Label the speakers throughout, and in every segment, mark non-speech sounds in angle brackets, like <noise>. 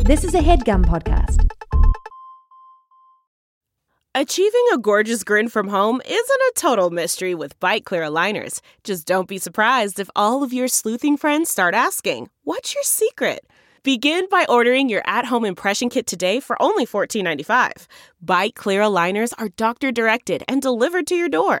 Speaker 1: This is a headgum podcast.
Speaker 2: Achieving a gorgeous grin from home isn't a total mystery with Bite Clear aligners. Just don't be surprised if all of your sleuthing friends start asking, What's your secret? Begin by ordering your at home impression kit today for only $14.95. Bite Clear aligners are doctor directed and delivered to your door.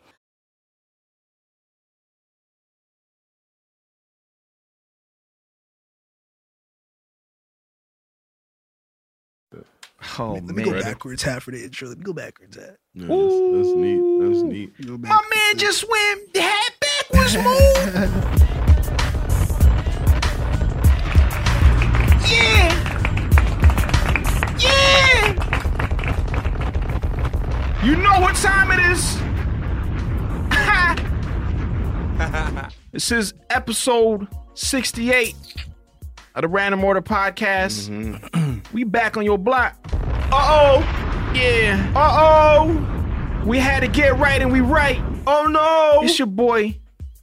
Speaker 3: Oh
Speaker 4: Let me, let me
Speaker 3: man,
Speaker 4: go backwards half for the intro. Let me go backwards half.
Speaker 5: Yeah, that's, that's neat. That's neat.
Speaker 4: Go
Speaker 3: my
Speaker 4: backwards.
Speaker 3: man just went head backwards move. yeah, yeah. You know what time it is. this is episode sixty-eight of the Random Order Podcast. we back on your block. Uh oh. Yeah. Uh oh. We had to get right and we right. Oh no. It's your boy,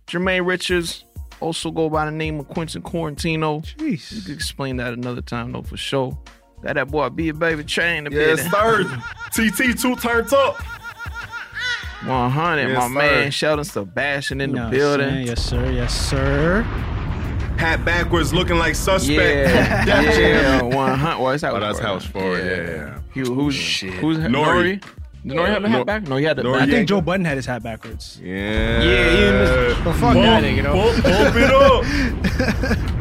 Speaker 3: Jermaine Richards. Also go by the name of Quentin Quarantino. You
Speaker 4: Jeez.
Speaker 3: can explain that another time though for sure. Got that boy be a baby chain to
Speaker 5: Yes,
Speaker 3: be
Speaker 5: third. TT two turned up.
Speaker 3: 100.
Speaker 5: Yes,
Speaker 3: my
Speaker 5: sir.
Speaker 3: man Sheldon Sebastian in the
Speaker 6: Yes,
Speaker 3: building.
Speaker 6: man. Yes, sir. Yes, sir.
Speaker 5: Hat backwards, looking like suspect. <laughs>
Speaker 3: Yeah, yeah, one hundred. Well, it's
Speaker 5: Oh,
Speaker 3: house
Speaker 5: that's
Speaker 3: forward.
Speaker 5: house forward. Yeah, yeah. yeah.
Speaker 3: Who- who's
Speaker 4: Shit.
Speaker 3: who's
Speaker 5: Nori.
Speaker 3: Nori? Did Nori have the
Speaker 5: Nor-
Speaker 3: hat back? No, he had the.
Speaker 5: Nori-
Speaker 3: I
Speaker 6: I
Speaker 3: think
Speaker 6: think Joe Budden had his hat backwards.
Speaker 5: Yeah.
Speaker 3: Yeah, he
Speaker 6: But fuck that nigga, though.
Speaker 5: Bump, bump it
Speaker 7: <laughs>
Speaker 5: up.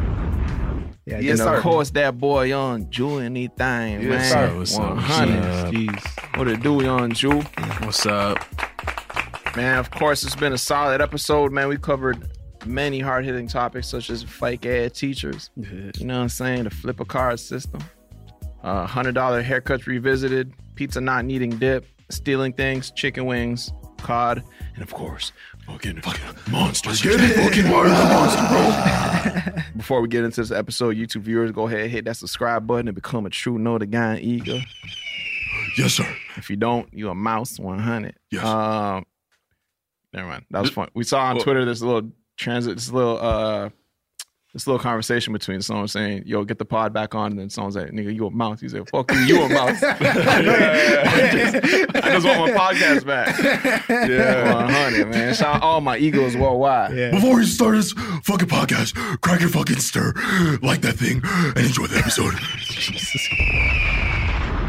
Speaker 4: Yeah,
Speaker 3: and
Speaker 5: Yes, sir.
Speaker 3: of course, that boy Young Jew and he thing,
Speaker 5: Yes,
Speaker 3: man.
Speaker 5: sir.
Speaker 8: What's up?
Speaker 3: 100.
Speaker 6: Jeez.
Speaker 3: What it do, Young Jew?
Speaker 8: What's up?
Speaker 3: Man, of course, it's been a solid episode, man. We covered many hard hitting topics such as fake ad teachers, you know what I'm saying? The flip a card system, uh, $100 haircuts revisited, pizza not needing dip, stealing things, chicken wings, cod, and of course, fucking fucking monster. Fucking Mario
Speaker 5: <laughs>
Speaker 3: the monster, bro. Before we get into this episode, YouTube viewers, go ahead, hit that subscribe button and become a true know the guy and eager.
Speaker 5: Yes, sir.
Speaker 3: If you don't, you a mouse 100.
Speaker 5: Yes.
Speaker 3: Um, never mind. That was fun. We saw on
Speaker 5: Well-
Speaker 3: Twitter this little transit, this little uh, this little conversation between someone saying, "Yo, get the pod back on," and then someone's like, "Nigga, you a mouse." He's like, "Fuck you,
Speaker 5: <laughs>
Speaker 3: you a mouse." <laughs> I, just, I just want my podcast back. <laughs>
Speaker 5: Yeah.
Speaker 3: 100 man. Shout out all my egos worldwide.
Speaker 7: Before you start this fucking podcast, crack your fucking stir, like that thing, and enjoy the episode.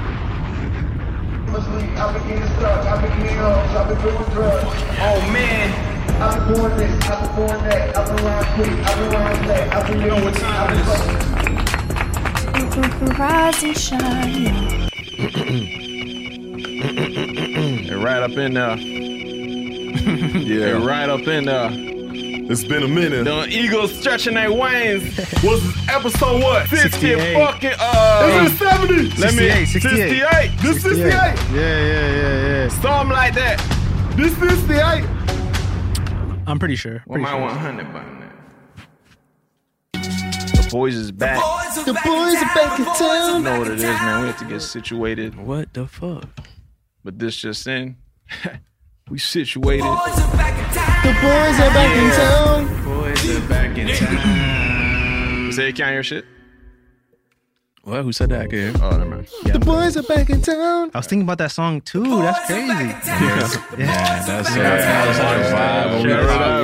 Speaker 5: <laughs>
Speaker 9: I've been getting stuck, I've been getting hoes, I've been doing drugs.
Speaker 3: Oh man,
Speaker 9: I've been doing this, I've been doing that, I've been lying quick, I've been lying flat, I've been doing what time it is.
Speaker 10: Rise and shine.
Speaker 3: they right up in there. They
Speaker 5: Yeah.
Speaker 3: right up in there.
Speaker 5: It's been a minute.
Speaker 3: The eagles stretching their wings.
Speaker 5: What's episode what?
Speaker 3: 50
Speaker 6: 68.
Speaker 3: fucking uh.
Speaker 5: This is 70.
Speaker 3: Let me
Speaker 4: 68, 68.
Speaker 3: 68.
Speaker 5: This is 68.
Speaker 8: Yeah, yeah, yeah, yeah.
Speaker 3: Something like that.
Speaker 5: This is 68.
Speaker 6: I'm pretty sure.
Speaker 3: Well,
Speaker 6: Pretty
Speaker 3: my
Speaker 6: sure.
Speaker 3: 100 button. now. The boys is back.
Speaker 8: The boys are back in
Speaker 3: You
Speaker 8: town.
Speaker 3: know what it is, man. We have to get situated.
Speaker 8: What the fuck?
Speaker 3: But this just in. <laughs> we situated.
Speaker 8: The boys are back in town.
Speaker 3: Boys are back in town. Say it count your shit.
Speaker 8: What? Who said that? I can't hear.
Speaker 3: Oh, never mind.
Speaker 8: the boys are back in town.
Speaker 6: I was thinking about that song too. That's crazy.
Speaker 8: Yeah, that's it. That was our vibe. When we
Speaker 5: Yeah.
Speaker 8: popped-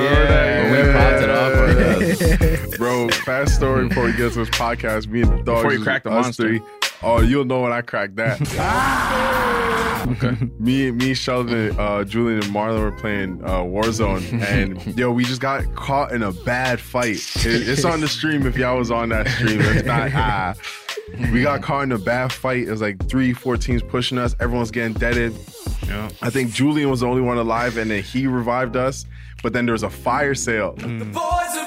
Speaker 8: when we popped it off for us.
Speaker 5: Bro, fast story before we get to this podcast. Me and the dog.
Speaker 3: Before you crack the monster.
Speaker 5: oh, you'll know when I crack
Speaker 3: <laughs>
Speaker 5: that. <laughs> Me, me, Sheldon, uh, Julian, and Marlon were playing uh, Warzone,
Speaker 3: <laughs>
Speaker 5: and yo, we just got caught in a bad fight. It- it's on the stream if y'all was on that stream. If
Speaker 3: <laughs>
Speaker 5: not, ah, we got caught in a bad fight. It was like three, four teams pushing us. Everyone's getting deaded. I think Julian was the only one alive, and then he revived us. But then there was a fire sale.
Speaker 8: The boys are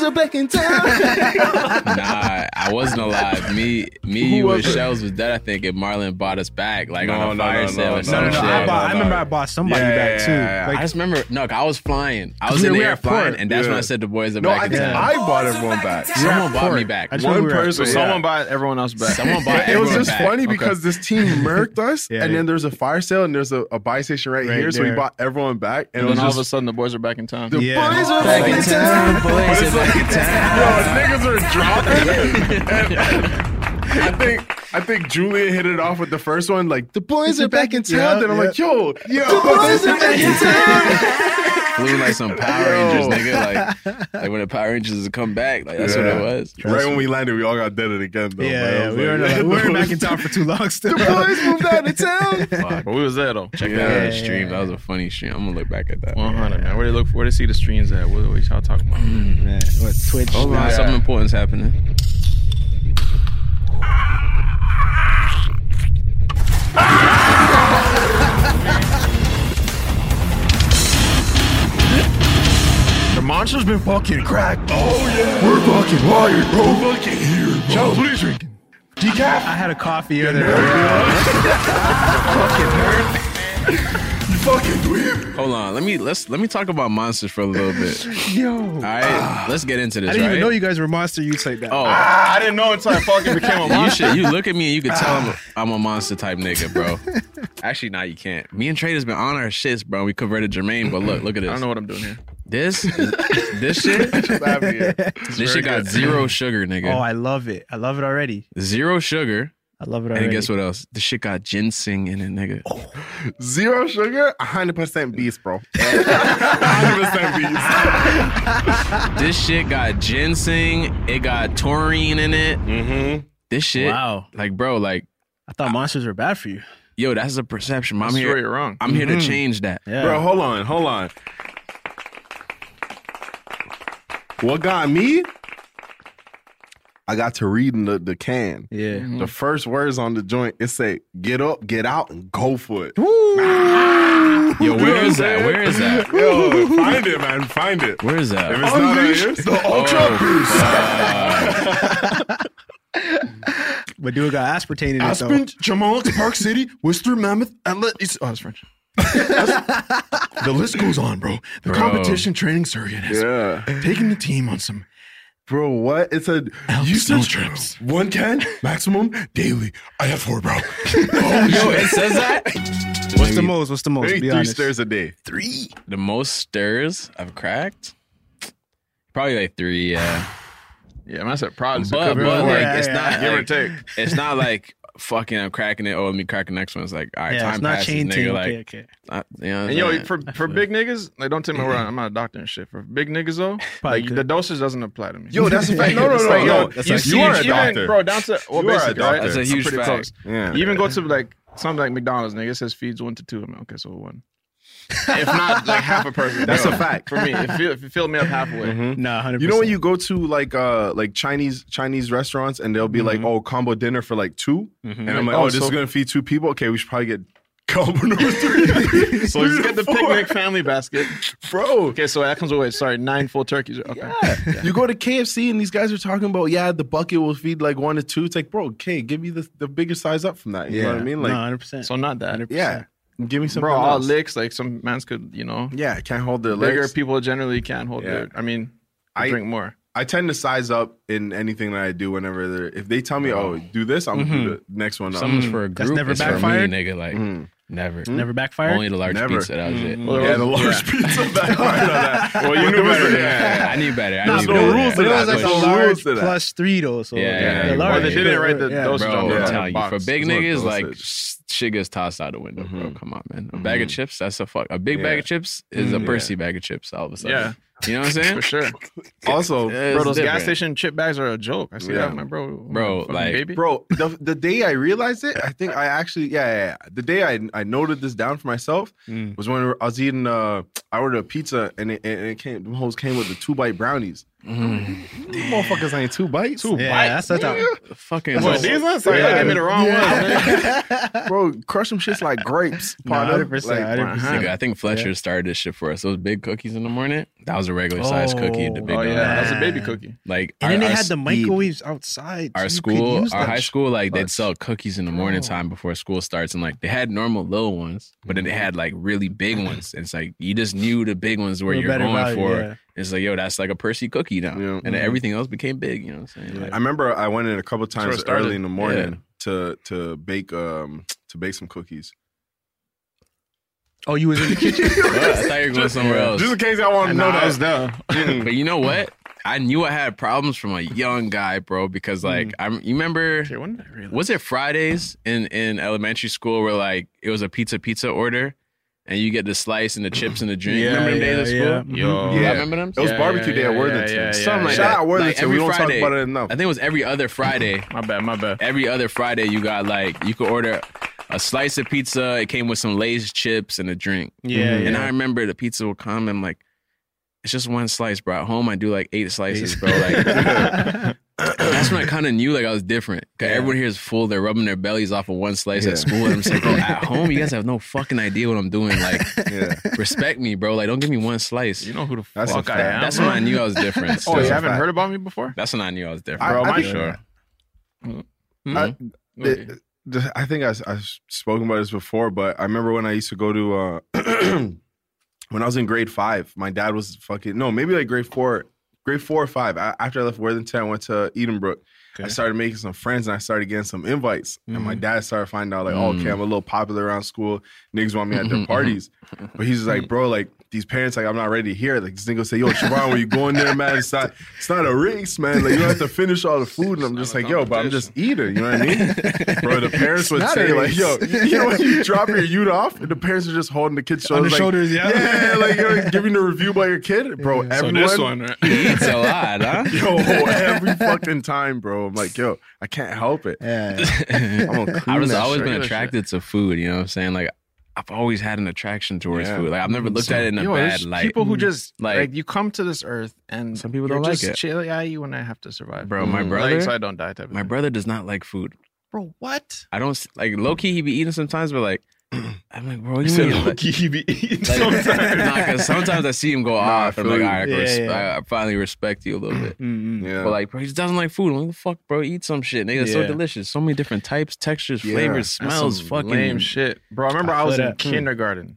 Speaker 11: are back in town.
Speaker 8: nah, I wasn't alive. Me, me,
Speaker 11: Who
Speaker 8: you, and
Speaker 11: was it?
Speaker 8: Shells was dead. I think, and Marlon bought us back, like
Speaker 5: No,
Speaker 8: on a
Speaker 5: no,
Speaker 8: fire
Speaker 5: no,
Speaker 8: sale
Speaker 5: no,
Speaker 8: or
Speaker 5: no,
Speaker 8: some
Speaker 5: no, no,
Speaker 8: shit.
Speaker 5: I bought-
Speaker 6: I remember I bought somebody
Speaker 8: Yeah,
Speaker 6: back too.
Speaker 8: yeah, yeah.
Speaker 6: Like,
Speaker 8: I just remember. No, 'cause I was flying. I
Speaker 6: 'Cause
Speaker 8: was
Speaker 6: we
Speaker 8: in
Speaker 6: were
Speaker 8: the air
Speaker 6: at port.
Speaker 8: flying, and that's when
Speaker 6: Yeah.
Speaker 8: I said the boys are
Speaker 5: No,
Speaker 8: back.
Speaker 5: I
Speaker 8: in
Speaker 5: think
Speaker 8: town.
Speaker 5: I
Speaker 3: Oh,
Speaker 5: bought everyone back.
Speaker 8: Someone bought me back.
Speaker 5: One person.
Speaker 3: Someone
Speaker 5: yeah.
Speaker 3: bought everyone else back.
Speaker 8: Someone bought
Speaker 5: it was
Speaker 8: everyone
Speaker 5: just
Speaker 8: back.
Speaker 5: funny
Speaker 8: Okay.
Speaker 5: because this team murked us,
Speaker 3: Yeah,
Speaker 5: and
Speaker 3: yeah.
Speaker 5: then there's a fire sale, and there's a, a buy station right,
Speaker 3: Right
Speaker 5: here, so we
Speaker 3: there.
Speaker 5: bought everyone back, and,
Speaker 3: <laughs> And
Speaker 5: it was
Speaker 3: then all of a
Speaker 5: just
Speaker 3: sudden, the boys are back in town.
Speaker 5: The boys are
Speaker 3: Back
Speaker 5: back
Speaker 3: in
Speaker 5: in town.
Speaker 3: town, boys
Speaker 5: But <laughs>
Speaker 3: are
Speaker 5: it's
Speaker 3: back
Speaker 5: like, yo,
Speaker 3: in
Speaker 5: niggas are <laughs> dropping. I think I think Julia hit it off with the first one, like the boys are back in town.
Speaker 3: Yeah,
Speaker 5: then I'm
Speaker 3: yeah.
Speaker 5: like, yo, yo,
Speaker 3: The
Speaker 5: <laughs>
Speaker 3: boys
Speaker 11: are back in
Speaker 8: flew like some
Speaker 5: <laughs>
Speaker 8: Power Rangers, nigga. Like, like when the Power Rangers would come back, like that's what
Speaker 5: Yeah.
Speaker 8: it was.
Speaker 5: Right when we landed, we all got deaded again. Though,
Speaker 6: yeah,
Speaker 5: man. I
Speaker 6: yeah,
Speaker 5: was
Speaker 6: we were,
Speaker 5: like,
Speaker 6: in- we were back
Speaker 5: <laughs>
Speaker 6: in town for too long. Still,
Speaker 5: moved out of town.
Speaker 3: Fuck, But we was there though.
Speaker 8: Check
Speaker 3: Yeah,
Speaker 8: that
Speaker 3: yeah,
Speaker 8: out stream. That was a funny stream. I'm gonna look back at that.
Speaker 3: 100 man. Where they look? Where they see the streams at? What, what y'all talking about?
Speaker 6: man, what Twitch?
Speaker 8: Hold on,
Speaker 3: Oh, Yeah.
Speaker 8: something important's happening.
Speaker 3: The monster's been fucking cracked. Oh yeah,
Speaker 7: We're fucking wired, bro.
Speaker 3: We're fucking here.
Speaker 7: Charles, what are you drinking? Decaf?
Speaker 6: I had a coffee earlier.
Speaker 8: Hold on. Let me let's let me talk about monsters for a little bit.
Speaker 6: <laughs> Yo,
Speaker 8: All right, let's get into
Speaker 6: I
Speaker 8: this.
Speaker 6: didn't
Speaker 8: right?
Speaker 6: even know you guys were monster. You like that?
Speaker 8: Oh.
Speaker 6: <laughs>
Speaker 3: Ah, I didn't know until <laughs> I fucking became a
Speaker 8: You
Speaker 3: monster.
Speaker 8: should. You look at me and you can tell I'm a, I'm a monster type nigga, bro. <laughs> Actually, nah, you can't. Me and Trader's been on our shits, bro. We converted Jermaine, but look, look at this.
Speaker 3: I don't know what I'm doing here.
Speaker 8: This,
Speaker 5: <laughs>
Speaker 8: this shit, this shit got zero sugar,
Speaker 6: Oh,
Speaker 8: nigga.
Speaker 6: I love it. I love it already.
Speaker 8: Zero sugar.
Speaker 6: I love it already.
Speaker 8: And guess what else? This shit got ginseng in it, nigga.
Speaker 5: Zero sugar, 100% beast, bro. 100% beast.
Speaker 8: This shit got ginseng. It got taurine in it.
Speaker 5: Mm-hmm.
Speaker 8: This shit,
Speaker 6: Wow.
Speaker 8: like, bro, like,
Speaker 6: I thought monsters were bad for you.
Speaker 8: yo, that's a perception. I'm
Speaker 3: I'm sure
Speaker 8: here.
Speaker 3: you're wrong.
Speaker 8: I'm here to
Speaker 6: Mhm.
Speaker 8: change that.
Speaker 6: Yeah.
Speaker 5: Bro, hold on, hold on. What got me? I got to reading the, the can.
Speaker 6: Yeah.
Speaker 5: The first words on the joint, it say, get up, get out, and go for it. <laughs>
Speaker 8: Yo, where is that? Where is that?
Speaker 5: Yo, find it, man. Find it.
Speaker 8: Where is
Speaker 5: If
Speaker 8: that?
Speaker 5: it's not on here, Oh,
Speaker 7: The Ultra Beast.
Speaker 6: But dude got aspartame in it
Speaker 7: Aspen, Jamal, Park City, Worcester, Mammoth, Atlet. it's- Oh, that's French.
Speaker 4: <laughs>
Speaker 7: the list goes on, bro. The
Speaker 8: Bro.
Speaker 7: competition training surrogate has
Speaker 5: Yeah.
Speaker 7: taking the team on some
Speaker 5: Bro, what? It's a
Speaker 7: Alps snow
Speaker 5: usage
Speaker 7: trips.
Speaker 5: One can maximum daily.
Speaker 7: I have four,
Speaker 4: <laughs>
Speaker 7: bro.
Speaker 8: <laughs> Yo, it says <laughs> that.
Speaker 6: though. What's the most? What's the most?
Speaker 5: Maybe
Speaker 6: Be
Speaker 5: three
Speaker 6: honest.
Speaker 5: stairs a day.
Speaker 7: Three.
Speaker 8: The most stirs I've cracked? Probably like three, yeah.
Speaker 3: Yeah, man, I said products.
Speaker 8: but but
Speaker 6: four.
Speaker 8: like
Speaker 6: Yeah,
Speaker 8: it's
Speaker 6: yeah,
Speaker 8: not
Speaker 3: give or
Speaker 8: like-
Speaker 3: take.
Speaker 8: It's not like fucking I'm cracking it. Oh, let me crack the next one. It's like all right,
Speaker 6: Yeah,
Speaker 8: time
Speaker 6: it's not
Speaker 8: passes,
Speaker 6: chain
Speaker 8: nigga.
Speaker 6: team.
Speaker 8: Like,
Speaker 6: okay, okay.
Speaker 8: I- you know what I'm
Speaker 3: And yo,
Speaker 8: saying?
Speaker 3: for for big niggas, like don't take me wrong. I'm not a doctor and shit. For big niggas though,
Speaker 6: Probably
Speaker 3: like
Speaker 6: good.
Speaker 3: the dosage doesn't apply to me.
Speaker 5: Yo, that's a fact. No, no,
Speaker 3: It's
Speaker 5: no,
Speaker 3: like,
Speaker 5: no.
Speaker 3: <laughs> yo,
Speaker 5: That's
Speaker 3: you,
Speaker 5: like-
Speaker 3: see-
Speaker 5: you are a
Speaker 3: even-
Speaker 5: doctor.
Speaker 3: bro. Down to well,
Speaker 5: You are a
Speaker 3: basically, right?
Speaker 5: doctor. That's
Speaker 8: a
Speaker 3: I'm
Speaker 8: huge
Speaker 3: pretty
Speaker 8: fact.
Speaker 3: close.
Speaker 5: Yeah.
Speaker 3: You even go to like something like McDonald's, nigga. It says feeds one to two. I'm like, okay, so one. if not like half a person,
Speaker 5: That's
Speaker 3: bro.
Speaker 5: a fact. Mm-hmm.
Speaker 3: for me. It, fill, it filled me up halfway.
Speaker 6: Nah, hundred.
Speaker 5: You know when you go to like uh like Chinese Chinese restaurants and they'll be
Speaker 3: Mm-hmm.
Speaker 5: like, oh, combo dinner for like 2 and I'm like,
Speaker 3: Oh,
Speaker 5: oh, this
Speaker 3: so-
Speaker 5: is gonna feed two people. Okay, we should probably get combo number three.
Speaker 3: <laughs> So
Speaker 5: <laughs>
Speaker 3: just get the
Speaker 5: Four.
Speaker 3: picnic family basket.
Speaker 5: bro.
Speaker 3: Okay, so that comes away. Sorry, nine full turkeys. Okay.
Speaker 5: You go to KFC and these guys are talking about, yeah, the bucket will feed like one to two. It's like, bro, okay, give me the, the bigger size up from that. You know what I mean? Like,
Speaker 6: hundred
Speaker 3: <laughs>
Speaker 6: percent.
Speaker 3: So not that.
Speaker 5: yeah, give me some.
Speaker 3: Bro, all licks. Like some mans could, you know,
Speaker 5: Yeah, can't hold the
Speaker 3: bigger
Speaker 5: legs.
Speaker 3: people generally can't hold
Speaker 5: Yeah.
Speaker 3: their. I mean, I
Speaker 5: I-
Speaker 3: drink more.
Speaker 5: I tend to size up in anything that I do. Whenever they're, if they tell me, oh, do this, I'm
Speaker 3: Mm-hmm.
Speaker 5: gonna do the next one. up.
Speaker 8: someone's for a
Speaker 6: That's
Speaker 8: group.
Speaker 6: never
Speaker 8: it's
Speaker 6: backfired?
Speaker 8: for me, nigga. Like
Speaker 5: Mm.
Speaker 8: never,
Speaker 6: never backfire.
Speaker 8: Only the large
Speaker 5: Mm-hmm. Never.
Speaker 8: pizza. That was it.
Speaker 3: Well,
Speaker 5: Mm-hmm. yeah, the large
Speaker 3: yeah.
Speaker 5: pizza. Back part of
Speaker 8: <laughs>
Speaker 5: that.
Speaker 3: Well, you knew better. Yeah.
Speaker 8: I knew better. I
Speaker 5: There's
Speaker 8: knew
Speaker 5: no
Speaker 8: better.
Speaker 5: rules to
Speaker 6: but it
Speaker 5: that.
Speaker 6: was like
Speaker 5: There's
Speaker 6: a
Speaker 5: no
Speaker 6: large
Speaker 5: rules to that.
Speaker 6: plus three though. So
Speaker 8: Yeah, yeah,
Speaker 6: the
Speaker 8: yeah.
Speaker 6: large.
Speaker 8: Well, they
Speaker 3: didn't write the- those-
Speaker 8: Bro,
Speaker 5: Yeah.
Speaker 8: I'm
Speaker 5: Yeah.
Speaker 8: telling you, for
Speaker 3: Box. Mm-hmm.
Speaker 8: big
Speaker 5: It's not
Speaker 8: niggas, like <laughs>
Speaker 5: dosage.
Speaker 8: sh- shit gets tossed out the window, bro. Come on, man. A bag of
Speaker 5: Mhm.
Speaker 8: chips, that's a fuck. A big bag
Speaker 5: Yeah.
Speaker 8: of chips is a
Speaker 6: Mm,
Speaker 5: Mhm.
Speaker 8: Percy bag of chips. All of a sudden,
Speaker 3: Yeah.
Speaker 8: You know what I'm saying?
Speaker 3: <laughs> For sure.
Speaker 5: Also,
Speaker 8: Yeah,
Speaker 3: bro,
Speaker 8: it's
Speaker 3: those
Speaker 8: different.
Speaker 3: gas station chip bags are a joke. I see
Speaker 5: Yeah.
Speaker 3: that. I'm like, bro,
Speaker 8: Bro,
Speaker 3: fucking
Speaker 8: like-
Speaker 3: baby.
Speaker 5: bro, the, the day I realized it, I think I actually, yeah, yeah, yeah. the day I, I noted this down for myself
Speaker 8: Mm.
Speaker 5: was when I was eating, uh, I ordered a pizza and it, and it came, the hoes came with the two bite brownies.
Speaker 8: Mm.
Speaker 5: Motherfuckers ain't two bites.
Speaker 3: Two
Speaker 6: Yeah,
Speaker 3: bites,
Speaker 6: that's such a-
Speaker 3: nigga?
Speaker 8: fucking.
Speaker 3: That's
Speaker 8: <laughs>
Speaker 3: what these ones? Sorry, y'all gave me the wrong
Speaker 5: one. Bro, crush them shits like grapes. partner. Like, uh-huh.
Speaker 8: Nigga, I think Fletcher started this shit for us. Those big cookies in the morning. That was a regular size cookie. The big
Speaker 3: oh, yeah,
Speaker 8: one.
Speaker 3: that's a baby cookie.
Speaker 8: Like
Speaker 6: And then they
Speaker 8: our- our
Speaker 6: had the
Speaker 8: speed-
Speaker 6: microwaves outside. so
Speaker 8: Our
Speaker 6: you could
Speaker 8: school,
Speaker 6: use
Speaker 8: our
Speaker 6: that
Speaker 8: high
Speaker 6: shit. Oh.
Speaker 8: school, like they'd sell cookies in the morning time before school starts, and like they had normal little ones, but then they
Speaker 6: Mm-hmm.
Speaker 8: had like really big ones. And it's like you just knew the big ones where
Speaker 6: Little
Speaker 8: you're
Speaker 6: better value,
Speaker 8: going for.
Speaker 6: yeah.
Speaker 8: It's like yo, that's like a Percy cookie now, and
Speaker 3: mm-hmm.
Speaker 8: then
Speaker 5: Mhm.
Speaker 8: everything else became big. You know what I'm saying? Like,
Speaker 5: I remember I went in a couple
Speaker 8: where it
Speaker 5: times
Speaker 8: started.
Speaker 5: early in the morning
Speaker 8: Yeah.
Speaker 5: to to bake um to bake some cookies.
Speaker 6: Oh, you
Speaker 5: <laughs>
Speaker 6: was in the kitchen.
Speaker 8: I thought you were going somewhere else.
Speaker 5: Just in case y'all want to know that.
Speaker 8: but you know what? I knew I had problems from a young guy, bro,
Speaker 3: Mm.
Speaker 8: because like I'm you remember was it Fridays in in elementary school where like it was a pizza pizza order and you get the slice and the chips and the drink.
Speaker 3: Yeah,
Speaker 8: remember them days
Speaker 3: yeah,
Speaker 8: at school?
Speaker 3: yeah. Yo.
Speaker 8: yeah.
Speaker 3: Yeah.
Speaker 8: I remember them.
Speaker 5: It was barbecue day at Worthington.
Speaker 8: Something like
Speaker 5: Shout
Speaker 8: that.
Speaker 5: out
Speaker 8: Like,
Speaker 5: Worthington.
Speaker 8: every
Speaker 5: we don't
Speaker 8: Friday.
Speaker 5: talk about it
Speaker 8: <laughs>
Speaker 5: enough.
Speaker 8: I think it was every other Friday.
Speaker 3: my bad, my bad.
Speaker 8: Every other Friday, you got like you could order a slice of pizza. It came with some Lay's chips and a drink.
Speaker 6: Yeah,
Speaker 5: Mm,
Speaker 3: Mm-hmm.
Speaker 8: and
Speaker 6: yeah.
Speaker 8: I remember the pizza would come. and I'm like, it's just one slice, bro. At home, I do like eight slices, bro. Like
Speaker 5: <laughs>
Speaker 4: <laughs>
Speaker 8: that's when I kind of knew like I was different. 'Cause everyone here is full. They're rubbing their bellies off of one slice
Speaker 5: Yeah.
Speaker 8: at school. And I'm just like, bro, at
Speaker 5: <laughs>
Speaker 8: home, you guys have no fucking idea what I'm doing. Like,
Speaker 5: Yeah.
Speaker 8: respect me, bro. Like, don't give me one slice.
Speaker 3: You know who the
Speaker 5: That's a
Speaker 3: fuck I
Speaker 5: fact.
Speaker 3: am?
Speaker 8: That's when
Speaker 5: <laughs>
Speaker 8: I knew I was different.
Speaker 3: <laughs> Oh,
Speaker 8: That's
Speaker 3: you
Speaker 8: a
Speaker 3: haven't
Speaker 8: fact.
Speaker 3: heard about me before?
Speaker 8: That's when I knew I was different.
Speaker 5: I-
Speaker 3: Bro,
Speaker 5: I
Speaker 3: my
Speaker 5: think-
Speaker 3: sure.
Speaker 5: I,
Speaker 3: Okay.
Speaker 5: the, the, I think I, I've spoken about this before, but I remember when I used to go to uh, <clears throat> when I was in grade five. My dad was fucking no, maybe like grade four, grade four or five. I, after I left Worthington, I went to Edenbrook. I started making some friends and I started getting some invites. And
Speaker 7: Mm-hmm.
Speaker 5: my dad started finding out like, oh, okay, I'm a
Speaker 7: Mm.
Speaker 5: little popular around school. Niggas want me
Speaker 7: <laughs>
Speaker 5: at their parties. But he's just like, bro, like these parents, like I'm not ready to hear it. Like this nigga say, yo, Siobhan, when you going there, man, it's not, it's not a race, man. Like you have to
Speaker 7: <laughs>
Speaker 5: finish all the food. And I'm just like, yo, but I'm just eating. You know what I mean? Bro, the parents would
Speaker 7: It's not
Speaker 5: say,
Speaker 7: a
Speaker 5: like, yo,
Speaker 7: race.
Speaker 5: <laughs> you know,
Speaker 7: <laughs>
Speaker 5: when you drop your youth off, and the parents are just holding the kid's shoulders.
Speaker 6: the
Speaker 5: like,
Speaker 6: shoulders, yeah.
Speaker 5: Yeah, like you're giving the review by
Speaker 7: <laughs>
Speaker 5: your kid. Bro, everyone
Speaker 8: <laughs> He eats a lot, huh?
Speaker 5: <laughs>
Speaker 8: <laughs>
Speaker 5: yo, every fucking time, bro. I'm like, yo, I can't help it.
Speaker 6: Yeah.
Speaker 5: I'm gonna clean
Speaker 8: I've just
Speaker 5: that
Speaker 8: always
Speaker 5: shit.
Speaker 8: been attracted to food. You know what I'm saying? Like, I've always had an attraction towards
Speaker 5: Yeah.
Speaker 8: food. Like, I've never looked at it in a
Speaker 3: Yo,
Speaker 8: bad
Speaker 3: there's
Speaker 8: light. Mm-hmm.
Speaker 3: People who just
Speaker 8: Like-
Speaker 3: like, you come to this earth and
Speaker 8: Some people
Speaker 3: you're
Speaker 8: don't like
Speaker 3: just
Speaker 8: it.
Speaker 3: Chill, yeah, you and I have to survive, Mm-hmm.
Speaker 8: Bro, my
Speaker 3: Like,
Speaker 8: brother-
Speaker 3: so I don't die. Type of
Speaker 8: My
Speaker 3: thing.
Speaker 8: brother does not like food.
Speaker 3: bro, what?
Speaker 8: I don't s- like low key. He be eating sometimes, but like, <clears throat> I'm like, bro,
Speaker 3: You
Speaker 8: you
Speaker 3: said
Speaker 8: mean
Speaker 3: low
Speaker 8: like,
Speaker 3: key he be eating
Speaker 8: <laughs> like,
Speaker 3: sometimes.
Speaker 8: nah, 'cause sometimes I see him go off. I'm
Speaker 5: feel
Speaker 8: like,
Speaker 5: you.
Speaker 8: all right,
Speaker 6: Yeah,
Speaker 8: resp-
Speaker 6: yeah.
Speaker 8: I- I finally respect you a little <clears throat> bit.
Speaker 6: Mm-mm.
Speaker 5: Yeah.
Speaker 8: But like, bro, he just doesn't like food. I'm like, the fuck, bro, eat some shit. Nigga, it's so
Speaker 6: Yeah.
Speaker 8: delicious. So many different types, textures,
Speaker 5: Yeah.
Speaker 8: flavors,
Speaker 3: That's
Speaker 8: smells,
Speaker 3: some
Speaker 8: fucking
Speaker 3: lame shit, bro. I remember
Speaker 6: I
Speaker 3: I, was
Speaker 6: feel
Speaker 3: in
Speaker 6: that. Mm.
Speaker 3: kindergarten,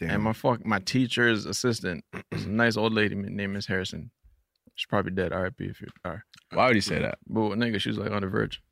Speaker 3: and
Speaker 5: Damn.
Speaker 3: my fuck, my teacher's assistant <clears throat> was a nice old lady. My name is Harrison. She's probably dead. R.I.P. If you are.
Speaker 8: Why would he say that?
Speaker 3: But nigga, she was like on the verge.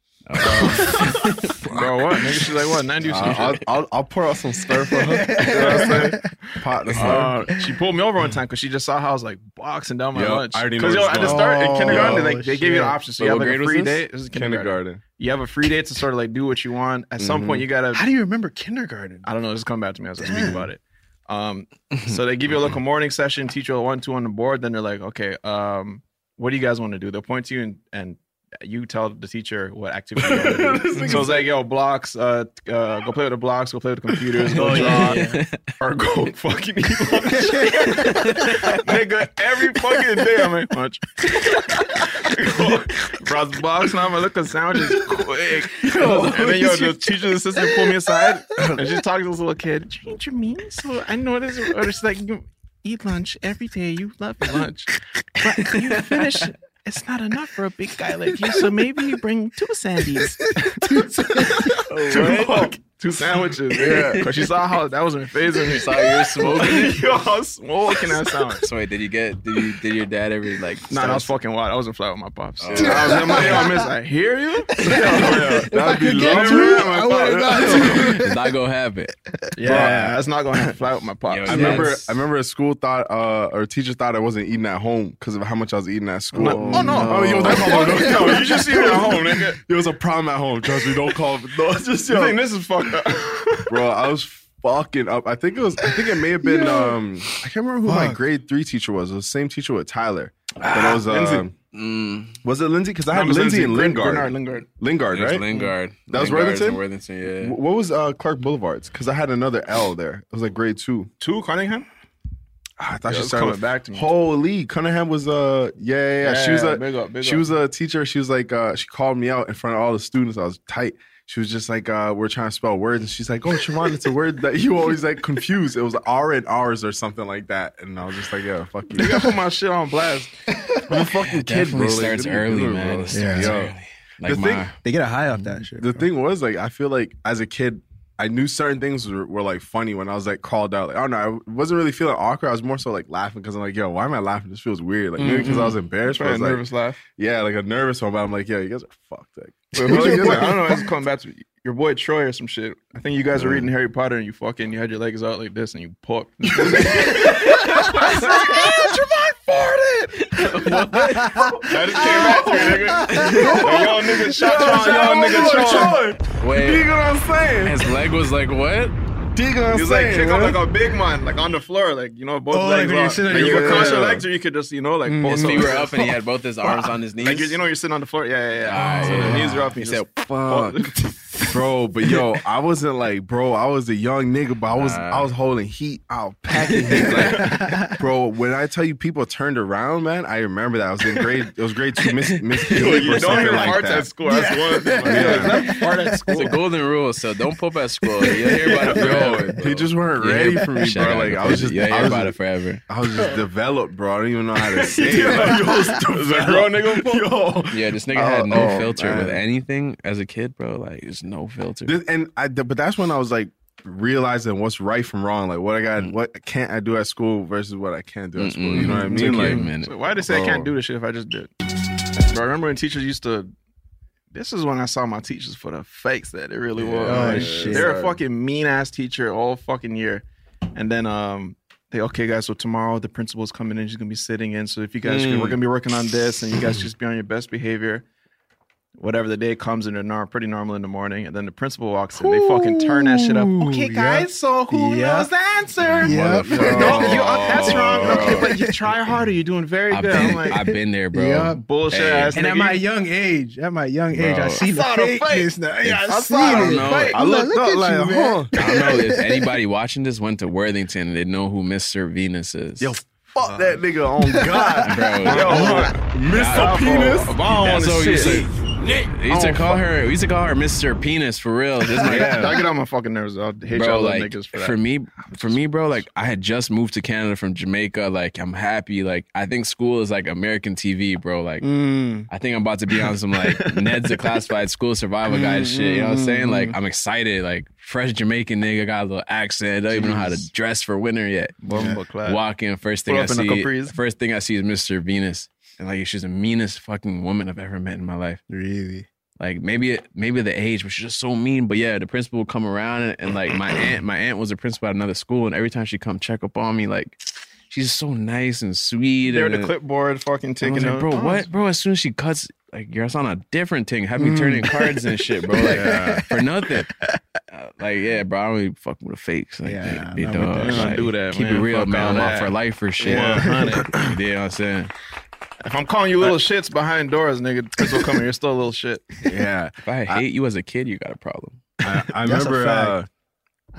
Speaker 3: <laughs> bro, what? Nigga, she's like what? Ninety or
Speaker 5: Oh. Uh,
Speaker 3: something.
Speaker 5: I'll, I'll, I'll pour out some stir
Speaker 3: <laughs>
Speaker 5: for her. you know what I'm <laughs> saying?
Speaker 8: <laughs>
Speaker 5: Pot the <laughs> stir.
Speaker 3: Uh, she pulled me over one time because she just saw how I was like boxing down my
Speaker 5: Yo,
Speaker 3: lunch.
Speaker 5: I already know
Speaker 3: Because
Speaker 5: where
Speaker 3: yo,
Speaker 5: this
Speaker 3: I
Speaker 5: is
Speaker 3: just
Speaker 5: going.
Speaker 3: started in
Speaker 5: Oh,
Speaker 3: kindergarten. they, like, they gave you
Speaker 6: shit.
Speaker 3: an option, so
Speaker 8: Wait,
Speaker 3: you have
Speaker 8: what
Speaker 3: like
Speaker 8: grade
Speaker 3: a
Speaker 8: was
Speaker 3: free
Speaker 8: this?
Speaker 3: day. This is kindergarten.
Speaker 5: Kindergarten.
Speaker 3: You have a free day to sort of like do what you want. At some point, you gotta.
Speaker 6: How do you remember kindergarten?
Speaker 3: I don't know. Just come back to me as I speak about it. Um, so they give you a little morning session, teach you a one, two on the board. Then they're like, okay, um, what do you guys want to do? They'll point to you and, and you tell the teacher what activity you want to do. so it's like, yo, blocks, uh, uh, go play with the blocks, go play with the computers, go draw, or go fucking eat lunch. <laughs> Nigga, every fucking day I'm in lunch. <laughs> Bro, the box now, I'm gonna look at sandwiches quick. and then, yo, the teacher's assistant pulled me aside and she's talking to this little kid. You eat your meals? So I know this. Or it's like, you eat lunch every day. You love your lunch. But you finish. It's not enough for a big guy like you. So maybe you bring two sandies. two, fuck- two sandwiches. Yeah. Because she saw how that was in phase of me. Saw you were smoking. yo, I was <laughs> smoking that sandwich.
Speaker 8: So <laughs> wait, did you get? Did you? Did your dad ever like?
Speaker 3: Nah, that was
Speaker 8: start-
Speaker 3: fucking wild. I wasn't flat with my pops. I was in my yo, miss. I hear you.
Speaker 5: That'd be
Speaker 3: Never
Speaker 5: lovely.
Speaker 3: had my
Speaker 5: I
Speaker 3: pop.
Speaker 5: would've
Speaker 8: <laughs> Did not go have it.
Speaker 3: Yeah, that's not gonna happen. Flat with my
Speaker 8: Yo,
Speaker 5: <laughs>
Speaker 3: pops.
Speaker 5: I
Speaker 8: Yeah,
Speaker 5: remember.
Speaker 8: it's-
Speaker 5: I remember a school thought, uh, or a teacher thought I wasn't eating at home because of how much I was eating at school.
Speaker 3: Oh, no.
Speaker 5: Oh, yo, don't call me. Don't-
Speaker 3: <laughs>
Speaker 5: yo, you just eat <laughs> at home,
Speaker 3: nigga.
Speaker 5: It was a problem at home. Trust me. <laughs> Don't call. No, just
Speaker 3: You
Speaker 5: yo.
Speaker 3: think this is fucked up?
Speaker 5: bro. I was fucking up. I think it was. I think it may have been. Um, I can't remember who my grade three teacher was. It was the same teacher with Tyler. But it was. Um, was it Lindsay? Because I had
Speaker 3: Ah, it was
Speaker 5: Lindsay
Speaker 3: Lindsay.
Speaker 5: and
Speaker 3: Gren-
Speaker 5: Lingard.
Speaker 3: Bernard Lingard.
Speaker 5: Lingard,
Speaker 8: There's
Speaker 5: right?
Speaker 8: Lingard.
Speaker 5: That was
Speaker 8: Lingard's in
Speaker 5: Worthington?
Speaker 8: Worthington, yeah.
Speaker 5: Wh-
Speaker 3: <laughs>
Speaker 5: What was uh, Clark Boulevard's? Because I had another L there. It was like grade two.
Speaker 3: Two Cunningham.
Speaker 5: I thought
Speaker 3: Yeah,
Speaker 5: she
Speaker 3: it's
Speaker 5: started
Speaker 3: coming
Speaker 5: with,
Speaker 3: back to me.
Speaker 5: Holy Cunningham was uh yeah yeah, yeah. she was
Speaker 3: Yeah,
Speaker 5: a
Speaker 3: big up, big
Speaker 5: she
Speaker 3: up.
Speaker 5: was a teacher. She was like uh she called me out in front of all the students. I was tight. She was just like uh we're trying to spell words and she's like oh Siobhan, it's a word that you always like confuse. It was R and R's or something like that. And I was just like yeah fuck you. You gotta put my shit on blast. I'm a fucking kid, bro.
Speaker 8: Definitely
Speaker 5: Like,
Speaker 8: starts
Speaker 5: what are you
Speaker 8: early,
Speaker 5: doing,
Speaker 8: man.
Speaker 5: bro?
Speaker 8: It starts
Speaker 5: Yo.
Speaker 8: early. Like
Speaker 5: the
Speaker 8: my-
Speaker 5: thing,
Speaker 6: they get a high off that shit.
Speaker 5: the thing was like I feel like as a kid I knew certain things were, were like funny when I was like called out. Like I don't know, I wasn't really feeling awkward. I was more so like laughing because I'm like, yo, why am I laughing? This feels weird. Like maybe because I was
Speaker 3: Mhm.
Speaker 5: embarrassed. but I was
Speaker 3: Probably a
Speaker 5: like,
Speaker 3: nervous laugh.
Speaker 5: Yeah, like a nervous one. But I'm like, yeah, you guys are fucked. Like,
Speaker 3: Wait, who's your boy? I don't know. It's coming back to your boy Troy or some shit. I think you guys were reading Harry Potter and you fucking you had your legs out like this and you porked.
Speaker 9: That just came back to
Speaker 5: <laughs>
Speaker 9: me, nigga. y'all niggas shot y'all,
Speaker 5: y'all
Speaker 9: y'all
Speaker 5: niggas
Speaker 9: niggas
Speaker 5: shot. <laughs>
Speaker 8: Wait.
Speaker 9: Dig what I'm saying?
Speaker 8: His leg was like what?
Speaker 5: Dig what
Speaker 8: I'm
Speaker 3: He was like
Speaker 8: saying,
Speaker 3: kick up
Speaker 8: man.
Speaker 3: like a big man, like on the floor, like you know both
Speaker 8: Oh, like
Speaker 3: legs.
Speaker 8: when you're
Speaker 3: out.
Speaker 8: sitting
Speaker 3: Like,
Speaker 8: on
Speaker 3: you
Speaker 8: your
Speaker 3: could
Speaker 8: bed.
Speaker 3: cross your legs or you could just you know like
Speaker 8: Mm.
Speaker 3: both
Speaker 8: His feet
Speaker 3: of
Speaker 5: <laughs>
Speaker 8: were
Speaker 3: them. <laughs>
Speaker 8: up and he had both his arms on his
Speaker 3: Like
Speaker 8: knees?
Speaker 3: you know you're sitting on the floor. Yeah, yeah, yeah.
Speaker 8: Ah,
Speaker 3: so
Speaker 8: yeah.
Speaker 3: the knees are up. And you
Speaker 8: He said,
Speaker 3: just-
Speaker 5: Fuck. bro, but
Speaker 8: <laughs>
Speaker 5: yo, I wasn't like, bro, I was a young nigga, but I was I was holding heat, I was packing heat.
Speaker 8: <laughs>
Speaker 5: Like, bro, when I tell you people turned around, man, I remember that. I was in grade, it was grade two, Miss Miss
Speaker 8: <laughs>
Speaker 3: Yo,
Speaker 5: Phillip
Speaker 3: you
Speaker 5: or
Speaker 3: don't
Speaker 5: something
Speaker 3: hear
Speaker 5: like
Speaker 3: farts
Speaker 5: that.
Speaker 3: at school. That's
Speaker 5: <laughs>
Speaker 3: one thing. Like, yo, is that fart at school?
Speaker 8: It's a golden rule, so don't poop
Speaker 5: <laughs>
Speaker 8: at school. You'll hear about it forever.
Speaker 5: They just weren't
Speaker 8: Yeah,
Speaker 5: ready
Speaker 8: yeah.
Speaker 5: for me,
Speaker 8: Shout
Speaker 5: bro.
Speaker 8: out
Speaker 5: Like
Speaker 8: to
Speaker 5: I was
Speaker 8: Fizzy.
Speaker 5: just,
Speaker 8: Yeah,
Speaker 5: I
Speaker 8: you're
Speaker 5: was
Speaker 8: about
Speaker 5: just-
Speaker 8: it forever.
Speaker 5: I was
Speaker 8: <laughs>
Speaker 5: just developed, bro. I don't even know how to say it.
Speaker 8: Yeah.
Speaker 5: Like, I <laughs> was
Speaker 8: Is that
Speaker 5: developed. <laughs>
Speaker 8: Yeah, this nigga had no
Speaker 5: Oh,
Speaker 8: filter with
Speaker 5: man.
Speaker 8: anything as a kid, bro. Like there's no filter.
Speaker 5: This- and I, but that's when I was like realizing what's right from wrong. Like what I got,
Speaker 8: Mm.
Speaker 5: what can't I do at school versus what I can do at school. You know what I mean? Like,
Speaker 3: So why they say I can't do this shit if I just did? Bro, I remember when teachers used to. This is when I saw my teachers for the fakes that it really
Speaker 5: Yeah.
Speaker 3: was.
Speaker 5: Oh,
Speaker 3: Like,
Speaker 5: shit.
Speaker 3: They're a fucking mean ass teacher all fucking year, and then um. They, okay, guys. So tomorrow the principal's coming in. She's gonna be sitting in. So if you guys,
Speaker 5: Mm.
Speaker 3: we're gonna be working on this, and you guys just be on your best behavior. Whatever the day comes, and they're norm, pretty normal in the morning. And then the principal walks in. They fucking turn that shit up. Okay, guys. So who knows the answer?
Speaker 9: Yeah.
Speaker 3: No, you, uh, that's wrong. Okay, but you try harder. You're doing very
Speaker 8: I've
Speaker 3: good.
Speaker 8: been,
Speaker 3: I'm like,
Speaker 8: I've
Speaker 5: <laughs>
Speaker 8: been there, bro.
Speaker 3: Yeah. <laughs> Bullshit ass
Speaker 4: And at
Speaker 3: nigga,
Speaker 4: my
Speaker 3: you-
Speaker 4: young age, at my young age,
Speaker 8: Bro.
Speaker 4: I seen
Speaker 3: I saw
Speaker 4: the
Speaker 3: the
Speaker 4: fake.
Speaker 3: fake.
Speaker 4: this now. Yeah, I,
Speaker 3: I
Speaker 4: seen
Speaker 3: saw it.
Speaker 4: it.
Speaker 8: No, I
Speaker 4: Look,
Speaker 8: looked
Speaker 4: look
Speaker 8: up
Speaker 4: at
Speaker 8: like,
Speaker 4: you,
Speaker 8: huh.
Speaker 4: man.
Speaker 8: I don't know if anybody watching this went to Worthington. They know who Mr. Venus is. Yo,
Speaker 5: fuck that nigga <laughs> on God,
Speaker 8: bro.
Speaker 5: Mr. Penis.
Speaker 8: That's what we used to- we used to
Speaker 3: Oh,
Speaker 8: call her. We used to call her Mr. Penis for real. This is
Speaker 3: <laughs>
Speaker 8: my-
Speaker 3: Yeah, I get on my fucking nerves. I hate
Speaker 8: <laughs> bro,
Speaker 3: y'all little
Speaker 8: like
Speaker 3: niggas for that.
Speaker 8: me, for me, bro, like I had just moved to Canada from Jamaica. Like I'm happy. Like I think school is like American TV, bro. Like
Speaker 3: Mm.
Speaker 8: I think I'm about to be on
Speaker 3: <laughs>
Speaker 8: some like Ned's a classified school survival guide shit. You know what I'm saying?
Speaker 3: Mm-hmm.
Speaker 8: Like I'm excited. Like fresh Jamaican nigga got a little accent. Don't even know how to dress for winter yet.
Speaker 3: Bumble clap.
Speaker 8: Walk in first thing
Speaker 3: Pull
Speaker 8: I
Speaker 3: up in a
Speaker 8: see.
Speaker 3: Caprice.
Speaker 8: First thing I see is Mr. Venus, and like she's the meanest fucking woman I've ever met in my life.
Speaker 5: Really.
Speaker 8: Like maybe maybe the age, but she's just so mean. But yeah, the principal would come around and, and, like my aunt, my aunt was a principal at another school, and every time she come check up on me, like she's so nice and sweet.
Speaker 3: They're
Speaker 8: and,
Speaker 3: the clipboard fucking Oh,
Speaker 8: I
Speaker 3: taking
Speaker 8: was like,
Speaker 3: notes.
Speaker 8: bro, what, bro? As soon as she cuts, like you're on a different thing. Have me turning cards and shit, bro. Like
Speaker 5: Yeah.
Speaker 8: for nothing. Uh, like yeah, bro. I don't even fuck with the fakes. Like yeah, they,
Speaker 3: not
Speaker 8: they
Speaker 3: with
Speaker 8: dog,
Speaker 3: that.
Speaker 8: like,
Speaker 3: Don't do that,
Speaker 8: Keep it
Speaker 3: man.
Speaker 8: real,
Speaker 3: Fuck all
Speaker 8: man. I'm out
Speaker 3: that.
Speaker 8: for life for shit.
Speaker 3: Yeah,
Speaker 8: <laughs>
Speaker 3: honey.
Speaker 8: yeah, you know what I'm saying.
Speaker 3: If I'm calling you little shits behind doors, nigga, this will come here. You're still a little shit.
Speaker 5: <laughs> Yeah.
Speaker 8: If I hate you as a kid, you got a problem.
Speaker 5: I, I
Speaker 3: That's a
Speaker 5: remember.
Speaker 3: fact.
Speaker 5: Uh,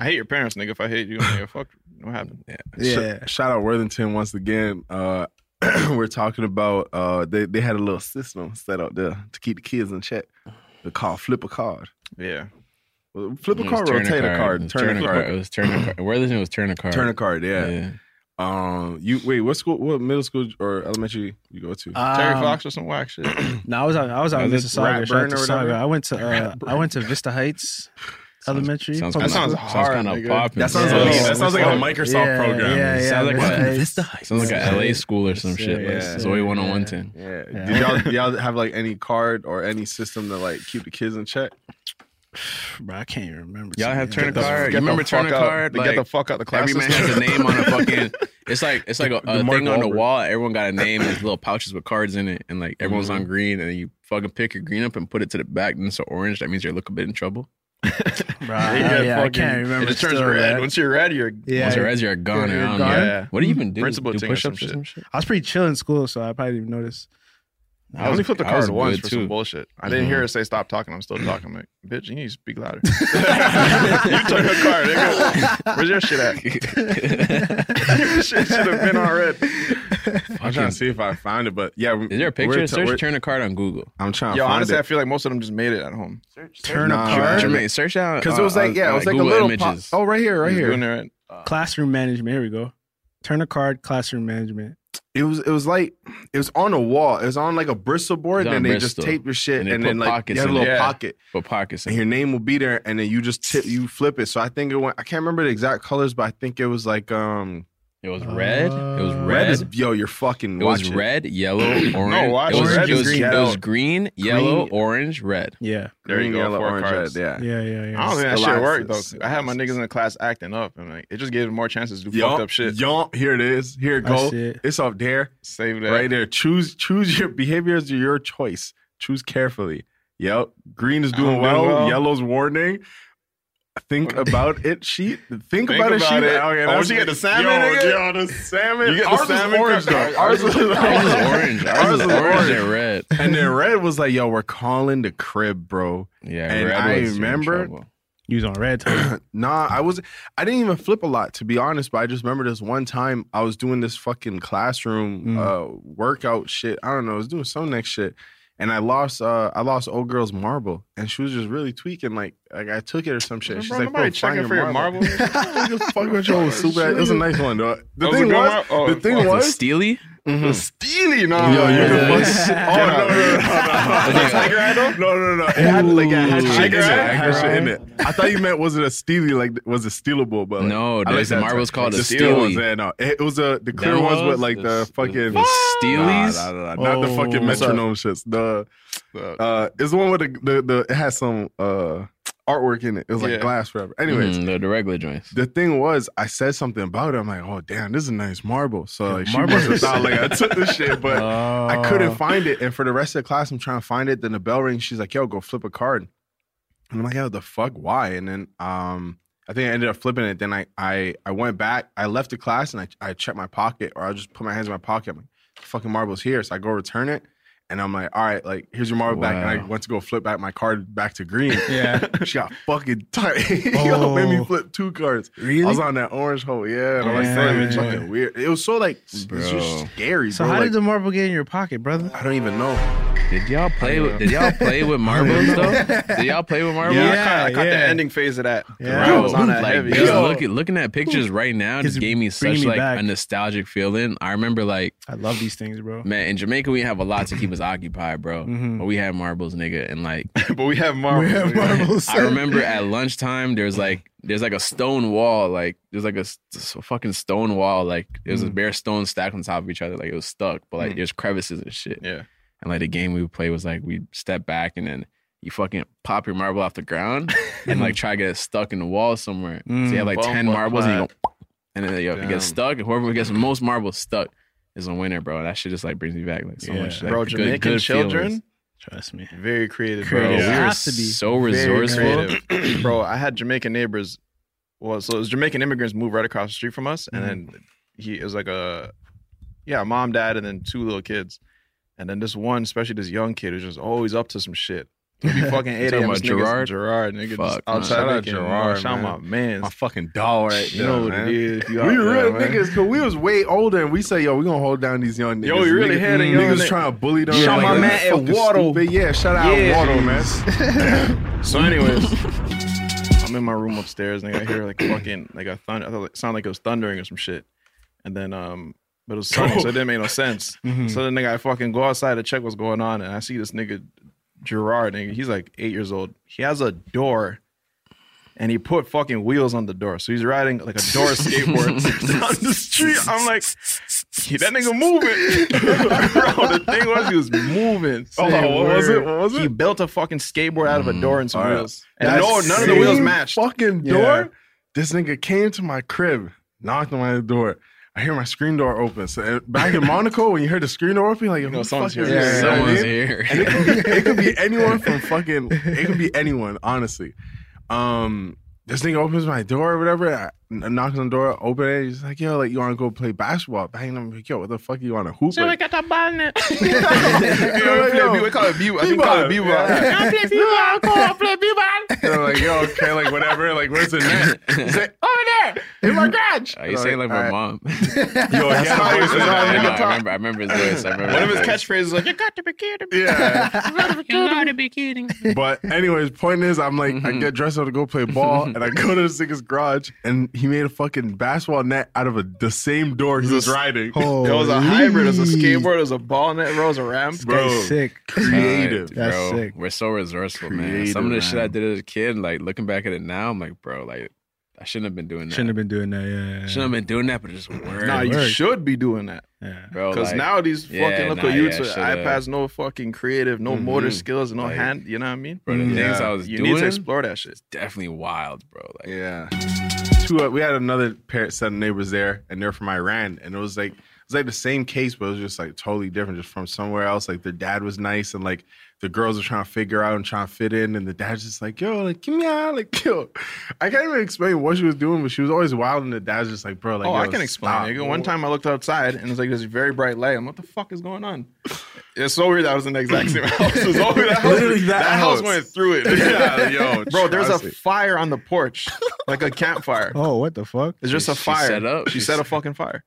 Speaker 3: I hate your parents, nigga. If I hate you, nigga, fuck. What happened?
Speaker 8: Yeah.
Speaker 5: Sh-
Speaker 4: Yeah.
Speaker 5: shout out Worthington once again. Uh, <clears throat> we're talking about uh, they they had a little system set up there to keep the kids in check. The call flip a card.
Speaker 3: Yeah.
Speaker 5: Well, Flip a
Speaker 8: It was
Speaker 5: card,
Speaker 8: turn
Speaker 5: rotate a
Speaker 8: It
Speaker 5: card,
Speaker 8: was
Speaker 5: turn a card.
Speaker 8: It was turn a card. Where this it was turn a card.
Speaker 5: Turn a card, yeah. Um, you wait. What school? What middle school or elementary you go to?
Speaker 3: Terry
Speaker 4: Um,
Speaker 3: Fox or some whack
Speaker 8: <clears throat>
Speaker 3: shit.
Speaker 4: No, I was out. I was out in
Speaker 5: Was it
Speaker 4: Mississauga. Shout out
Speaker 5: Ratburn
Speaker 4: to
Speaker 5: or
Speaker 4: Saga.
Speaker 5: whatever?
Speaker 4: I went to. Uh, I went to Vista Heights Elementary.
Speaker 8: sounds
Speaker 4: public
Speaker 8: kinda-
Speaker 4: school.
Speaker 8: sounds Sounds kinda kinda poppin',
Speaker 5: That sounds like- that sounds like a Microsoft
Speaker 4: Yeah,
Speaker 5: program.
Speaker 4: Yeah, yeah.
Speaker 8: sounds like
Speaker 4: Vista
Speaker 8: a,
Speaker 4: Heights.
Speaker 8: sounds like a LA school or some shit.
Speaker 5: Yeah.
Speaker 8: Like Zoe 10110.
Speaker 5: Yeah. Did y'all did y'all have like any card or any system to like keep the kids in check?
Speaker 4: Bro, I can't even remember.
Speaker 8: Y'all have turn a
Speaker 5: Get the-
Speaker 8: card.
Speaker 5: get
Speaker 8: You
Speaker 5: the
Speaker 8: remember turn a
Speaker 5: fuck out.
Speaker 8: card?
Speaker 5: Get the fuck out the class
Speaker 8: Every man
Speaker 5: system.
Speaker 8: has a name on a fucking. It's like it's like a,
Speaker 5: The
Speaker 8: a
Speaker 5: Mark
Speaker 8: thing on the
Speaker 5: Wahlberg.
Speaker 8: wall. Everyone got a name. There's little pouches with cards in it, and like everyone's on green, and you fucking pick your green up and put it to the back. And it's an orange. That means you're a little bit in trouble.
Speaker 4: Bro,
Speaker 3: You
Speaker 4: Oh, yeah,
Speaker 3: got
Speaker 4: I
Speaker 3: fucking-
Speaker 4: can't remember.
Speaker 3: It just turns
Speaker 4: still,
Speaker 3: red.
Speaker 4: man.
Speaker 3: Once you're red, you're
Speaker 4: Yeah.
Speaker 8: Once you're
Speaker 4: I-
Speaker 8: red, you're a goner.
Speaker 4: you're
Speaker 8: I don't
Speaker 4: gone.
Speaker 8: know.
Speaker 3: Yeah.
Speaker 8: What do you even do?
Speaker 3: Principal
Speaker 8: do
Speaker 3: thing or
Speaker 8: push-ups
Speaker 3: some
Speaker 8: or some shit?
Speaker 4: I was pretty chill in school, so I probably didn't even notice.
Speaker 3: I only flipped the
Speaker 7: I was
Speaker 3: card once
Speaker 7: good,
Speaker 3: for
Speaker 7: too.
Speaker 3: some bullshit. I
Speaker 7: Mhm.
Speaker 3: didn't
Speaker 4: Mm-hmm.
Speaker 3: hear her say stop talking. I'm still talking. I'm like, bitch, you need to speak louder.
Speaker 4: <laughs>
Speaker 3: <laughs> you took her card. nigga. Where's your shit at? <laughs> your shit should have been on red.
Speaker 5: I'm trying to see if I found it, but yeah.
Speaker 8: Is there a picture? Search turn
Speaker 5: a
Speaker 8: card on Google.
Speaker 5: I'm trying to
Speaker 3: Yo,
Speaker 5: find
Speaker 3: honestly,
Speaker 5: it.
Speaker 3: I feel like most of them just made it at home. Search,
Speaker 5: Turn a Nah, card?
Speaker 8: Jermaine, search out,
Speaker 3: Because it was
Speaker 8: uh,
Speaker 3: like, yeah,
Speaker 8: uh,
Speaker 3: it was like a
Speaker 8: Google
Speaker 3: little pop-
Speaker 8: Images.
Speaker 3: Oh, right here, right
Speaker 8: He's
Speaker 3: here.
Speaker 8: doing
Speaker 3: it.
Speaker 4: classroom management. Here we go. Turn a card. Classroom management.
Speaker 5: It was it was like it was on a wall. It was on like a Bristol board,
Speaker 4: It
Speaker 5: and
Speaker 4: was on
Speaker 5: they
Speaker 4: Bristol.
Speaker 5: just taped your shit,
Speaker 4: And
Speaker 5: and,
Speaker 4: they put
Speaker 5: then like
Speaker 4: pockets
Speaker 5: you had a
Speaker 4: in it.
Speaker 5: little
Speaker 4: Yeah.
Speaker 5: pocket,
Speaker 8: but pockets,
Speaker 5: and your name will be there, and then you just tip, you flip it. So I think it went. I can't remember the exact colors, but I think it was like um,
Speaker 8: it was red. it was
Speaker 5: Uh, red. Is,
Speaker 8: red.
Speaker 5: yo, you're fucking.
Speaker 8: It was
Speaker 5: watch
Speaker 8: red, yellow, orange.
Speaker 5: watch
Speaker 8: it was,
Speaker 5: it. Red
Speaker 8: it
Speaker 5: is
Speaker 8: was,
Speaker 5: green.
Speaker 8: it was green, yellow,
Speaker 5: Green.
Speaker 8: orange, red.
Speaker 4: Yeah.
Speaker 3: There
Speaker 5: Green,
Speaker 3: you go.
Speaker 5: yellow,
Speaker 3: four
Speaker 5: orange,
Speaker 3: cards.
Speaker 5: red, yeah.
Speaker 4: Yeah, yeah, yeah.
Speaker 3: I don't think that shit
Speaker 5: Elixir.
Speaker 3: worked though. 'cause I had my niggas in the class acting up, and like it just gave them more chances to do
Speaker 5: Yup,
Speaker 3: fucked up shit.
Speaker 5: yup, here it is. Here it
Speaker 3: I
Speaker 5: go.
Speaker 3: see it.
Speaker 5: It's up there.
Speaker 3: Save that
Speaker 5: right there. Choose choose your behaviors are your choice. Choose carefully. Yep. Green is doing
Speaker 3: I'm doing
Speaker 5: well.
Speaker 3: well.
Speaker 5: Yellow's warning.
Speaker 3: <laughs>
Speaker 5: Think about it, sheet. Think, about, it, sheet.
Speaker 3: Oh,
Speaker 5: that's-
Speaker 3: you get the salmon,
Speaker 5: Yo,
Speaker 3: nigga?
Speaker 5: yo, the salmon.
Speaker 3: You get the
Speaker 5: Ours is
Speaker 3: salmon
Speaker 5: orange,
Speaker 3: cut-
Speaker 5: though. <laughs> Ours is
Speaker 8: orange. Ours is orange and red.
Speaker 5: And then red was like, yo, we're calling the crib, bro.
Speaker 8: Yeah,
Speaker 5: and
Speaker 8: red
Speaker 5: I
Speaker 8: was in
Speaker 5: remember
Speaker 8: trouble.
Speaker 4: You was on red Oh, time.
Speaker 5: nah, I was. I didn't even flip a lot, to be honest. But I just remember this one time I was doing this fucking
Speaker 3: Mm.
Speaker 5: classroom uh, workout shit. I don't know. I was doing some next shit, and I lost. Uh, I lost old girl's marble, and she was just really tweaking. Like, like I took it or some shit. She's
Speaker 3: Bro,
Speaker 5: like, "Bro,
Speaker 3: nobody
Speaker 5: find
Speaker 3: checking for
Speaker 5: <laughs>
Speaker 3: your marble.
Speaker 4: <laughs>
Speaker 5: Fuck
Speaker 3: <laughs>
Speaker 5: with your super. It was a nice one though. The
Speaker 3: Oh, That was a
Speaker 5: thing
Speaker 3: good
Speaker 5: was,
Speaker 3: mar- oh,
Speaker 5: the thing
Speaker 3: fuck.
Speaker 5: was,
Speaker 8: Steely.
Speaker 5: Mhm.
Speaker 3: Steely, no,
Speaker 5: Yo, you can
Speaker 3: yeah.
Speaker 5: fuck-
Speaker 3: Get
Speaker 5: Oh, no, no, no,
Speaker 3: out.
Speaker 5: no, no.
Speaker 3: Tiger Idol?
Speaker 5: No, no, no. It had <laughs> like it had
Speaker 8: Ooh.
Speaker 5: shit in it. It had
Speaker 8: Tiger
Speaker 5: shit in
Speaker 8: Eye?
Speaker 5: it. I thought you meant was it a steely like was it steelable? But like,
Speaker 8: No,
Speaker 5: I
Speaker 8: the- the
Speaker 5: that
Speaker 8: marble's
Speaker 5: term.
Speaker 8: called a
Speaker 5: the steel ones.
Speaker 8: steely.
Speaker 5: Yeah, no, it, it was a the clear
Speaker 8: Them
Speaker 5: ones
Speaker 8: ones?
Speaker 5: with like the,
Speaker 8: The-
Speaker 5: fucking
Speaker 8: the steelies?
Speaker 5: Nah, nah, nah, nah, Not the
Speaker 8: Oh.
Speaker 5: fucking metronome shits. The uh, it's the one with the, the the it has some uh artwork in it. It was like
Speaker 8: Yeah.
Speaker 5: glass forever. Anyways,
Speaker 8: Mm, the, the regular joints.
Speaker 5: the thing was, I said something about it. I'm like, oh damn, this is a nice marble. So like, she
Speaker 8: marble
Speaker 5: must have
Speaker 8: is-
Speaker 5: thought like I took this shit, but I couldn't
Speaker 8: <laughs> Oh.
Speaker 5: find it. And for the rest of the class, I'm trying to find it. Then the bell rings. She's like, yo, go flip a card. And I'm like, yo, the fuck, why? And then um, I think I ended up flipping it. Then I I I went back. I left the class and I I checked my pocket, or I just put my hands in my pocket. I'm like, the fucking marble's here. So I go return it. And I'm like, all right, like here's your marble back. And I
Speaker 8: Wow.
Speaker 5: went to go flip back my card back to
Speaker 8: <laughs>
Speaker 5: green.
Speaker 4: Yeah.
Speaker 5: <laughs> she got fucking tight. <laughs> Yo, made me
Speaker 4: Oh.
Speaker 5: flip two cards.
Speaker 4: Really?
Speaker 5: I was on that orange hole. Yeah. And I'm like,
Speaker 4: Yeah.
Speaker 5: damn, it's
Speaker 4: Yeah.
Speaker 5: fucking weird. It was so like, it's
Speaker 8: Bro.
Speaker 5: just scary.
Speaker 4: So
Speaker 5: bro.
Speaker 4: how
Speaker 5: like,
Speaker 4: did the marble get in your pocket, brother?
Speaker 5: I don't even know.
Speaker 8: Did y'all play with Did y'all play with marbles though? Did y'all play with marbles?
Speaker 3: Yeah, I caught, I caught the ending phase of that. Bro, I was on that
Speaker 8: like,
Speaker 3: heavy.
Speaker 8: Just
Speaker 3: Yo.
Speaker 8: look at, looking at pictures right now just
Speaker 4: It's
Speaker 8: gave me such
Speaker 4: bringing me
Speaker 8: like a
Speaker 4: back.
Speaker 8: nostalgic feeling. I remember like
Speaker 4: I love these things, bro.
Speaker 8: man in Jamaica we have a lot to keep us occupied, bro.
Speaker 6: Mm.
Speaker 4: Mhm.
Speaker 8: But we had marbles, nigga, and like
Speaker 3: but we have marbles. nigga.
Speaker 8: I remember at lunchtime there's like there's like a stone wall, like there's like a, s- s- fucking stone wall, like there's a bare stone stacked on top of each other, like it was stuck, but like
Speaker 3: Mm.
Speaker 8: there's crevices and shit.
Speaker 3: Yeah.
Speaker 8: And like the game we would play was like we'd step back and then you fucking pop your marble off
Speaker 3: <laughs>
Speaker 8: the ground and like try to get it stuck in the wall somewhere. So you have like
Speaker 3: Mm.
Speaker 8: 10
Speaker 3: Bump
Speaker 8: marbles and you
Speaker 3: applied.
Speaker 8: go, and then you, you
Speaker 3: Damn.
Speaker 8: get stuck. And whoever gets the most marbles stuck is a winner, bro. That shit just like brings me back like so
Speaker 4: Yeah.
Speaker 8: much. Like,
Speaker 3: Bro,
Speaker 8: good-
Speaker 3: Jamaican
Speaker 8: good
Speaker 3: children,
Speaker 8: feelings.
Speaker 4: Trust me.
Speaker 3: very creative. Bro,
Speaker 8: Creative.
Speaker 3: We
Speaker 8: Yeah.
Speaker 3: were
Speaker 8: Has to be. so
Speaker 3: very
Speaker 8: resourceful.
Speaker 3: creative. bro, I had Jamaican neighbors. Well, so it was Jamaican immigrants moved right across the street from us, and then he it was like a yeah, mom, dad, and then two little kids, and then this one, especially this young kid, who's just always up to some shit. It'd be fucking
Speaker 8: You
Speaker 3: eight
Speaker 8: talking
Speaker 3: a.m.
Speaker 8: about
Speaker 3: this nigga's-
Speaker 8: Gerard?
Speaker 3: Gerard, nigga,
Speaker 8: Fuck,
Speaker 3: just
Speaker 8: man.
Speaker 3: outside
Speaker 8: Shout out
Speaker 3: looking,
Speaker 8: Gerard,
Speaker 3: Shout out my man.
Speaker 5: My fucking doll right
Speaker 3: You
Speaker 5: there,
Speaker 3: know what
Speaker 5: man.
Speaker 3: it is.
Speaker 5: We
Speaker 3: You out there,
Speaker 5: real
Speaker 3: man.
Speaker 5: niggas, cause we was way older, and we say, "Yo, we gonna hold down these young niggas."
Speaker 3: Yo, you really
Speaker 5: Niggas-
Speaker 3: had a young
Speaker 5: niggas
Speaker 3: nigga.
Speaker 5: trying to bully them.
Speaker 3: Shout
Speaker 5: like,
Speaker 3: my
Speaker 5: like,
Speaker 3: man
Speaker 5: fucking
Speaker 3: at Waddle.
Speaker 5: stupid. Yeah, shout out
Speaker 3: Yeah.
Speaker 5: Waddle,
Speaker 3: <laughs>
Speaker 5: man. <laughs>
Speaker 3: So, anyways, I'm in my room upstairs and I hear like fucking like a thunder. I thought it sounded like it was thundering or some shit. And then um, but it was sunny, so it didn't make
Speaker 5: <laughs>
Speaker 3: no sense.
Speaker 5: Mm-hmm.
Speaker 4: Mhm.
Speaker 3: So then nigga, I fucking go outside to check what's going on, and I see this nigga Gerard. Nigga, he's like eight years old. He has a door. And he put fucking wheels on the door, so he's riding like a door skateboard
Speaker 5: <laughs>
Speaker 3: <laughs> down the street. I'm like, "Yeah, that nigga moving, <laughs> bro. The thing was, he was moving.
Speaker 5: Oh, what was it? Mm. What was
Speaker 3: He built a fucking skateboard out of a door and some
Speaker 5: All right.
Speaker 3: wheels. And
Speaker 5: That
Speaker 3: no, none of the wheels
Speaker 5: same
Speaker 3: matched.
Speaker 5: Fucking
Speaker 3: Yeah.
Speaker 5: door. This nigga came to my crib, knocked on my door. I hear my screen door open. So uh, back
Speaker 3: <laughs>
Speaker 5: in Monaco, when you hear the screen door open, you're like, you know,
Speaker 3: someone's
Speaker 8: here. Someone's here.
Speaker 5: And it
Speaker 8: <laughs>
Speaker 5: could, be, it could be anyone from fucking. It could be anyone, honestly. Um, this thing opens my door or whatever. I, I knock on the door, open it. He's like, yo, like you want to go play basketball? Bang! I'm like, yo, what the fuck you want to hoop? Like,
Speaker 9: got that ball in
Speaker 5: <laughs>
Speaker 9: it. <laughs>
Speaker 3: We call it B-ball. I think we call it B-ball.
Speaker 9: I play b-ball. Come on, play
Speaker 5: <laughs>
Speaker 9: b-ball.
Speaker 5: And I'm like, yo, okay, like whatever. Like, where's the net? He's like,
Speaker 9: <laughs> Over there, in my garage.
Speaker 8: Oh, you say like <laughs> my mom.
Speaker 5: yo, he had a voice. in
Speaker 8: I,
Speaker 5: that.
Speaker 8: know, I remember. I remember his voice. I remember
Speaker 3: One of his
Speaker 8: voice.
Speaker 3: catchphrases is like,
Speaker 9: You got to be kidding me.
Speaker 5: Yeah.
Speaker 9: <laughs> You got to be kidding me.
Speaker 5: <laughs> But anyways, point is, I'm like, I get dressed up to go play ball, and I go to this nigga's garage, and he made a fucking basketball net out of a, the same door he was riding.
Speaker 3: oh, It was a hybrid. It was a skateboard. It was a ball net. It was a ramp.
Speaker 5: Bro,
Speaker 4: Sick.
Speaker 5: <laughs> creative.
Speaker 8: Tight,
Speaker 4: That's
Speaker 8: bro.
Speaker 4: sick.
Speaker 8: We're so resourceful, man.
Speaker 5: Creative,
Speaker 8: Some of the shit I
Speaker 5: man.
Speaker 8: did as a kid, like looking back at it now, I'm like, bro, like I shouldn't have been doing that.
Speaker 4: Shouldn't have been doing that. Yeah. yeah,
Speaker 8: Shouldn't have been doing that, but it just worked,
Speaker 3: Nah, you
Speaker 4: Word.
Speaker 3: should be doing that
Speaker 4: yeah.
Speaker 8: bro.
Speaker 3: because
Speaker 8: like,
Speaker 3: now these
Speaker 8: yeah,
Speaker 3: fucking look
Speaker 8: nah,
Speaker 3: at
Speaker 8: yeah,
Speaker 3: YouTube
Speaker 8: shoulda.
Speaker 3: iPads, no fucking creative, no motor
Speaker 8: Mhm.
Speaker 3: skills, no
Speaker 8: Like,
Speaker 3: hand. You know what I mean?
Speaker 8: bro, the
Speaker 4: Mhm.
Speaker 8: things
Speaker 5: Yeah.
Speaker 8: I was
Speaker 3: You
Speaker 8: doing,
Speaker 3: need to explore that shit.
Speaker 8: definitely wild, bro. Like,
Speaker 5: Yeah. Two, uh, we had another pair, set of neighbors there, and they're from Iran, and it was like it was like the same case, but it was just like totally different, just from somewhere else. Like their dad was nice, and like the girls are trying to figure out and trying to fit in, and the dad's just like, "Yo, like give me out, like <laughs> yo." I can't even explain what she was doing, but she was always wild, and the dad's just like, "Bro, like
Speaker 3: oh,
Speaker 5: yo,
Speaker 3: I can explain.
Speaker 5: stop."
Speaker 3: Nigga. One time I looked outside and it was like this very bright light. I'm what the fuck is going on? It's so weird. That was in the exact <laughs> same house. It was over that house.
Speaker 5: Literally that
Speaker 3: that house.
Speaker 5: house.
Speaker 3: went through it.
Speaker 5: Yeah, yo,
Speaker 3: bro, there's a
Speaker 5: trust it.
Speaker 3: fire on the porch, like a campfire.
Speaker 4: Oh, what the fuck?
Speaker 3: It's just a
Speaker 8: She
Speaker 3: fire.
Speaker 8: set up.
Speaker 3: She
Speaker 8: She
Speaker 3: set a fucking
Speaker 8: <coughs>
Speaker 3: fire.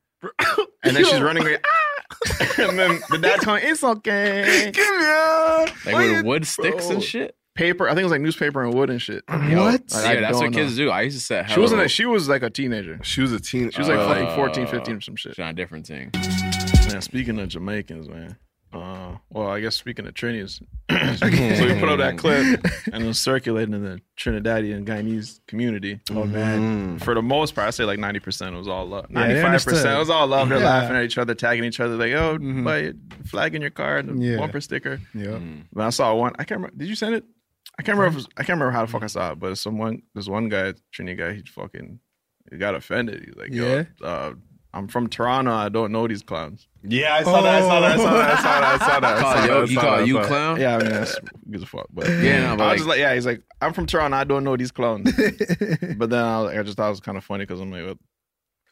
Speaker 3: And then she's
Speaker 5: Yo.
Speaker 3: running away. "Ah!" <laughs> and then the dad's going, it's okay.
Speaker 5: Give me out.
Speaker 8: like
Speaker 5: Why
Speaker 8: with
Speaker 5: you-
Speaker 8: wood sticks
Speaker 3: bro.
Speaker 8: and shit.
Speaker 3: Paper. I think it was like newspaper and wood and shit.
Speaker 8: Yo,
Speaker 4: What?
Speaker 8: Yeah,
Speaker 3: I
Speaker 8: that's
Speaker 3: don't
Speaker 8: what kids do. I used to set.
Speaker 3: She wasn't.
Speaker 8: hella-
Speaker 3: A, she was like a teenager.
Speaker 5: She was a teen.
Speaker 3: She was like
Speaker 8: Uh,
Speaker 3: fucking 14, 15 or some shit.
Speaker 8: She's on a different thing.
Speaker 3: Man, speaking of Jamaicans, man. Uh, well, I guess speaking of Trinis, <coughs> so we put up that <laughs> clip and it was circulating in the Trinidadian Guyanese community.
Speaker 4: Oh man.
Speaker 3: For the most part, I say like ninety percent was all love.
Speaker 4: Yeah, they
Speaker 3: Ninety five percent
Speaker 4: understood.
Speaker 3: was all love. They're
Speaker 4: Yeah.
Speaker 3: laughing at each other, tagging each other, like, "Oh,
Speaker 4: Mhm.
Speaker 3: buy flag in your car, and a
Speaker 4: Yeah.
Speaker 3: bumper sticker."
Speaker 4: Yeah.
Speaker 5: Mm.
Speaker 3: But I saw one. I can't remember. Did you send it? I can't remember. If it was- I can't remember how the fuck I saw it. But someone, this one guy, Trini guy, he fucking he got offended. He's like, "Yo, uh, I'm from Toronto. I don't know these clowns." <laughs>
Speaker 5: Yeah, I saw that. I saw that. I saw that. I saw that.
Speaker 4: <laughs>
Speaker 5: I saw that. I saw
Speaker 8: Call
Speaker 5: that, I
Speaker 8: yo, you
Speaker 5: saw that, I
Speaker 8: call you
Speaker 5: saw that.
Speaker 8: clown.
Speaker 3: Yeah, I mean, that's who gives a fuck. But
Speaker 8: Yeah, no, but
Speaker 3: I
Speaker 8: like-
Speaker 3: was just like, yeah. He's like, I'm from Toronto. I don't know these clowns. but then I, was, I just thought it was kind of funny because I'm like, well,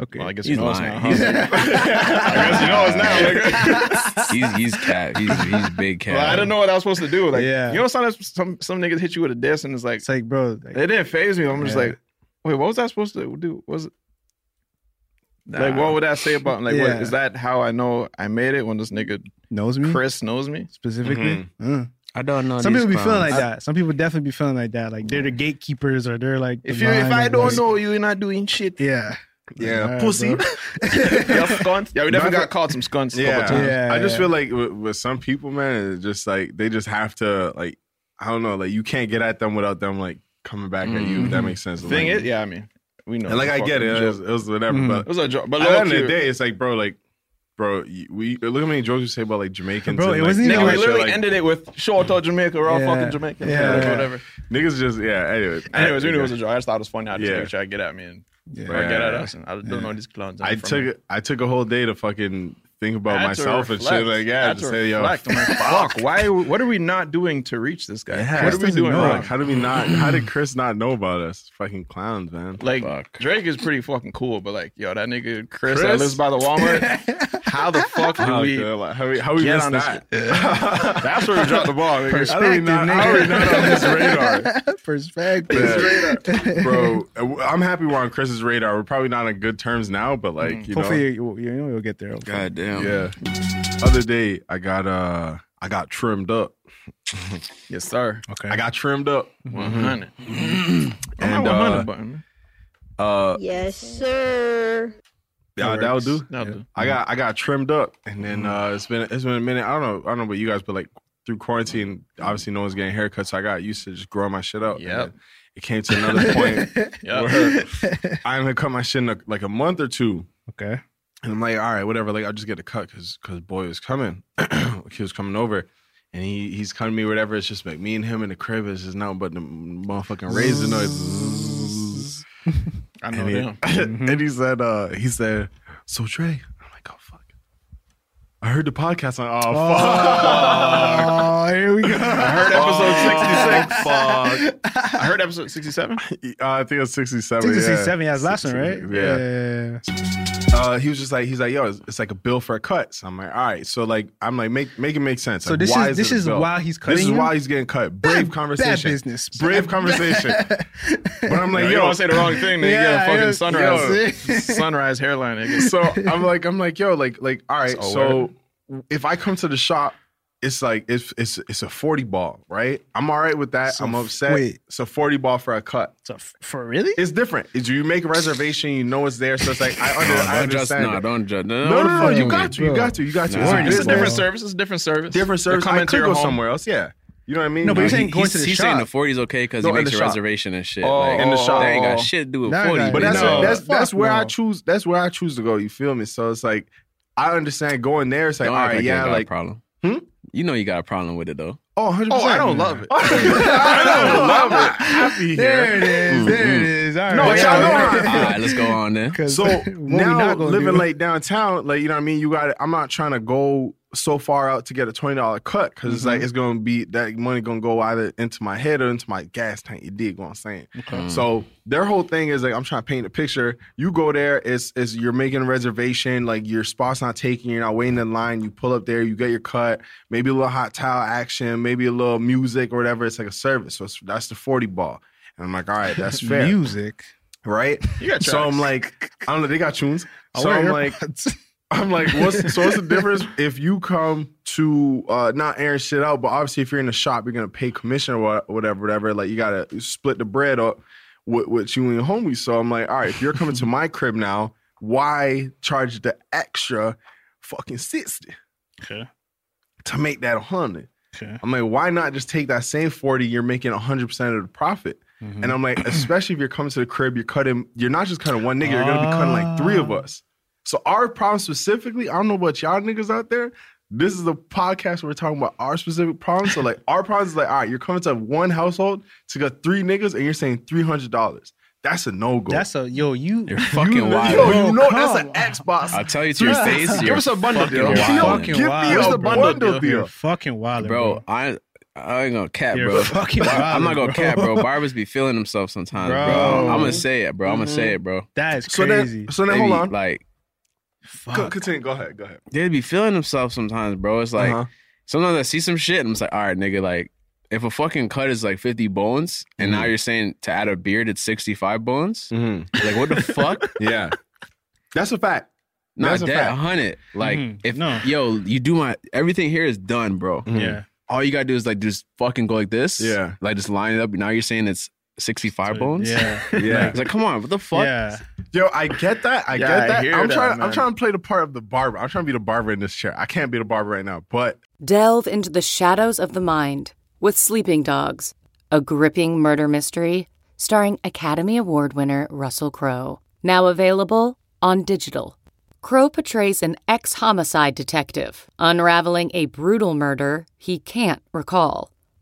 Speaker 4: Okay.
Speaker 3: well, I guess
Speaker 8: He's
Speaker 3: you know
Speaker 8: lying.
Speaker 3: it's not. Huh? <laughs> I guess you know it's not. Like,
Speaker 8: he's he's cat. He's he's big cat.
Speaker 3: Well, I don't know what I was supposed to do. Like,
Speaker 4: Yeah.
Speaker 3: you know, sometimes some some niggas hit you with a diss, and it's like
Speaker 4: It's like, bro. like-
Speaker 3: it didn't phase me. I'm just
Speaker 4: Yeah.
Speaker 3: like, wait, what was I supposed to do? Was it
Speaker 8: Nah.
Speaker 3: like what would I say about like
Speaker 4: Yeah. Hmm?
Speaker 3: what, is that how I know I made it when this nigga
Speaker 4: knows me
Speaker 3: Chris knows me?
Speaker 4: specifically.
Speaker 8: mm-hmm.
Speaker 4: Uh.
Speaker 8: I don't know.
Speaker 4: Some
Speaker 8: these
Speaker 4: people be feeling
Speaker 8: clowns.
Speaker 4: like that. Some people definitely be feeling like that. Like they're the gatekeepers or they're like. the
Speaker 3: If you if
Speaker 4: line
Speaker 3: I
Speaker 4: of,
Speaker 3: don't
Speaker 4: like-
Speaker 3: know you, you're not <laughs> doing shit.
Speaker 4: Yeah.
Speaker 5: <laughs> Yeah,
Speaker 4: Alright,
Speaker 5: pussy. <laughs>
Speaker 4: bro.
Speaker 3: You're skunts. Yeah, we definitely
Speaker 5: Matter-
Speaker 3: got called some skunts a
Speaker 5: Yeah,
Speaker 3: couple times.
Speaker 4: Yeah,
Speaker 5: I just
Speaker 4: yeah.
Speaker 5: feel like with, with some people, man, it's just like they just have to like I don't know, like you can't get at them without them like coming back at you. If that makes sense.
Speaker 3: Mm-hmm. Thing
Speaker 5: like,
Speaker 3: is, yeah, I mean, we know.
Speaker 5: and like
Speaker 3: it's a
Speaker 5: I get
Speaker 3: fucking
Speaker 5: it, it
Speaker 3: joke.
Speaker 5: was, it was whatever,
Speaker 4: Mhm.
Speaker 5: but
Speaker 3: It was a joke, but
Speaker 5: at the end of the
Speaker 3: low-key-
Speaker 5: day, it's like, bro, like, bro, you- we look how many jokes you say about like Jamaicans.
Speaker 4: Bro,
Speaker 5: and,
Speaker 4: it
Speaker 5: like,
Speaker 4: wasn't
Speaker 5: all that
Speaker 4: even
Speaker 3: Nigga, we
Speaker 4: like-
Speaker 5: shit,
Speaker 3: literally
Speaker 5: like,
Speaker 3: ended it with short out Jamaica. We're all
Speaker 4: Yeah.
Speaker 3: fucking Jamaican.
Speaker 4: Yeah.
Speaker 3: like, whatever.
Speaker 5: Niggas just yeah. Anyways,
Speaker 3: Anyways, we knew it was a joke. I just thought it was funny. I just
Speaker 5: Yeah.
Speaker 3: yeah. try to get at me and
Speaker 4: Yeah.
Speaker 3: or get at
Speaker 5: Yeah.
Speaker 3: us. And I don't know these clowns.
Speaker 5: I took I took a whole day to fucking think
Speaker 3: I
Speaker 5: about
Speaker 3: had to
Speaker 5: myself and shit.
Speaker 3: reflect.
Speaker 5: Like
Speaker 3: I
Speaker 5: yeah,
Speaker 3: had
Speaker 5: just
Speaker 3: to
Speaker 5: say yo, <laughs>
Speaker 3: reflect. I'm like, fuck. Why? What are we not doing to reach this guy?
Speaker 5: yeah,
Speaker 3: what are
Speaker 5: Chris
Speaker 3: we
Speaker 5: doesn't
Speaker 3: doing
Speaker 5: know.
Speaker 3: wrong?
Speaker 5: Like, how did we not? How
Speaker 3: <clears throat>
Speaker 5: did Chris not know about us? Fucking clowns, man.
Speaker 3: Like
Speaker 8: Fuck.
Speaker 3: Drake is pretty fucking cool, but like, yo, that nigga Chris, that
Speaker 5: Chris? Oh,
Speaker 3: lives by the Walmart.
Speaker 5: <laughs>
Speaker 3: how the fuck do
Speaker 5: Fuck,
Speaker 3: we?
Speaker 5: dude, like, how we how we
Speaker 3: get
Speaker 5: missed
Speaker 3: on this-
Speaker 5: that?
Speaker 3: <laughs> That's where we dropped the
Speaker 5: <laughs>
Speaker 3: ball. nigga.
Speaker 5: How do we not, how do we not on his
Speaker 3: <laughs>
Speaker 5: radar?
Speaker 4: <laughs> Perspective.
Speaker 5: Yeah.
Speaker 4: <laughs>
Speaker 5: Bro, uh, I'm happy we're on Chris's radar. We're probably not on good terms now, but
Speaker 3: Mm.
Speaker 5: like you
Speaker 4: Hopefully, you, you know you'll get there. hopefully.
Speaker 8: God
Speaker 5: know,
Speaker 8: damn.
Speaker 5: yeah. Other day, I got uh, I got trimmed up.
Speaker 3: <laughs> Yes, sir. Mm-hmm.
Speaker 4: Okay.
Speaker 5: I got trimmed up,
Speaker 3: One hundred.
Speaker 5: Mm-hmm. and uh, uh,
Speaker 10: Yes, sir.
Speaker 5: yeah, that'll do.
Speaker 3: That'll do.
Speaker 5: I got I got trimmed up, and then uh, it's been it's been a minute. I don't know I don't know about you guys, but like through quarantine, obviously no one's getting haircuts, so I got used to just growing my shit out.
Speaker 3: Yep.
Speaker 5: And then It came to another
Speaker 3: <laughs>
Speaker 5: point
Speaker 3: Yeah.
Speaker 5: where <laughs> I haven't cut my shit in a, like a month or two,
Speaker 4: Okay.
Speaker 5: and I'm like, all right, whatever. Like I'll just get a cut because because boy was coming, <clears throat> he was coming over. And he, he's coming to me, whatever. It's just like me and him in the crib. It's just nothing but the motherfucking razor noise.
Speaker 3: <laughs> I know
Speaker 5: <laughs> And he,
Speaker 3: them. Mm-hmm.
Speaker 5: and he said, uh, he said, so Trey, I'm like, oh fuck. I heard the podcast on. Oh,
Speaker 3: Oh,
Speaker 5: fuck. <laughs> Here we go.
Speaker 3: I heard episode 66.
Speaker 5: Fuck.
Speaker 3: I heard episode 67.
Speaker 5: <laughs> Uh, I think it was 67.
Speaker 4: 67, yeah, it's last one, right?
Speaker 5: 67, Yeah. Uh, he was just like, he's like, yo, it's, it's like a bill for a cut. So I'm like, all right. So like, I'm like, make make it make sense.
Speaker 4: So
Speaker 5: Like,
Speaker 4: this
Speaker 5: why
Speaker 4: is-
Speaker 5: it
Speaker 4: this
Speaker 5: a
Speaker 4: is
Speaker 5: bill?
Speaker 4: why he's
Speaker 5: This
Speaker 4: cutting
Speaker 5: is
Speaker 4: you?
Speaker 5: why he's getting cut.
Speaker 4: <laughs>
Speaker 5: Brave conversation.
Speaker 4: business. <laughs>
Speaker 5: Brave conversation. but I'm like, yo,
Speaker 3: Yo, you don't wanna say the wrong thing, then you get a fucking <laughs> sunrise-
Speaker 5: sunrise hairline. <laughs> So I'm like, I'm like, yo, like, like, all right.
Speaker 3: It's all
Speaker 5: so if I come to the shop, it's like it's it's it's a forty ball, right? I'm all right with that.
Speaker 4: So
Speaker 5: I'm
Speaker 4: f-
Speaker 5: upset.
Speaker 4: wait.
Speaker 5: It's a forty ball for a cut.
Speaker 4: So for really?
Speaker 5: It's different. It's- you make a reservation, you know it's there, so it's
Speaker 3: <laughs>
Speaker 5: like I, under,
Speaker 8: No,
Speaker 5: I
Speaker 8: don't judge-
Speaker 5: understand.
Speaker 8: no,
Speaker 5: it.
Speaker 8: don't judge-
Speaker 5: No,
Speaker 8: no, what
Speaker 5: no,
Speaker 8: the
Speaker 5: no,
Speaker 8: fuck you
Speaker 5: you
Speaker 8: mean,
Speaker 5: got you, you
Speaker 8: bro?
Speaker 5: got you, you got you.
Speaker 8: Nah,
Speaker 5: a
Speaker 8: it's
Speaker 5: business.
Speaker 8: different
Speaker 3: service. It's a different service.
Speaker 5: Different
Speaker 3: They're
Speaker 5: service.
Speaker 3: coming
Speaker 5: I
Speaker 3: to
Speaker 5: could
Speaker 3: your
Speaker 5: go
Speaker 3: home.
Speaker 5: somewhere else. Yeah, you know what I mean.
Speaker 8: He- he's, he's saying the 40 is okay because he
Speaker 5: No, in
Speaker 8: makes
Speaker 5: the
Speaker 8: a
Speaker 5: shop.
Speaker 8: reservation and shit.
Speaker 5: Oh,
Speaker 8: like,
Speaker 5: in the shop.
Speaker 8: That ain't got shit to do with
Speaker 5: Nah,
Speaker 8: 40.
Speaker 5: But that's
Speaker 8: No.
Speaker 5: that's, that's
Speaker 8: Fuck
Speaker 5: where I
Speaker 8: no.
Speaker 5: choose. That's where I choose to go. You feel me? So it's like I understand going there. It's like
Speaker 8: Don't
Speaker 5: all
Speaker 8: act
Speaker 5: right,
Speaker 8: like you ain't
Speaker 5: yeah,
Speaker 8: got a
Speaker 5: like
Speaker 8: problem.
Speaker 5: Hmm?
Speaker 8: You know you got a problem with it
Speaker 5: <laughs>
Speaker 8: though.
Speaker 5: Oh, 100%.
Speaker 3: Oh, I don't
Speaker 5: <laughs>
Speaker 3: love it. <laughs>
Speaker 5: I don't love it. Happy
Speaker 8: There
Speaker 5: here.
Speaker 8: it is, there
Speaker 4: Mm-hmm.
Speaker 8: it is. All
Speaker 5: No,
Speaker 8: right.
Speaker 5: but y'all know
Speaker 8: All
Speaker 5: how-
Speaker 8: <laughs> right, let's go on
Speaker 4: <laughs>
Speaker 8: then. <laughs>
Speaker 5: So
Speaker 8: we
Speaker 5: now
Speaker 8: not gonna
Speaker 5: living
Speaker 8: do?
Speaker 5: like downtown, like you know what I mean. You got. I'm not trying to go so far out to get a twenty dollar cut because it's
Speaker 8: Mm-hmm.
Speaker 5: like it's gonna be that money gonna go either into my head or into my gas tank. You dig what I'm saying?
Speaker 8: Okay.
Speaker 5: So their whole thing is like I'm trying to paint a picture. You go there, it's it's you're making a reservation, like your spot's not taking, you're not waiting in line. You pull up there, you get your cut, maybe a little hot towel action, maybe a little music or whatever. It's like a service. So it's, that's the forty ball. And I'm like, all right,
Speaker 8: <laughs>
Speaker 5: that's fair
Speaker 4: Music.
Speaker 5: right?
Speaker 4: You got
Speaker 5: so I'm
Speaker 4: tracks.
Speaker 5: like, I don't know, they got tunes.
Speaker 4: I
Speaker 5: So
Speaker 4: wear
Speaker 5: I'm like, <laughs> I'm like, what's so
Speaker 4: <laughs>
Speaker 5: what's the difference if you come to uh not airing shit out, but obviously if you're in the shop, you're gonna pay commission or wha- whatever, whatever. Like you gotta split the bread up with, with you and your homies. So I'm like, all right, if you're coming
Speaker 4: <laughs>
Speaker 5: to my crib now, why charge the extra fucking sixty?
Speaker 4: Okay.
Speaker 5: to make that 100.
Speaker 4: Okay.
Speaker 5: I'm like, why not just take that same 40? You're making 100% of the profit.
Speaker 8: Mm-hmm.
Speaker 5: And I'm like, especially if you're coming to the crib, you're cutting, you're not just cutting one nigga, you're going to be cutting like three of us. So, our problem specifically, I don't know about y'all niggas out there. This is the podcast where we're talking about our specific problems. So,
Speaker 8: <laughs>
Speaker 5: like, our problems is like, all right, you're coming to one household to get three niggas and you're saying $300. That's a no go.
Speaker 4: That's a yo. You
Speaker 8: you're fucking wild.
Speaker 5: Yo, you
Speaker 8: Bro,
Speaker 5: know, that's an Xbox.
Speaker 8: I'll tell you to your face,
Speaker 5: <laughs> Give
Speaker 8: you're
Speaker 5: us a bundle
Speaker 8: fucking
Speaker 5: deal.
Speaker 8: wild.
Speaker 5: Yo,
Speaker 8: Fucking
Speaker 5: give me
Speaker 8: wild,
Speaker 5: a
Speaker 8: bro.
Speaker 5: bundle
Speaker 4: You're
Speaker 5: deal.
Speaker 4: fucking
Speaker 5: <laughs>
Speaker 4: wild,
Speaker 8: bro, I I ain't gonna cap,
Speaker 4: You're <laughs>
Speaker 8: bro.
Speaker 4: fucking
Speaker 8: I'm not
Speaker 4: wildin',
Speaker 8: gonna cap,
Speaker 4: bro.
Speaker 8: bro. Barbers be feeling themselves sometimes, bro.
Speaker 4: Bro.
Speaker 8: I'm gonna say it, bro. I'm gonna say it, bro.
Speaker 4: That is
Speaker 5: So then-
Speaker 4: crazy.
Speaker 5: so then
Speaker 8: They
Speaker 5: Mm-hmm. hold
Speaker 8: be,
Speaker 5: on.
Speaker 8: Like
Speaker 5: Co- Continue. Go ahead. Go ahead.
Speaker 8: they be feeling themselves sometimes, bro. It's like
Speaker 5: Uh-huh.
Speaker 8: sometimes I see some shit and I'm just like, all right, nigga, like if a fucking cut is like 50 bones and
Speaker 5: Mm.
Speaker 8: now you're saying to add a beard it's
Speaker 5: <laughs>
Speaker 8: 65 bones, like what the fuck?
Speaker 5: Yeah. That's a fact.
Speaker 8: Not
Speaker 5: That's a
Speaker 8: that
Speaker 5: fact.
Speaker 8: 100. Like
Speaker 4: Mhm.
Speaker 8: if
Speaker 4: No.
Speaker 8: yo, you do my everything here is done, bro.
Speaker 4: Yeah.
Speaker 8: All you gotta do is like just fucking go like this.
Speaker 5: Mm-hmm. Yeah.
Speaker 8: Like just line it up. Now you're saying it's 65 bones?
Speaker 4: Yeah.
Speaker 5: Yeah.
Speaker 8: It's like, come on, what the fuck?
Speaker 4: Yeah.
Speaker 5: <laughs> Yo, I get that. I
Speaker 3: Yeah,
Speaker 5: get
Speaker 3: I
Speaker 5: that.
Speaker 3: hear
Speaker 5: I'm
Speaker 3: that,
Speaker 5: trying.
Speaker 3: man.
Speaker 5: I'm trying to play the part of the barber. I'm trying to be the barber in this chair. I can't be the barber right now, but
Speaker 12: Delve into the shadows of the mind with Sleeping Dogs, a gripping murder mystery starring Academy Award winner Russell Crowe. Now available on digital. Crowe portrays an ex homicide detective unraveling a brutal murder he can't recall.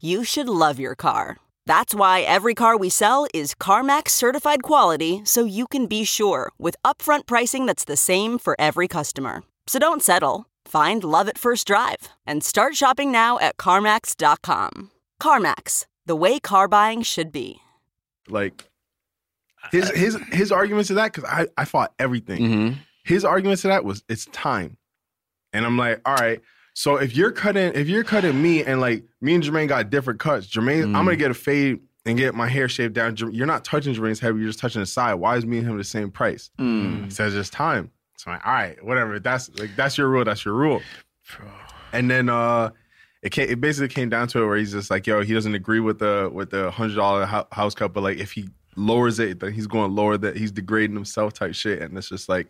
Speaker 13: you should love your car. That's why every car we sell is CarMax certified quality so you can be sure with upfront pricing that's the same for every customer. So don't settle. Find love at first drive and start shopping now at CarMax.com. CarMax, the way car buying should be.
Speaker 5: like his his his argument to that because I I fought everything. His argument to that was it's time, and I'm like, all right. So if you're cutting if you're cutting me and like me and Jermaine got different cuts, Jermaine, I'm gonna get a fade and get my hair shaved down. Jer- You're not touching Jermaine's head, you're just touching the side. Why is me and him the same price?
Speaker 8: Mm.
Speaker 5: He says it's time. So I'm like, all right, whatever. That's like that's your rule. That's your rule. And then uh it came, it basically came down to it where he's just like, yo, he doesn't agree with the with the hundred dollar house cut, but like if he lowers it, then he's going lower that he's degrading himself type shit, and it's just like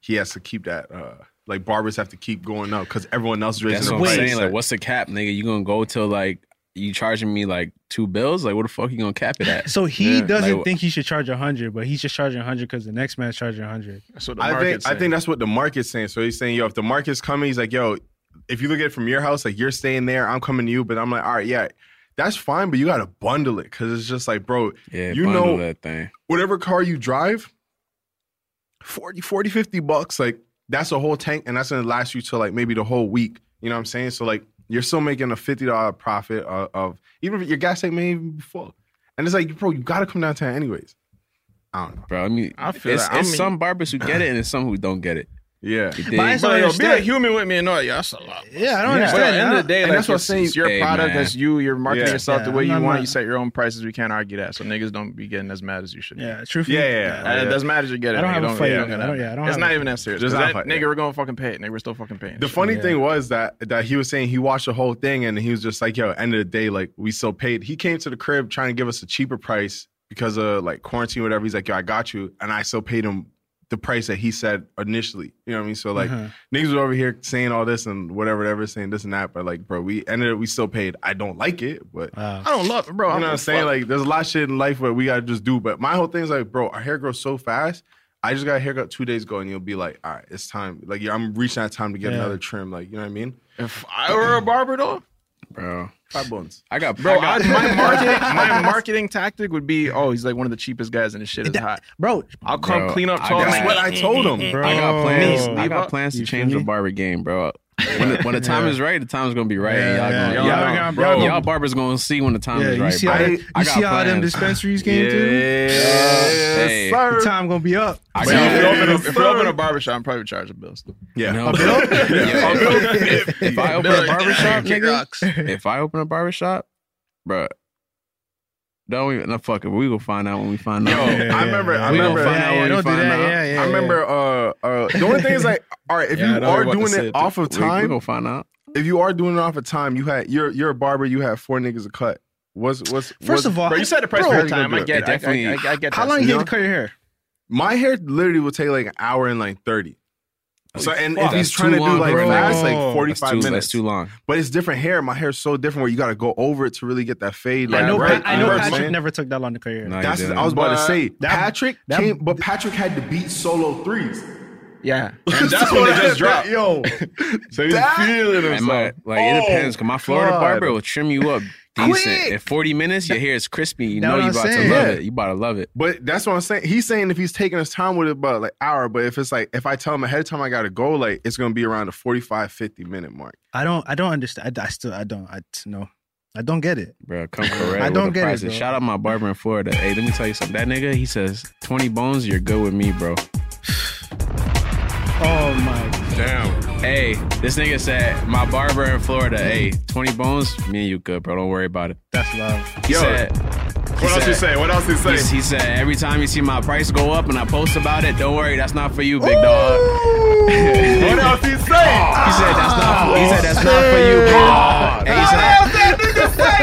Speaker 5: he has to keep that uh like barbers have to keep going up because everyone else is raising
Speaker 8: That's
Speaker 5: their
Speaker 8: what I'm
Speaker 5: price.
Speaker 8: saying. Like, what's the cap, nigga? You gonna go till like you charging me like two bills? Like, what the fuck you gonna cap it
Speaker 6: <laughs>
Speaker 8: at?
Speaker 4: So he
Speaker 8: Yeah.
Speaker 4: doesn't
Speaker 8: Like,
Speaker 4: think he should charge a hundred, but he's just charging a hundred because the next man's charging a hundred.
Speaker 3: That's what
Speaker 5: I think, I think that's what the market's saying. So he's saying, yo, if the market's coming, he's like, yo, if you look at it from your house, like you're staying there, I'm coming to you. But I'm like, all right, yeah, that's fine, but you got to bundle it because it's just like, bro,
Speaker 8: yeah,
Speaker 5: you
Speaker 8: bundle
Speaker 5: know,
Speaker 8: that thing.
Speaker 5: whatever car you drive, 40, 40, 50 bucks, like that's a whole tank and that's going to last you till like maybe the whole week. You know what I'm saying? So like you're still making a $50 profit of, of even if your gas tank may even be full. And it's like, bro, you got to come downtown anyways. I don't know.
Speaker 8: Bro, I mean,
Speaker 5: I
Speaker 8: it's, it's some barbers who get it and it's some who don't get it.
Speaker 5: Yeah,
Speaker 3: Bro, yo, be a human with me and all. Yeah, that's a lot.
Speaker 4: Yeah,
Speaker 3: I don't understand. At the end of the day,
Speaker 5: And
Speaker 3: like,
Speaker 5: that's what I'm
Speaker 3: it's-
Speaker 5: saying.
Speaker 3: it's your
Speaker 5: Hey,
Speaker 3: product.
Speaker 5: man.
Speaker 3: That's you. You're marketing
Speaker 5: Yeah.
Speaker 3: yourself the
Speaker 5: Yeah,
Speaker 3: way
Speaker 5: I'm
Speaker 3: you
Speaker 5: not
Speaker 3: want.
Speaker 5: mad.
Speaker 3: You set your own prices. We can't argue that. So niggas don't be getting as mad as you should.
Speaker 4: Yeah,
Speaker 3: Yeah, yeah. yeah. It doesn't matter if you get it.
Speaker 4: I don't
Speaker 3: nigga.
Speaker 4: have a fight.
Speaker 3: yeah,
Speaker 4: on that. I don't- yeah, I don't
Speaker 3: It's
Speaker 4: have
Speaker 3: not
Speaker 4: a-
Speaker 3: even that serious.
Speaker 5: Just
Speaker 3: 'Cause
Speaker 5: not
Speaker 3: that
Speaker 5: fight,
Speaker 3: nigga, we're gonna fucking pay it. Nigga, we're still fucking paying.
Speaker 5: The funny thing was that that he was saying he watched the whole thing and he was just like, "Yo, end of the day, like we still paid." He came to the crib trying to give us a cheaper price because of like quarantine, whatever. He's like, "Yo, I got you," and I still paid him the price that he said initially. You know what I mean? So like,
Speaker 7: Mhm.
Speaker 5: niggas were over here saying all this and whatever, whatever, saying this and that, but like, bro, we ended up we still paid. I don't like it, but
Speaker 3: I don't love it, bro.
Speaker 5: you know what I'm saying?
Speaker 3: fuck.
Speaker 5: Like, there's a lot of shit in life where we gotta just do. But my whole thing is like, bro, our hair grows so fast. I just got a haircut two days ago, and you'll be like, all right, it's time. Like, yeah, I'm reaching that time to get
Speaker 3: Yeah.
Speaker 5: another trim. Like, you know what I mean?
Speaker 3: If I were a barber, though,
Speaker 8: bro,
Speaker 5: five bones.
Speaker 8: I got
Speaker 3: bro.
Speaker 5: I got-
Speaker 3: I- my marketing, my marketing tactic would be, oh, he's like one of the cheapest guys, and his shit is hot,
Speaker 4: bro.
Speaker 3: I'll come
Speaker 8: Bro,
Speaker 3: clean up.
Speaker 8: I
Speaker 3: tall
Speaker 8: got-
Speaker 3: man.
Speaker 8: I
Speaker 6: Oh,
Speaker 8: got plans.
Speaker 3: Please,
Speaker 8: I
Speaker 3: leave
Speaker 8: got
Speaker 3: up.
Speaker 8: plans to change the barber game, bro. When the, when the time
Speaker 3: Yeah.
Speaker 8: is right, the time's gonna be right. and
Speaker 4: Yeah, yeah.
Speaker 8: y'all, gonna,
Speaker 4: Y'all
Speaker 8: y'all,
Speaker 4: gonna-
Speaker 8: bro,
Speaker 4: y'all
Speaker 8: y'all,
Speaker 4: gonna-
Speaker 8: barbers gonna see when the time
Speaker 4: Yeah,
Speaker 8: is
Speaker 4: you
Speaker 8: right.
Speaker 4: see
Speaker 8: bro.
Speaker 4: how,
Speaker 8: I,
Speaker 4: you
Speaker 8: I got
Speaker 4: see how them
Speaker 8: plans.
Speaker 4: dispensaries came through?
Speaker 8: Yes, Hey. sir.
Speaker 4: The time gonna be up.
Speaker 3: I
Speaker 4: So-
Speaker 3: got- if we open a- if we open a barbershop, I'm probably charging bills.
Speaker 5: Yeah.
Speaker 8: No, bro. <laughs> Yeah, if, if- if I open a barbershop, nigga, <laughs> if I open a barbershop, bro, don't even, no, fuck it. We gonna find out when we find out.
Speaker 5: Yo, I remember. I
Speaker 8: We gonna
Speaker 5: remember.
Speaker 8: find out when we find out.
Speaker 5: I remember. Uh, uh, the only thing is like, all right, if
Speaker 8: Yeah, I
Speaker 5: you
Speaker 8: know
Speaker 5: are
Speaker 8: what to
Speaker 5: doing
Speaker 8: say,
Speaker 5: it off of
Speaker 8: dude. We- we
Speaker 5: time,
Speaker 8: gonna find out.
Speaker 5: If you are doing it off of time, you had you're you're a barber. You had four niggas a cut. What's what's
Speaker 4: First of all,
Speaker 5: bro, you said the price
Speaker 4: bro,
Speaker 5: for your time. I get it. I- I, I, I get
Speaker 4: How
Speaker 5: that.
Speaker 4: long you
Speaker 5: You
Speaker 4: had
Speaker 5: know?
Speaker 4: to cut your hair?
Speaker 5: My hair literally will take like an hour and like thirty. So and
Speaker 8: fuck.
Speaker 5: if he's
Speaker 8: That's
Speaker 5: trying
Speaker 8: too
Speaker 5: to do
Speaker 8: long
Speaker 5: like
Speaker 8: for a
Speaker 5: fast,
Speaker 8: man.
Speaker 5: like
Speaker 8: That's
Speaker 5: forty five
Speaker 8: too-
Speaker 5: minutes.
Speaker 8: that's too long.
Speaker 5: But it's different hair. My hair's so different where you got to go over it to really get that fade. Like,
Speaker 4: I know.
Speaker 5: right.
Speaker 4: I
Speaker 5: You
Speaker 4: know.
Speaker 5: what I'm
Speaker 4: Patrick
Speaker 5: saying?
Speaker 4: never took that long to cut your hair.
Speaker 5: That's I was about to say.
Speaker 4: That-
Speaker 5: Patrick
Speaker 4: that-
Speaker 5: came, but Patrick had to beat solo threes.
Speaker 3: Yeah,
Speaker 5: and
Speaker 3: that's when
Speaker 5: <laughs>
Speaker 3: it just dropped.
Speaker 5: Yo, <laughs> so he's feeling
Speaker 8: And
Speaker 5: himself.
Speaker 8: my, like it depends. Cause my Florida
Speaker 5: oh, God.
Speaker 8: barber will trim you up decent.
Speaker 5: Quick!
Speaker 8: At forty minutes, your hair is crispy. You
Speaker 5: That's
Speaker 8: know
Speaker 5: what
Speaker 8: you
Speaker 5: I'm
Speaker 8: about
Speaker 5: saying.
Speaker 8: to love
Speaker 5: Yeah.
Speaker 8: it. You about to love it.
Speaker 5: But that's what I'm saying. He's saying if he's taking his time with it, but like hour. But if it's like if I tell him ahead of time I got to go, like it's gonna be around the 45, 50 minute mark.
Speaker 4: I don't. I don't understand. I, I still. I don't. I no. I don't get it.
Speaker 8: Bro, come
Speaker 4: <laughs>
Speaker 8: correct.
Speaker 4: I
Speaker 8: with
Speaker 4: don't
Speaker 8: the
Speaker 4: get it,
Speaker 8: prices.
Speaker 4: bro.
Speaker 8: Shout out my barber in Florida. Hey, let me tell you something. That nigga, he says twenty bones, you're good with me, bro.
Speaker 4: <sighs> Oh my.
Speaker 8: Damn. Hey, this nigga said my barber in Florida. Hey, twenty bones, me and you good, bro. Don't worry about it.
Speaker 4: That's love.
Speaker 8: He
Speaker 5: Yo,
Speaker 8: said-
Speaker 5: what else you say? What else you say?
Speaker 8: He, he said every time you see my price go up and I post about it, don't worry, that's not for you, big dog.
Speaker 5: what else he say? He said
Speaker 8: that's not. He said that's not for you, bro. And he said,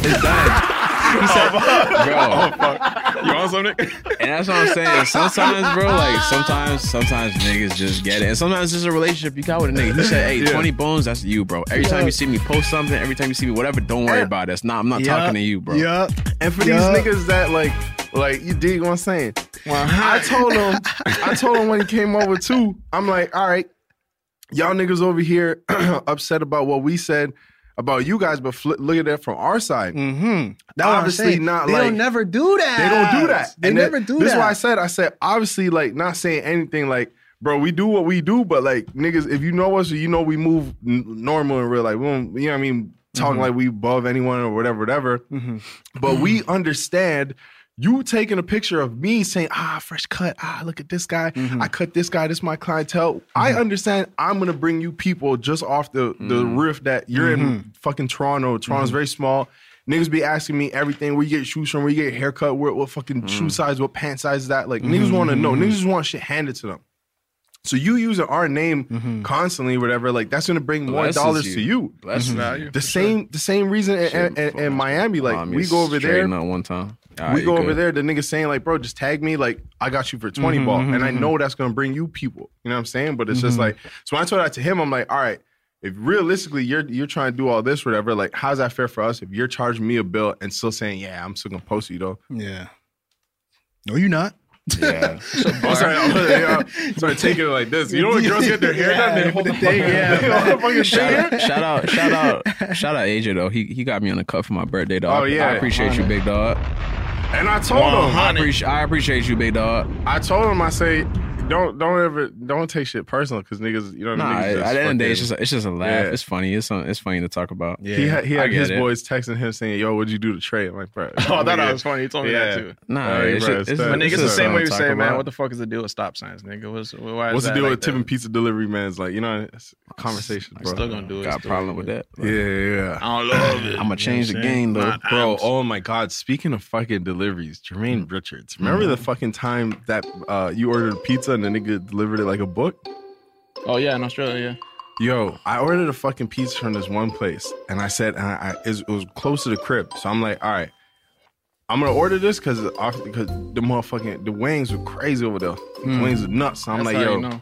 Speaker 8: It's done. He said, bro.
Speaker 3: You want something?
Speaker 8: And that's what I'm saying. Sometimes, bro, like sometimes, sometimes niggas just get it. And sometimes it's a relationship you got with a nigga. He said, hey,
Speaker 5: Yeah.
Speaker 8: 20 bones, that's you, bro. Every time you see me post something, every time you see me whatever, don't worry about it. It's not, I'm not
Speaker 5: Yeah.
Speaker 8: talking to you, bro.
Speaker 4: <laughs> Yeah.
Speaker 5: And for
Speaker 8: Yeah.
Speaker 5: these niggas that like, like you dig what I'm saying? I told him, I told him when he came over too. I'm like, all right, y'all niggas over here <clears throat> upset about what we said about you guys, but fl- look at that from our side.
Speaker 4: Mm-hmm. That's what I'm
Speaker 5: obviously
Speaker 4: saying.
Speaker 5: not
Speaker 4: They
Speaker 5: like
Speaker 4: don't never do that.
Speaker 5: They don't do that.
Speaker 4: They
Speaker 5: And
Speaker 4: never
Speaker 5: that-
Speaker 4: do
Speaker 5: This is
Speaker 4: that.
Speaker 5: why I said, I said, obviously, like not saying anything like. Bro, we do what we do, but like niggas, if you know us, you know we move n- normal in real life. We don't, you know what I mean? Talking
Speaker 4: Mm-hmm.
Speaker 7: Mhm.
Speaker 5: like we above anyone or whatever, whatever. But we
Speaker 7: Mm.
Speaker 5: understand you taking a picture of me saying, ah, fresh cut. Ah, look at this guy.
Speaker 7: Mm-hmm.
Speaker 5: I cut this guy. This is my clientele. I understand I'm going to bring you people just off the, the
Speaker 7: Mm.
Speaker 5: riff that you're
Speaker 7: Mm-hmm.
Speaker 5: in fucking Toronto. Toronto's
Speaker 7: Mhm.
Speaker 5: very small. Niggas be asking me everything where you get your shoes from, where you get your haircut, where, what fucking
Speaker 7: Mm.
Speaker 5: shoe size, what pant size is that. Like, niggas want to know.
Speaker 7: Mhm.
Speaker 5: Niggas just want shit handed to them. So you using our name constantly, whatever, like that's gonna bring more
Speaker 7: Mm-hmm. Blesses
Speaker 5: dollars
Speaker 7: you.
Speaker 5: to you.
Speaker 8: Mm-hmm.
Speaker 7: Blesses Mhm. you,
Speaker 5: The same, the same reason in, in, in Miami, like
Speaker 8: Um,
Speaker 5: we
Speaker 8: it's
Speaker 5: go over there.
Speaker 8: straighten up one time. Ah,
Speaker 5: we
Speaker 8: you
Speaker 5: go over
Speaker 8: good.
Speaker 5: there, the nigga saying like, "Bro, just tag me." Like, I got you for 20
Speaker 8: Mhm,
Speaker 5: ball,
Speaker 8: mhm,
Speaker 5: and I
Speaker 8: mhm.
Speaker 5: know that's gonna bring you people. You know what I'm saying? But it's just
Speaker 8: Mhm.
Speaker 5: like, so when I told that to him, I'm like, "All right, if realistically you're you're trying to do all this, whatever, like, how's that fair for us? If you're charging me a bill and still saying, yeah, I'm still gonna post you though."
Speaker 6: Yeah. No, you're not.
Speaker 5: Yeah. <laughs> I'm sorry. I'm sorry, yeah, I'm sorry taking it like this. You know when girls get their hair done, <laughs> they hold the thing. Yeah. Motherfucking
Speaker 8: shout,
Speaker 5: hair?
Speaker 8: out, shout out, shout out, shout out, AJ though. He he got me on the cut for my birthday, dog.
Speaker 5: Oh, yeah.
Speaker 8: I appreciate you, big dog.
Speaker 5: And I told him,
Speaker 8: I, appreci- I appreciate you, big dog.
Speaker 5: I told him, I say, don't don't ever don't take shit personal because niggas, you know,
Speaker 8: Nah,
Speaker 5: niggas
Speaker 8: at
Speaker 5: just
Speaker 8: the end of the day, it's
Speaker 5: fucking-
Speaker 8: just it's just a laugh.
Speaker 5: Yeah.
Speaker 8: It's funny. It's some- it's funny to talk about.
Speaker 5: He had, he
Speaker 8: I
Speaker 5: had
Speaker 8: get
Speaker 5: his
Speaker 8: it.
Speaker 5: boys texting him saying, "Yo, what'd you do to Trey?" I'm like, bro.
Speaker 3: <laughs> Oh, I thought that was funny. You told me that too.
Speaker 8: Nah,
Speaker 5: Hey,
Speaker 8: it's
Speaker 5: bro,
Speaker 8: just- it's
Speaker 5: that-
Speaker 3: But nigga, it's the
Speaker 5: that's
Speaker 3: same
Speaker 5: what
Speaker 3: way
Speaker 5: I'm
Speaker 3: you say,
Speaker 5: talking
Speaker 3: man.
Speaker 5: about.
Speaker 3: What the fuck is the deal with stop signs, nigga? What's why is
Speaker 5: What's the
Speaker 3: that
Speaker 5: deal
Speaker 3: like
Speaker 5: with
Speaker 3: that?
Speaker 5: tip and pizza delivery man's like, you know, it's a conversation,
Speaker 3: I'm
Speaker 5: bro.
Speaker 3: still gonna do it.
Speaker 8: Got a
Speaker 3: Still
Speaker 8: problem
Speaker 3: gonna
Speaker 8: with
Speaker 3: do it.
Speaker 8: that.
Speaker 5: Yeah, yeah, yeah.
Speaker 3: I don't love it.
Speaker 8: I'ma change the game though.
Speaker 5: bro. Oh my god! Speaking of fucking deliveries,
Speaker 3: Mm-hmm.
Speaker 5: Jermaine Richards. Remember the fucking time that uh, you ordered pizza and the nigga delivered it like a book?
Speaker 3: Oh yeah, in Australia, yeah.
Speaker 5: Yo, I ordered a fucking pizza from this one place, and I said, and I, I it was close to the crib, so I'm like, all right, I'm gonna order this because because the motherfucking the wings were crazy over there,
Speaker 3: Mm.
Speaker 5: the wings were nuts. So I'm
Speaker 3: That's
Speaker 5: like,
Speaker 3: how
Speaker 5: yo,
Speaker 3: you know.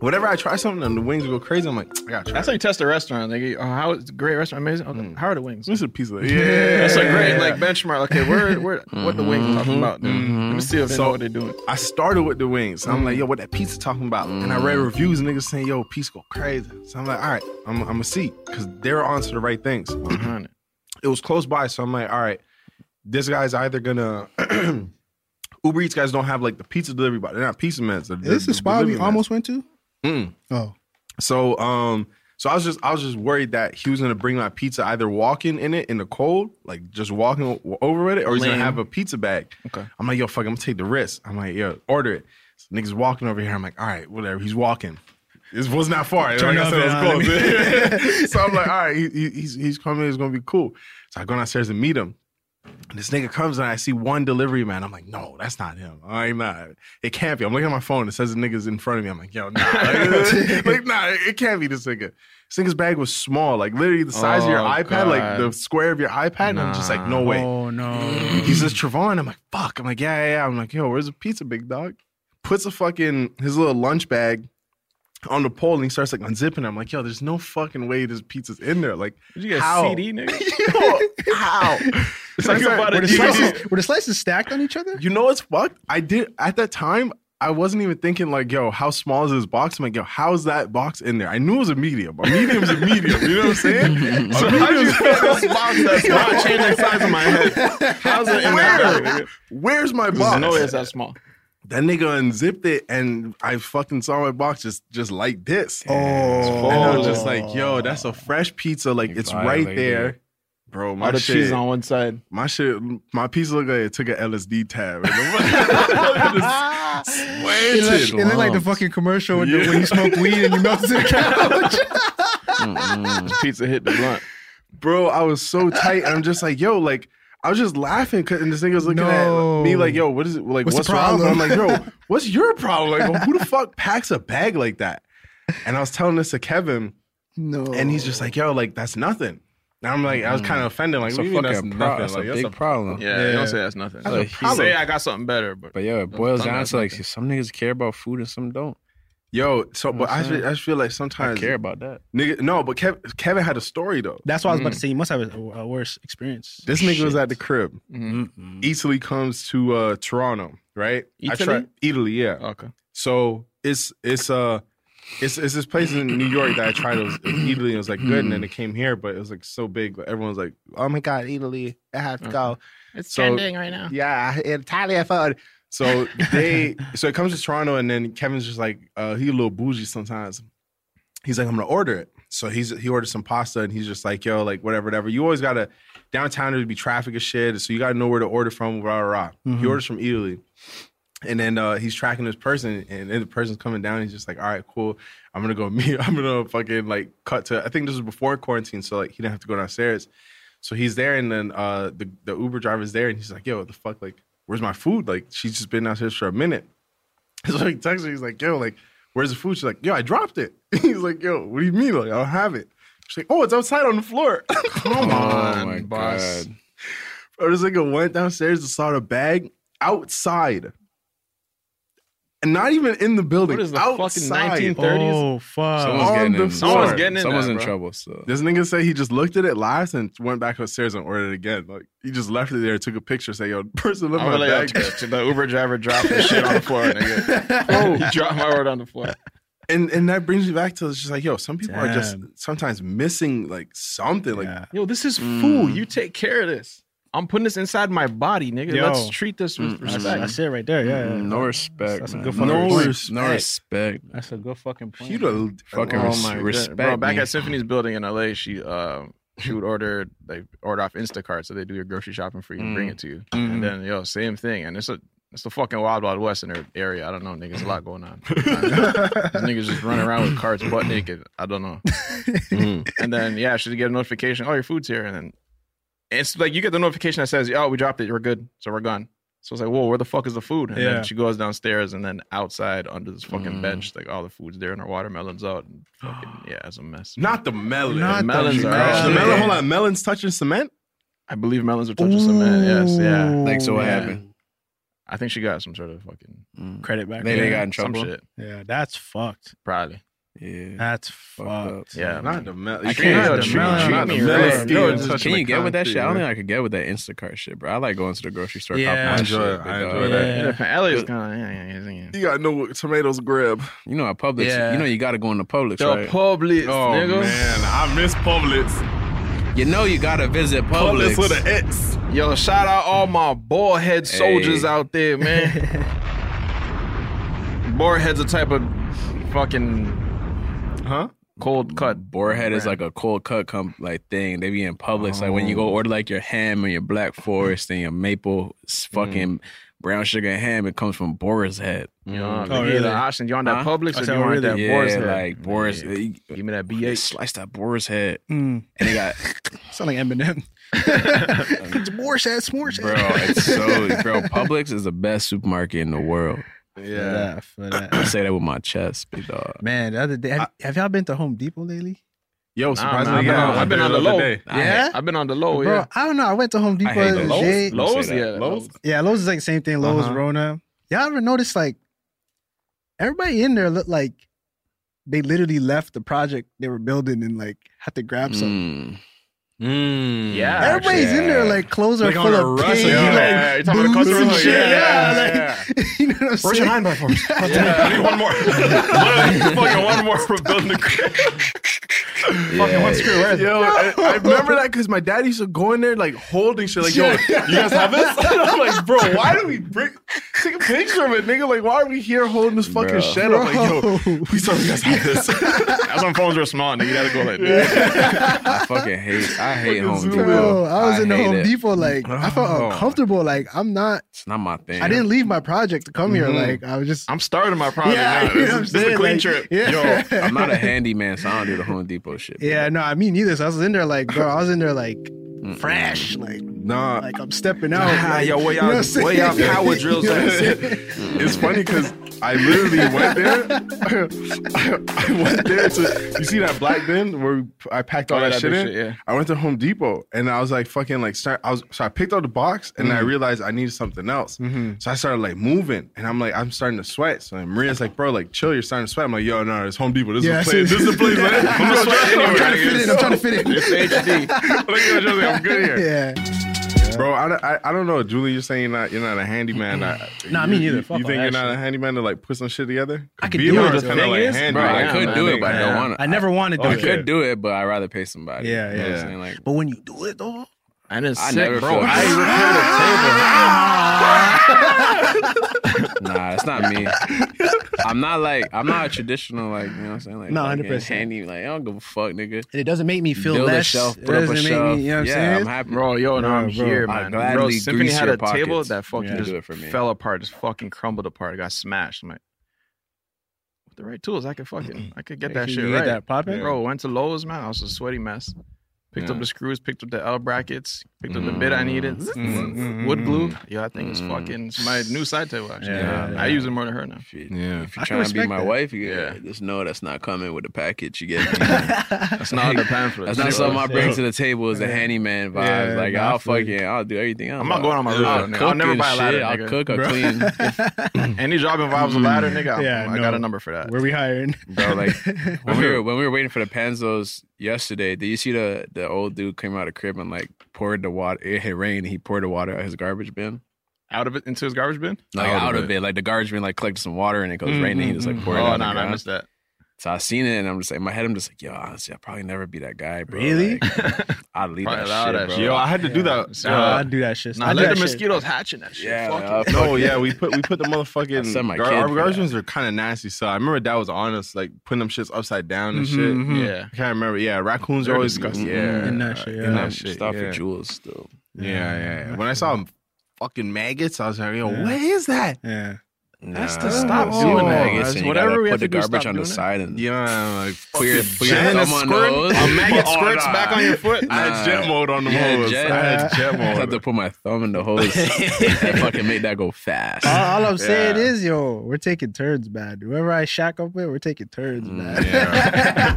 Speaker 5: whenever I try something and the wings go crazy, I'm like, I gotta try.
Speaker 3: That's how you test a restaurant. Like, oh, how is great restaurant amazing? Okay,
Speaker 5: Mm.
Speaker 3: how are the wings?
Speaker 5: This is a pizza. Yeah,
Speaker 3: <laughs> that's a great like benchmark. Okay, where where what the wings talking
Speaker 5: Mhm,
Speaker 3: about? Dude? Let me see if they
Speaker 5: So,
Speaker 3: know what they're doing.
Speaker 5: I started with the wings. So I'm
Speaker 3: Hmm.
Speaker 5: like, yo, what that pizza talking about? And I read reviews, niggas saying, yo, pizza go crazy. So I'm like, all right, I'm, I'm gonna see because they're onto the right things. it was close by, so I'm like, all right, this guy's either gonna. <clears throat> Uber Eats guys don't have like the pizza delivery, but they're not pizza men. They're,
Speaker 6: Is this the spot we
Speaker 5: delivery mans.
Speaker 6: almost went to?
Speaker 5: Mm.
Speaker 6: Oh.
Speaker 5: So um so I was just I was just worried that he was gonna bring my pizza either walking in it in the cold, like just walking o- over with it, or he's
Speaker 3: Lame.
Speaker 5: gonna have a pizza bag.
Speaker 3: Okay.
Speaker 5: I'm like, yo, fuck, I'm gonna take the risk. I'm like, yo, order it. So niggas walking over here. I'm like, all right, whatever. He's walking. This wasn't that far.
Speaker 6: Turn
Speaker 5: like
Speaker 6: the
Speaker 5: I
Speaker 6: oven
Speaker 5: said, it was close. <laughs> so I'm like, all right, he, he- he's he's coming. It's gonna be cool. So I go downstairs and meet him. And this nigga comes and I see one delivery man. I'm like, no, that's not him. I'm not. It can't be. I'm looking at my phone. It says the nigga's in front of me. I'm like, yo,
Speaker 3: <laughs>
Speaker 5: nah. Like, <laughs> like, nah, it can't be this nigga. This nigga's bag was small, like literally the size of your
Speaker 3: Oh,
Speaker 5: iPad, like
Speaker 3: God.
Speaker 5: the square of your iPad. And I'm just like, no way.
Speaker 6: Oh no.
Speaker 5: He says Trevon. I'm like, fuck. I'm like, yeah, yeah, yeah. I'm like, yo, where's the pizza, big dog? Puts a fucking his little lunch bag on the pole and he starts like unzipping. it. I'm like, yo, there's no fucking way this pizza's in there. Like,
Speaker 3: Did you get
Speaker 5: how?
Speaker 3: a CD, nigga?
Speaker 5: <laughs> Yo,
Speaker 3: <laughs>
Speaker 5: how? It's like,
Speaker 6: Think about
Speaker 5: were
Speaker 6: it,
Speaker 5: the
Speaker 6: you know.
Speaker 5: slices-
Speaker 6: Were the slices stacked on each other?
Speaker 5: you know what's fucked? I did at that time. I wasn't even thinking like, yo, how small is this box? I'm like, yo, how's that box in there? I knew it was a medium. A medium's a medium. You know what I'm
Speaker 3: <laughs>
Speaker 5: saying?
Speaker 3: So how you fit this box that's not changing size in my head? How's it in that bag,
Speaker 5: Where? Where's my
Speaker 3: nigga?
Speaker 5: box?
Speaker 3: No, it's that small.
Speaker 5: That nigga unzipped it and I fucking saw my box just just like this. Oh, and I was just like, yo, that's a fresh pizza. Like it's right
Speaker 3: violated.
Speaker 5: there. Bro, my
Speaker 3: All the
Speaker 5: shit,
Speaker 3: cheese on one side.
Speaker 5: my shit, my pizza looked like it took an LSD tab. <laughs>
Speaker 6: It looked, it looked like the fucking commercial when, the, when you smoke weed and you melt it to the couch.
Speaker 3: This <laughs> pizza hit the blunt.
Speaker 5: bro, I was so tight. I'm just like, yo, like, I was just laughing 'cause- and this nigga was looking
Speaker 6: No.
Speaker 5: at me like, yo, what is it? Like,
Speaker 6: What's
Speaker 5: what's,
Speaker 6: the
Speaker 5: wrong? I'm like,
Speaker 6: problem?
Speaker 5: yo, <laughs> what's your problem? Like, who the fuck packs a bag like that? And I was telling this to Kevin,
Speaker 6: No.
Speaker 5: and he's just like, yo, like, that's nothing. And I'm like, I was kind of offended. Like,
Speaker 8: Mm. It's
Speaker 5: what
Speaker 8: a
Speaker 5: do you mean that's
Speaker 8: fucking pro-
Speaker 5: nothing?
Speaker 8: that's a
Speaker 5: like,
Speaker 8: big problem.
Speaker 3: Yeah, you don't say that's nothing.
Speaker 8: That's a
Speaker 3: Like,
Speaker 8: problem.
Speaker 3: Say I got something better, but
Speaker 8: But yeah, it boils
Speaker 3: Some
Speaker 8: down
Speaker 3: guys
Speaker 8: to like
Speaker 3: nothing.
Speaker 8: some niggas care about food and some don't.
Speaker 5: Yo, so but
Speaker 8: what I'm
Speaker 5: I just,
Speaker 8: saying?
Speaker 5: I just feel like sometimes
Speaker 8: care about that.
Speaker 5: Nigga, no, but Kev, Kevin had a story though.
Speaker 6: That's why I was about to say you must have a, a worse experience.
Speaker 5: This nigga was at the crib.
Speaker 3: Mm-hmm. Mm,
Speaker 8: Mm-mm.
Speaker 5: Italy comes to uh Toronto, right?
Speaker 3: Italy?
Speaker 5: Italy, yeah.
Speaker 3: Okay.
Speaker 5: So it's it's uh it's it's this place in New York that I tried. It was it was Italy. It was like good, and then it came here, but it was like so big. But everyone was like, "Oh my god, Italy! I have to go."
Speaker 3: It's
Speaker 5: So-
Speaker 3: trending right now.
Speaker 5: Yeah, Italian food. So they so it comes to Toronto, and then Kevin's just like uh, he a little bougie sometimes. He's like, I'm gonna order it. So he's he ordered some pasta, and he's just like, yo, like whatever, whatever. You always gotta downtown there'd be traffic and shit, so you gotta know where to order from. Rah rah. rah. He
Speaker 6: Mhm.
Speaker 5: orders from Italy. And then uh, he's tracking this person, and then the person's coming down. He's just like, "All right, cool. I'm gonna go <laughs> meet. I'm gonna fucking like cut to. I think this was before quarantine, so like he didn't have to go downstairs. So he's there, and then uh, the the Uber driver's there, and he's like, "Yo, what the fuck? Like, where's my food? Like, she's just been downstairs for a minute." <laughs> So he texts her. He's like, "Yo, like, where's the food?" She's like, "Yo, I dropped it." <laughs> He's like, "Yo, what do you mean? Like, I don't <laughs> have it." She's like, "Oh, it's outside on the floor." Come
Speaker 8: Oh my
Speaker 5: boss.
Speaker 8: god.
Speaker 5: Or this nigga went downstairs and saw the bag outside. And not even in the building.
Speaker 3: What is the fucking
Speaker 5: outside.
Speaker 3: 1930s? Oh, fuck. Someone's
Speaker 5: On
Speaker 3: getting
Speaker 5: the
Speaker 3: in- someone's
Speaker 5: floor.
Speaker 3: getting in Someone's that, in bro. trouble, so.
Speaker 5: This nigga said he just looked at it last and went back upstairs and ordered it again. Like he just left it there, took a picture, say, yo, <laughs> person left
Speaker 3: I'm
Speaker 5: my
Speaker 3: really
Speaker 5: bag.
Speaker 3: upset. <laughs> The Uber driver dropped the shit on the floor, <laughs> nigga. Oh, He dropped my word on the floor.
Speaker 5: And and that brings me back to it's just like, yo, some people are just
Speaker 3: Damn.
Speaker 5: sometimes missing like something. Like
Speaker 3: Yo, this is food. You take care of this. I'm putting this inside my body, nigga.
Speaker 5: Yo.
Speaker 3: Let's treat this with
Speaker 5: Mm,
Speaker 3: respect.
Speaker 5: that's- that's it
Speaker 4: right there, yeah, yeah.
Speaker 8: Mm, No respect.
Speaker 4: That's a
Speaker 8: man.
Speaker 4: good fucking
Speaker 8: no
Speaker 4: point.
Speaker 8: res-
Speaker 6: <laughs>
Speaker 8: No respect.
Speaker 4: That's a good fucking point.
Speaker 5: You the
Speaker 8: Fucking res-
Speaker 3: Oh
Speaker 8: <laughs>
Speaker 3: my God.
Speaker 8: respect
Speaker 3: Bro, back
Speaker 8: me.
Speaker 3: at Symphony's building in LA, she um she
Speaker 8: <laughs>
Speaker 3: would order they order off Instacart, so they do your grocery shopping for you and bring
Speaker 8: Mm.
Speaker 3: it to you.
Speaker 8: Mhm.
Speaker 3: And then yo, same thing. And it's a it's the fucking wild wild west in her area. I don't know, niggas. A lot going
Speaker 8: <laughs>
Speaker 3: on. These niggas just running around with carts butt naked. I don't know. And then yeah, she'd get a notification. Oh, your food's here. And then it's like you get the notification that says, "Oh, we dropped it. We're good. So we're gone." So it's like, "Whoa, where the fuck is the food?" And
Speaker 4: Yeah.
Speaker 3: then she goes downstairs, and then outside under this fucking bench, like all the food's there, and her watermelon's out. And fucking, yeah, it's a mess.
Speaker 5: <laughs> Not the melon.
Speaker 3: the melons are out.
Speaker 5: The melon, hold on, melons touching cement?
Speaker 3: I believe melons are touching cement. Yes, yeah.
Speaker 8: Ooh. Like, so what
Speaker 3: Yeah.
Speaker 8: happened?
Speaker 3: I think she got some sort of fucking
Speaker 4: Credit back.
Speaker 3: They- they
Speaker 4: Yeah.
Speaker 3: got in Some trouble? shit.
Speaker 4: Yeah, that's fucked.
Speaker 3: probably.
Speaker 8: Yeah.
Speaker 4: That's fucked.
Speaker 3: Yeah,
Speaker 5: Not the melon.
Speaker 8: I
Speaker 5: You can't
Speaker 8: can't
Speaker 5: have
Speaker 8: treat,
Speaker 5: the melon.
Speaker 8: treat
Speaker 5: Not
Speaker 8: me
Speaker 5: the melon
Speaker 8: right.
Speaker 5: skin
Speaker 8: Yo,
Speaker 5: touching
Speaker 8: can you
Speaker 5: the
Speaker 8: get with that
Speaker 5: concrete,
Speaker 8: shit? I don't
Speaker 5: man.
Speaker 8: think I could get with that Instacart shit, bro. I like going to the grocery store.
Speaker 5: Yeah.
Speaker 8: Yeah,
Speaker 5: I enjoy it. I enjoy that.
Speaker 3: Yeah, LA's kind of, yeah, yeah, yeah, yeah.
Speaker 5: You gotta know what tomatoes grab.
Speaker 8: You know, at Publix,
Speaker 5: Yeah.
Speaker 8: you know, you gotta go into Publix,
Speaker 5: The
Speaker 8: right?
Speaker 3: Publix,
Speaker 8: oh,
Speaker 5: nigga.
Speaker 8: man.
Speaker 5: I miss Publix.
Speaker 8: You know, you gotta visit Publix.
Speaker 5: an X.
Speaker 3: Yo, shout out all my boarhead soldiers
Speaker 8: Hey.
Speaker 3: out there,
Speaker 4: <laughs>
Speaker 3: man. boarhead's a type of fucking
Speaker 5: huh?
Speaker 3: Cold cut.
Speaker 8: Boarhead is like a cold cut com- like thing. They be in Publix. Like when you
Speaker 4: Oh.
Speaker 8: go order like your ham and your black forest and your maple s-
Speaker 4: Mm.
Speaker 8: fucking brown sugar ham, it comes from Boar's Head.
Speaker 3: You know,
Speaker 4: Oh,
Speaker 3: they give you the option. You want that Publix or
Speaker 8: I
Speaker 3: you
Speaker 8: said,
Speaker 3: want
Speaker 8: really?
Speaker 3: that
Speaker 8: yeah,
Speaker 3: Boar's Head?
Speaker 8: Like Boar's
Speaker 3: Give me that BH.
Speaker 8: Slice that Boar's Head.
Speaker 4: Mm.
Speaker 8: And they got
Speaker 4: Sound like Eminem. it's Morse head, s'mores
Speaker 8: Bro, it's so bro. Publix is the best supermarket in the world.
Speaker 4: Yeah. For that, for
Speaker 8: <coughs>
Speaker 4: that.
Speaker 8: I say that with my chest, big dog.
Speaker 4: Man, the other day, have, have y'all been to Home Depot lately?
Speaker 5: Yo,
Speaker 3: I've
Speaker 5: surprisingly,
Speaker 3: been, on, I've been on the low.
Speaker 4: Yeah?
Speaker 3: I've been on the low.
Speaker 4: Bro,
Speaker 3: oh, Yeah,
Speaker 4: I don't know. I went to Home Depot.
Speaker 3: hate
Speaker 4: the
Speaker 3: Lowe's.
Speaker 4: day-
Speaker 3: Lowe's, yeah, Lowe's.
Speaker 4: Yeah, Lowe's is like the same thing. Lowe's,
Speaker 3: Uh-huh.
Speaker 4: Rona. Y'all ever notice like everybody in there looked like they literally left the project they were building and like had to
Speaker 8: Mm.
Speaker 4: grab something.
Speaker 3: Mm,
Speaker 4: Mm.
Speaker 3: Yeah,
Speaker 4: Everybody's in there like clothes are
Speaker 3: Like on
Speaker 4: full
Speaker 3: a
Speaker 4: of
Speaker 3: rush,
Speaker 4: paint,
Speaker 3: yeah. Yeah, you're
Speaker 4: like
Speaker 3: talking about
Speaker 4: boots
Speaker 3: clothes
Speaker 4: and
Speaker 3: are
Speaker 4: shit.
Speaker 3: like-
Speaker 4: Yeah,
Speaker 3: yeah,
Speaker 4: like <laughs> you know what I'm
Speaker 7: Where's
Speaker 4: saying?
Speaker 7: your nine
Speaker 4: <laughs>
Speaker 7: by fours?
Speaker 3: I need one <laughs> more. Fucking one more from building <laughs> the
Speaker 5: Fucking
Speaker 3: one screw, where is it?
Speaker 5: Yo, I, I remember that because my dad used to go in there like holding shit. Like, yo,
Speaker 3: Yeah.
Speaker 5: you guys have this? <laughs> And I'm like, bro, why do we bring take a picture of it, nigga? Like, why are we here holding this fucking
Speaker 8: Bro.
Speaker 5: shit up? Like, yo,
Speaker 4: Bro.
Speaker 5: we sorry you guys have this.
Speaker 3: That's when phones were small. Nigga, you gotta go like
Speaker 8: I fucking hate. I hate Home Depot.
Speaker 4: Bro, I was in the
Speaker 8: hate
Speaker 4: Home
Speaker 8: it.
Speaker 4: Depot like I
Speaker 8: Oh.
Speaker 4: felt uncomfortable. Like I'm not.
Speaker 8: It's not my thing.
Speaker 4: I didn't leave my project to come here.
Speaker 8: Mhm.
Speaker 4: Like I was just.
Speaker 3: I'm starting my project.
Speaker 4: Yeah, <laughs>
Speaker 3: now.
Speaker 4: you know
Speaker 3: This,
Speaker 4: what I'm
Speaker 3: is- this is
Speaker 4: saying?
Speaker 3: a clean
Speaker 4: Like,
Speaker 3: trip.
Speaker 4: yeah. <laughs>
Speaker 8: Yo, I'm not a handyman, so I don't do the Home Depot shit.
Speaker 4: Yeah, no, I mean neither. So I was in there like, bro, I was in there like fresh, like
Speaker 5: Nah.
Speaker 4: like I'm stepping out. <laughs>
Speaker 5: Ah,
Speaker 4: Oh, like,
Speaker 5: yo, where
Speaker 4: you know
Speaker 5: y'all,
Speaker 4: what I'm
Speaker 5: where y'all
Speaker 4: saying?
Speaker 5: power drills
Speaker 4: <laughs> You know
Speaker 5: at?
Speaker 4: what I'm saying?
Speaker 5: <laughs> it's funny because I literally went there. I, went there <laughs> to you see that black bin where I packed all
Speaker 3: Oh,
Speaker 5: that,
Speaker 3: yeah,
Speaker 5: shit
Speaker 3: that
Speaker 5: in.
Speaker 3: big shit, yeah.
Speaker 5: I went to Home Depot and I was like fucking like start. I was so I picked out the box and
Speaker 3: Mm-hmm.
Speaker 5: I realized I needed something else. So I started like moving and I'm like I'm starting to sweat. So Maria's like, bro, like chill, you're starting to sweat. I'm like, yo, no, it's Home Depot. This
Speaker 4: Yeah,
Speaker 5: is the place. This is the place. <laughs> man.
Speaker 3: <laughs> I'm
Speaker 5: gonna
Speaker 3: sweating
Speaker 5: try-
Speaker 3: anywhere,
Speaker 5: trying to
Speaker 3: nigga.
Speaker 5: fit in.
Speaker 4: I'm trying to fit in.
Speaker 3: It's
Speaker 4: <laughs>
Speaker 3: HD.
Speaker 5: Look at Jose, I'm good here.
Speaker 4: Yeah.
Speaker 5: Bro, I, don't- I, I don't know, Julie. You're saying you're not you're not a handyman. I,
Speaker 4: Nah,
Speaker 5: you,
Speaker 4: me neither.
Speaker 5: You,
Speaker 4: Fuck
Speaker 5: you
Speaker 4: all
Speaker 5: think
Speaker 4: that
Speaker 5: you're not
Speaker 4: shit.
Speaker 5: a handyman to like put some shit together?
Speaker 4: I could
Speaker 5: Being
Speaker 4: do
Speaker 5: one
Speaker 4: it.
Speaker 5: just
Speaker 4: The
Speaker 5: kinda,
Speaker 4: thing
Speaker 5: like,
Speaker 4: is,
Speaker 5: handy.
Speaker 8: Bro, I
Speaker 5: Yeah,
Speaker 8: could
Speaker 5: man,
Speaker 8: do it, but I
Speaker 5: yeah.
Speaker 8: don't want to.
Speaker 4: I never wanted to do
Speaker 8: I
Speaker 4: it.
Speaker 8: <laughs> could do it, but I'd rather pay somebody.
Speaker 4: Yeah,
Speaker 8: You know what I'm
Speaker 4: yeah.
Speaker 8: saying? Like,
Speaker 4: But when you do it though,
Speaker 3: And it's
Speaker 8: I
Speaker 3: sick,
Speaker 8: never
Speaker 3: bro.
Speaker 8: feel-
Speaker 3: I <laughs>
Speaker 4: Ah!
Speaker 3: repaired
Speaker 8: nah, it's not me. I'm not like I'm not a traditional like you know what I'm saying like
Speaker 4: No, 100%.
Speaker 8: fucking handy like I don't give a fuck nigga.
Speaker 4: and it doesn't make me feel
Speaker 8: Build
Speaker 4: less.
Speaker 8: a shelf,
Speaker 4: it
Speaker 8: put up
Speaker 4: doesn't
Speaker 8: a
Speaker 4: make
Speaker 8: shelf.
Speaker 4: me. You know what I'm
Speaker 8: yeah,
Speaker 4: saying?
Speaker 8: I'm happy.
Speaker 3: a table. Bro, yo, and
Speaker 4: Nah,
Speaker 3: I'm
Speaker 4: bro.
Speaker 3: here,
Speaker 8: I
Speaker 3: man.
Speaker 8: gladly
Speaker 3: Bro, Symphony
Speaker 8: grease
Speaker 3: had
Speaker 8: your
Speaker 3: a table
Speaker 8: pockets.
Speaker 3: that fucking
Speaker 8: Yeah.
Speaker 3: just
Speaker 8: Do it for me.
Speaker 3: fell apart, just fucking crumbled apart. It got smashed. I'm like, with the right tools, I could fucking, I could get
Speaker 4: Yeah,
Speaker 3: that
Speaker 4: you
Speaker 3: shit
Speaker 4: get
Speaker 3: right.
Speaker 4: that popping?
Speaker 3: Bro, went to Lowe's, man. I was a sweaty mess. Picked
Speaker 7: Yeah.
Speaker 3: up the screws, picked up the L brackets, picked up the bit I needed.
Speaker 4: Mm-hmm.
Speaker 7: Mm.
Speaker 3: Wood glue. Yo, I think it's
Speaker 7: Mm.
Speaker 3: fucking it's my new side table actually.
Speaker 8: Yeah,
Speaker 3: I
Speaker 8: yeah.
Speaker 3: use it more than her now.
Speaker 8: Yeah. If
Speaker 3: I can
Speaker 8: you're trying to be
Speaker 3: respect
Speaker 8: my
Speaker 3: that.
Speaker 8: wife, you yeah. just know that's not coming with a package. You get
Speaker 3: <laughs>
Speaker 8: that's not the pamphlet. That's not something I bring to the table. Is a handyman vibes.
Speaker 3: Yeah,
Speaker 8: like
Speaker 3: nah, I
Speaker 8: I'll
Speaker 3: feel you.
Speaker 8: fucking, I'll do everything.
Speaker 3: I'm not going on my roof.
Speaker 8: I'll,
Speaker 3: nigga.
Speaker 8: cook
Speaker 3: I'll never
Speaker 8: and
Speaker 3: buy a ladder.
Speaker 8: shit. I'll
Speaker 3: nigga.
Speaker 4: <laughs>
Speaker 8: cook. I'll clean.
Speaker 3: Any job involves a ladder, nigga. I'm-
Speaker 8: Yeah,
Speaker 3: I got
Speaker 8: no.
Speaker 3: a number for that.
Speaker 4: Where we hiring?
Speaker 8: Bro, like when we <laughs> were when we were waiting for the Panzos yesterday, did you see the the old dude came out of the crib and like poured the water? It had rained. and He poured the water out of his garbage bin.
Speaker 3: Out of it into his garbage bin?
Speaker 8: Like out, of it. like the garbage bin, like collected some water and it goes
Speaker 3: Mm,
Speaker 8: raining. He
Speaker 3: mm,
Speaker 8: just like
Speaker 3: mm.
Speaker 8: poured it
Speaker 3: Oh,
Speaker 8: out.
Speaker 3: nah, nah, I
Speaker 8: ground.
Speaker 3: missed
Speaker 8: <laughs>
Speaker 3: that.
Speaker 8: So I seen it and I'm just like, in my head, I'm just like, yo, honestly, I'll probably never be that guy, bro.
Speaker 3: <laughs>
Speaker 4: Really?
Speaker 8: Like, I'd
Speaker 3: Probably
Speaker 8: leave that
Speaker 3: allow
Speaker 8: shit,
Speaker 3: that
Speaker 8: bro.
Speaker 3: shit. Yo, I had
Speaker 5: to do that.
Speaker 4: Nah,
Speaker 5: Uh,
Speaker 4: I do that shit.
Speaker 3: Nah,
Speaker 4: I do
Speaker 3: let
Speaker 4: that
Speaker 3: the
Speaker 4: shit.
Speaker 3: mosquitoes hatch in that <laughs> shit.
Speaker 8: Yeah,
Speaker 3: Fuck
Speaker 8: nah,
Speaker 3: it.
Speaker 5: no,
Speaker 8: fuck
Speaker 5: yeah,
Speaker 8: that.
Speaker 5: we put we put the
Speaker 8: I
Speaker 5: motherfucking
Speaker 8: sent my
Speaker 5: gar-
Speaker 8: kid
Speaker 5: our
Speaker 8: for
Speaker 5: garbage bins are kind of nasty. So I remember that was on us, like putting them shits upside down and
Speaker 8: Mhm,
Speaker 5: shit.
Speaker 8: mhm.
Speaker 5: Yeah, I can't remember. Yeah, raccoons
Speaker 8: They're
Speaker 5: are always
Speaker 8: disgusting.
Speaker 6: Mm-hmm.
Speaker 5: Yeah,
Speaker 6: uh,
Speaker 8: In that shit,
Speaker 5: in
Speaker 8: yeah.
Speaker 5: that shit.
Speaker 8: Stop
Speaker 5: yeah.
Speaker 8: your jewels still.
Speaker 5: Yeah, yeah. yeah. When I saw them fucking maggots, I was like, yo, what is that?
Speaker 4: Yeah.
Speaker 5: That's
Speaker 8: Nah,
Speaker 5: the
Speaker 8: that's
Speaker 5: stop
Speaker 8: the
Speaker 5: doing that.
Speaker 8: maggots,
Speaker 5: That's
Speaker 8: and you
Speaker 5: whatever
Speaker 8: gotta
Speaker 5: we have
Speaker 8: put the
Speaker 5: to do,
Speaker 8: garbage
Speaker 5: stop
Speaker 8: on the
Speaker 5: doing that.
Speaker 8: side and
Speaker 5: yeah, like
Speaker 8: put your, put your
Speaker 5: Jen
Speaker 8: thumb on
Speaker 5: squirt-
Speaker 8: those.
Speaker 5: a
Speaker 8: <laughs>
Speaker 5: maggot squirts back on your foot?
Speaker 8: Nah.
Speaker 5: I had jet mode on them
Speaker 8: You had
Speaker 5: hoes. I had jet
Speaker 8: I had
Speaker 5: mode.
Speaker 8: to put my thumb in
Speaker 5: <laughs>
Speaker 8: the hose. that fucking made that go fast.
Speaker 4: All, all I'm saying is, yo, we're taking turns, man. Whoever I shack up with, we're taking turns, man.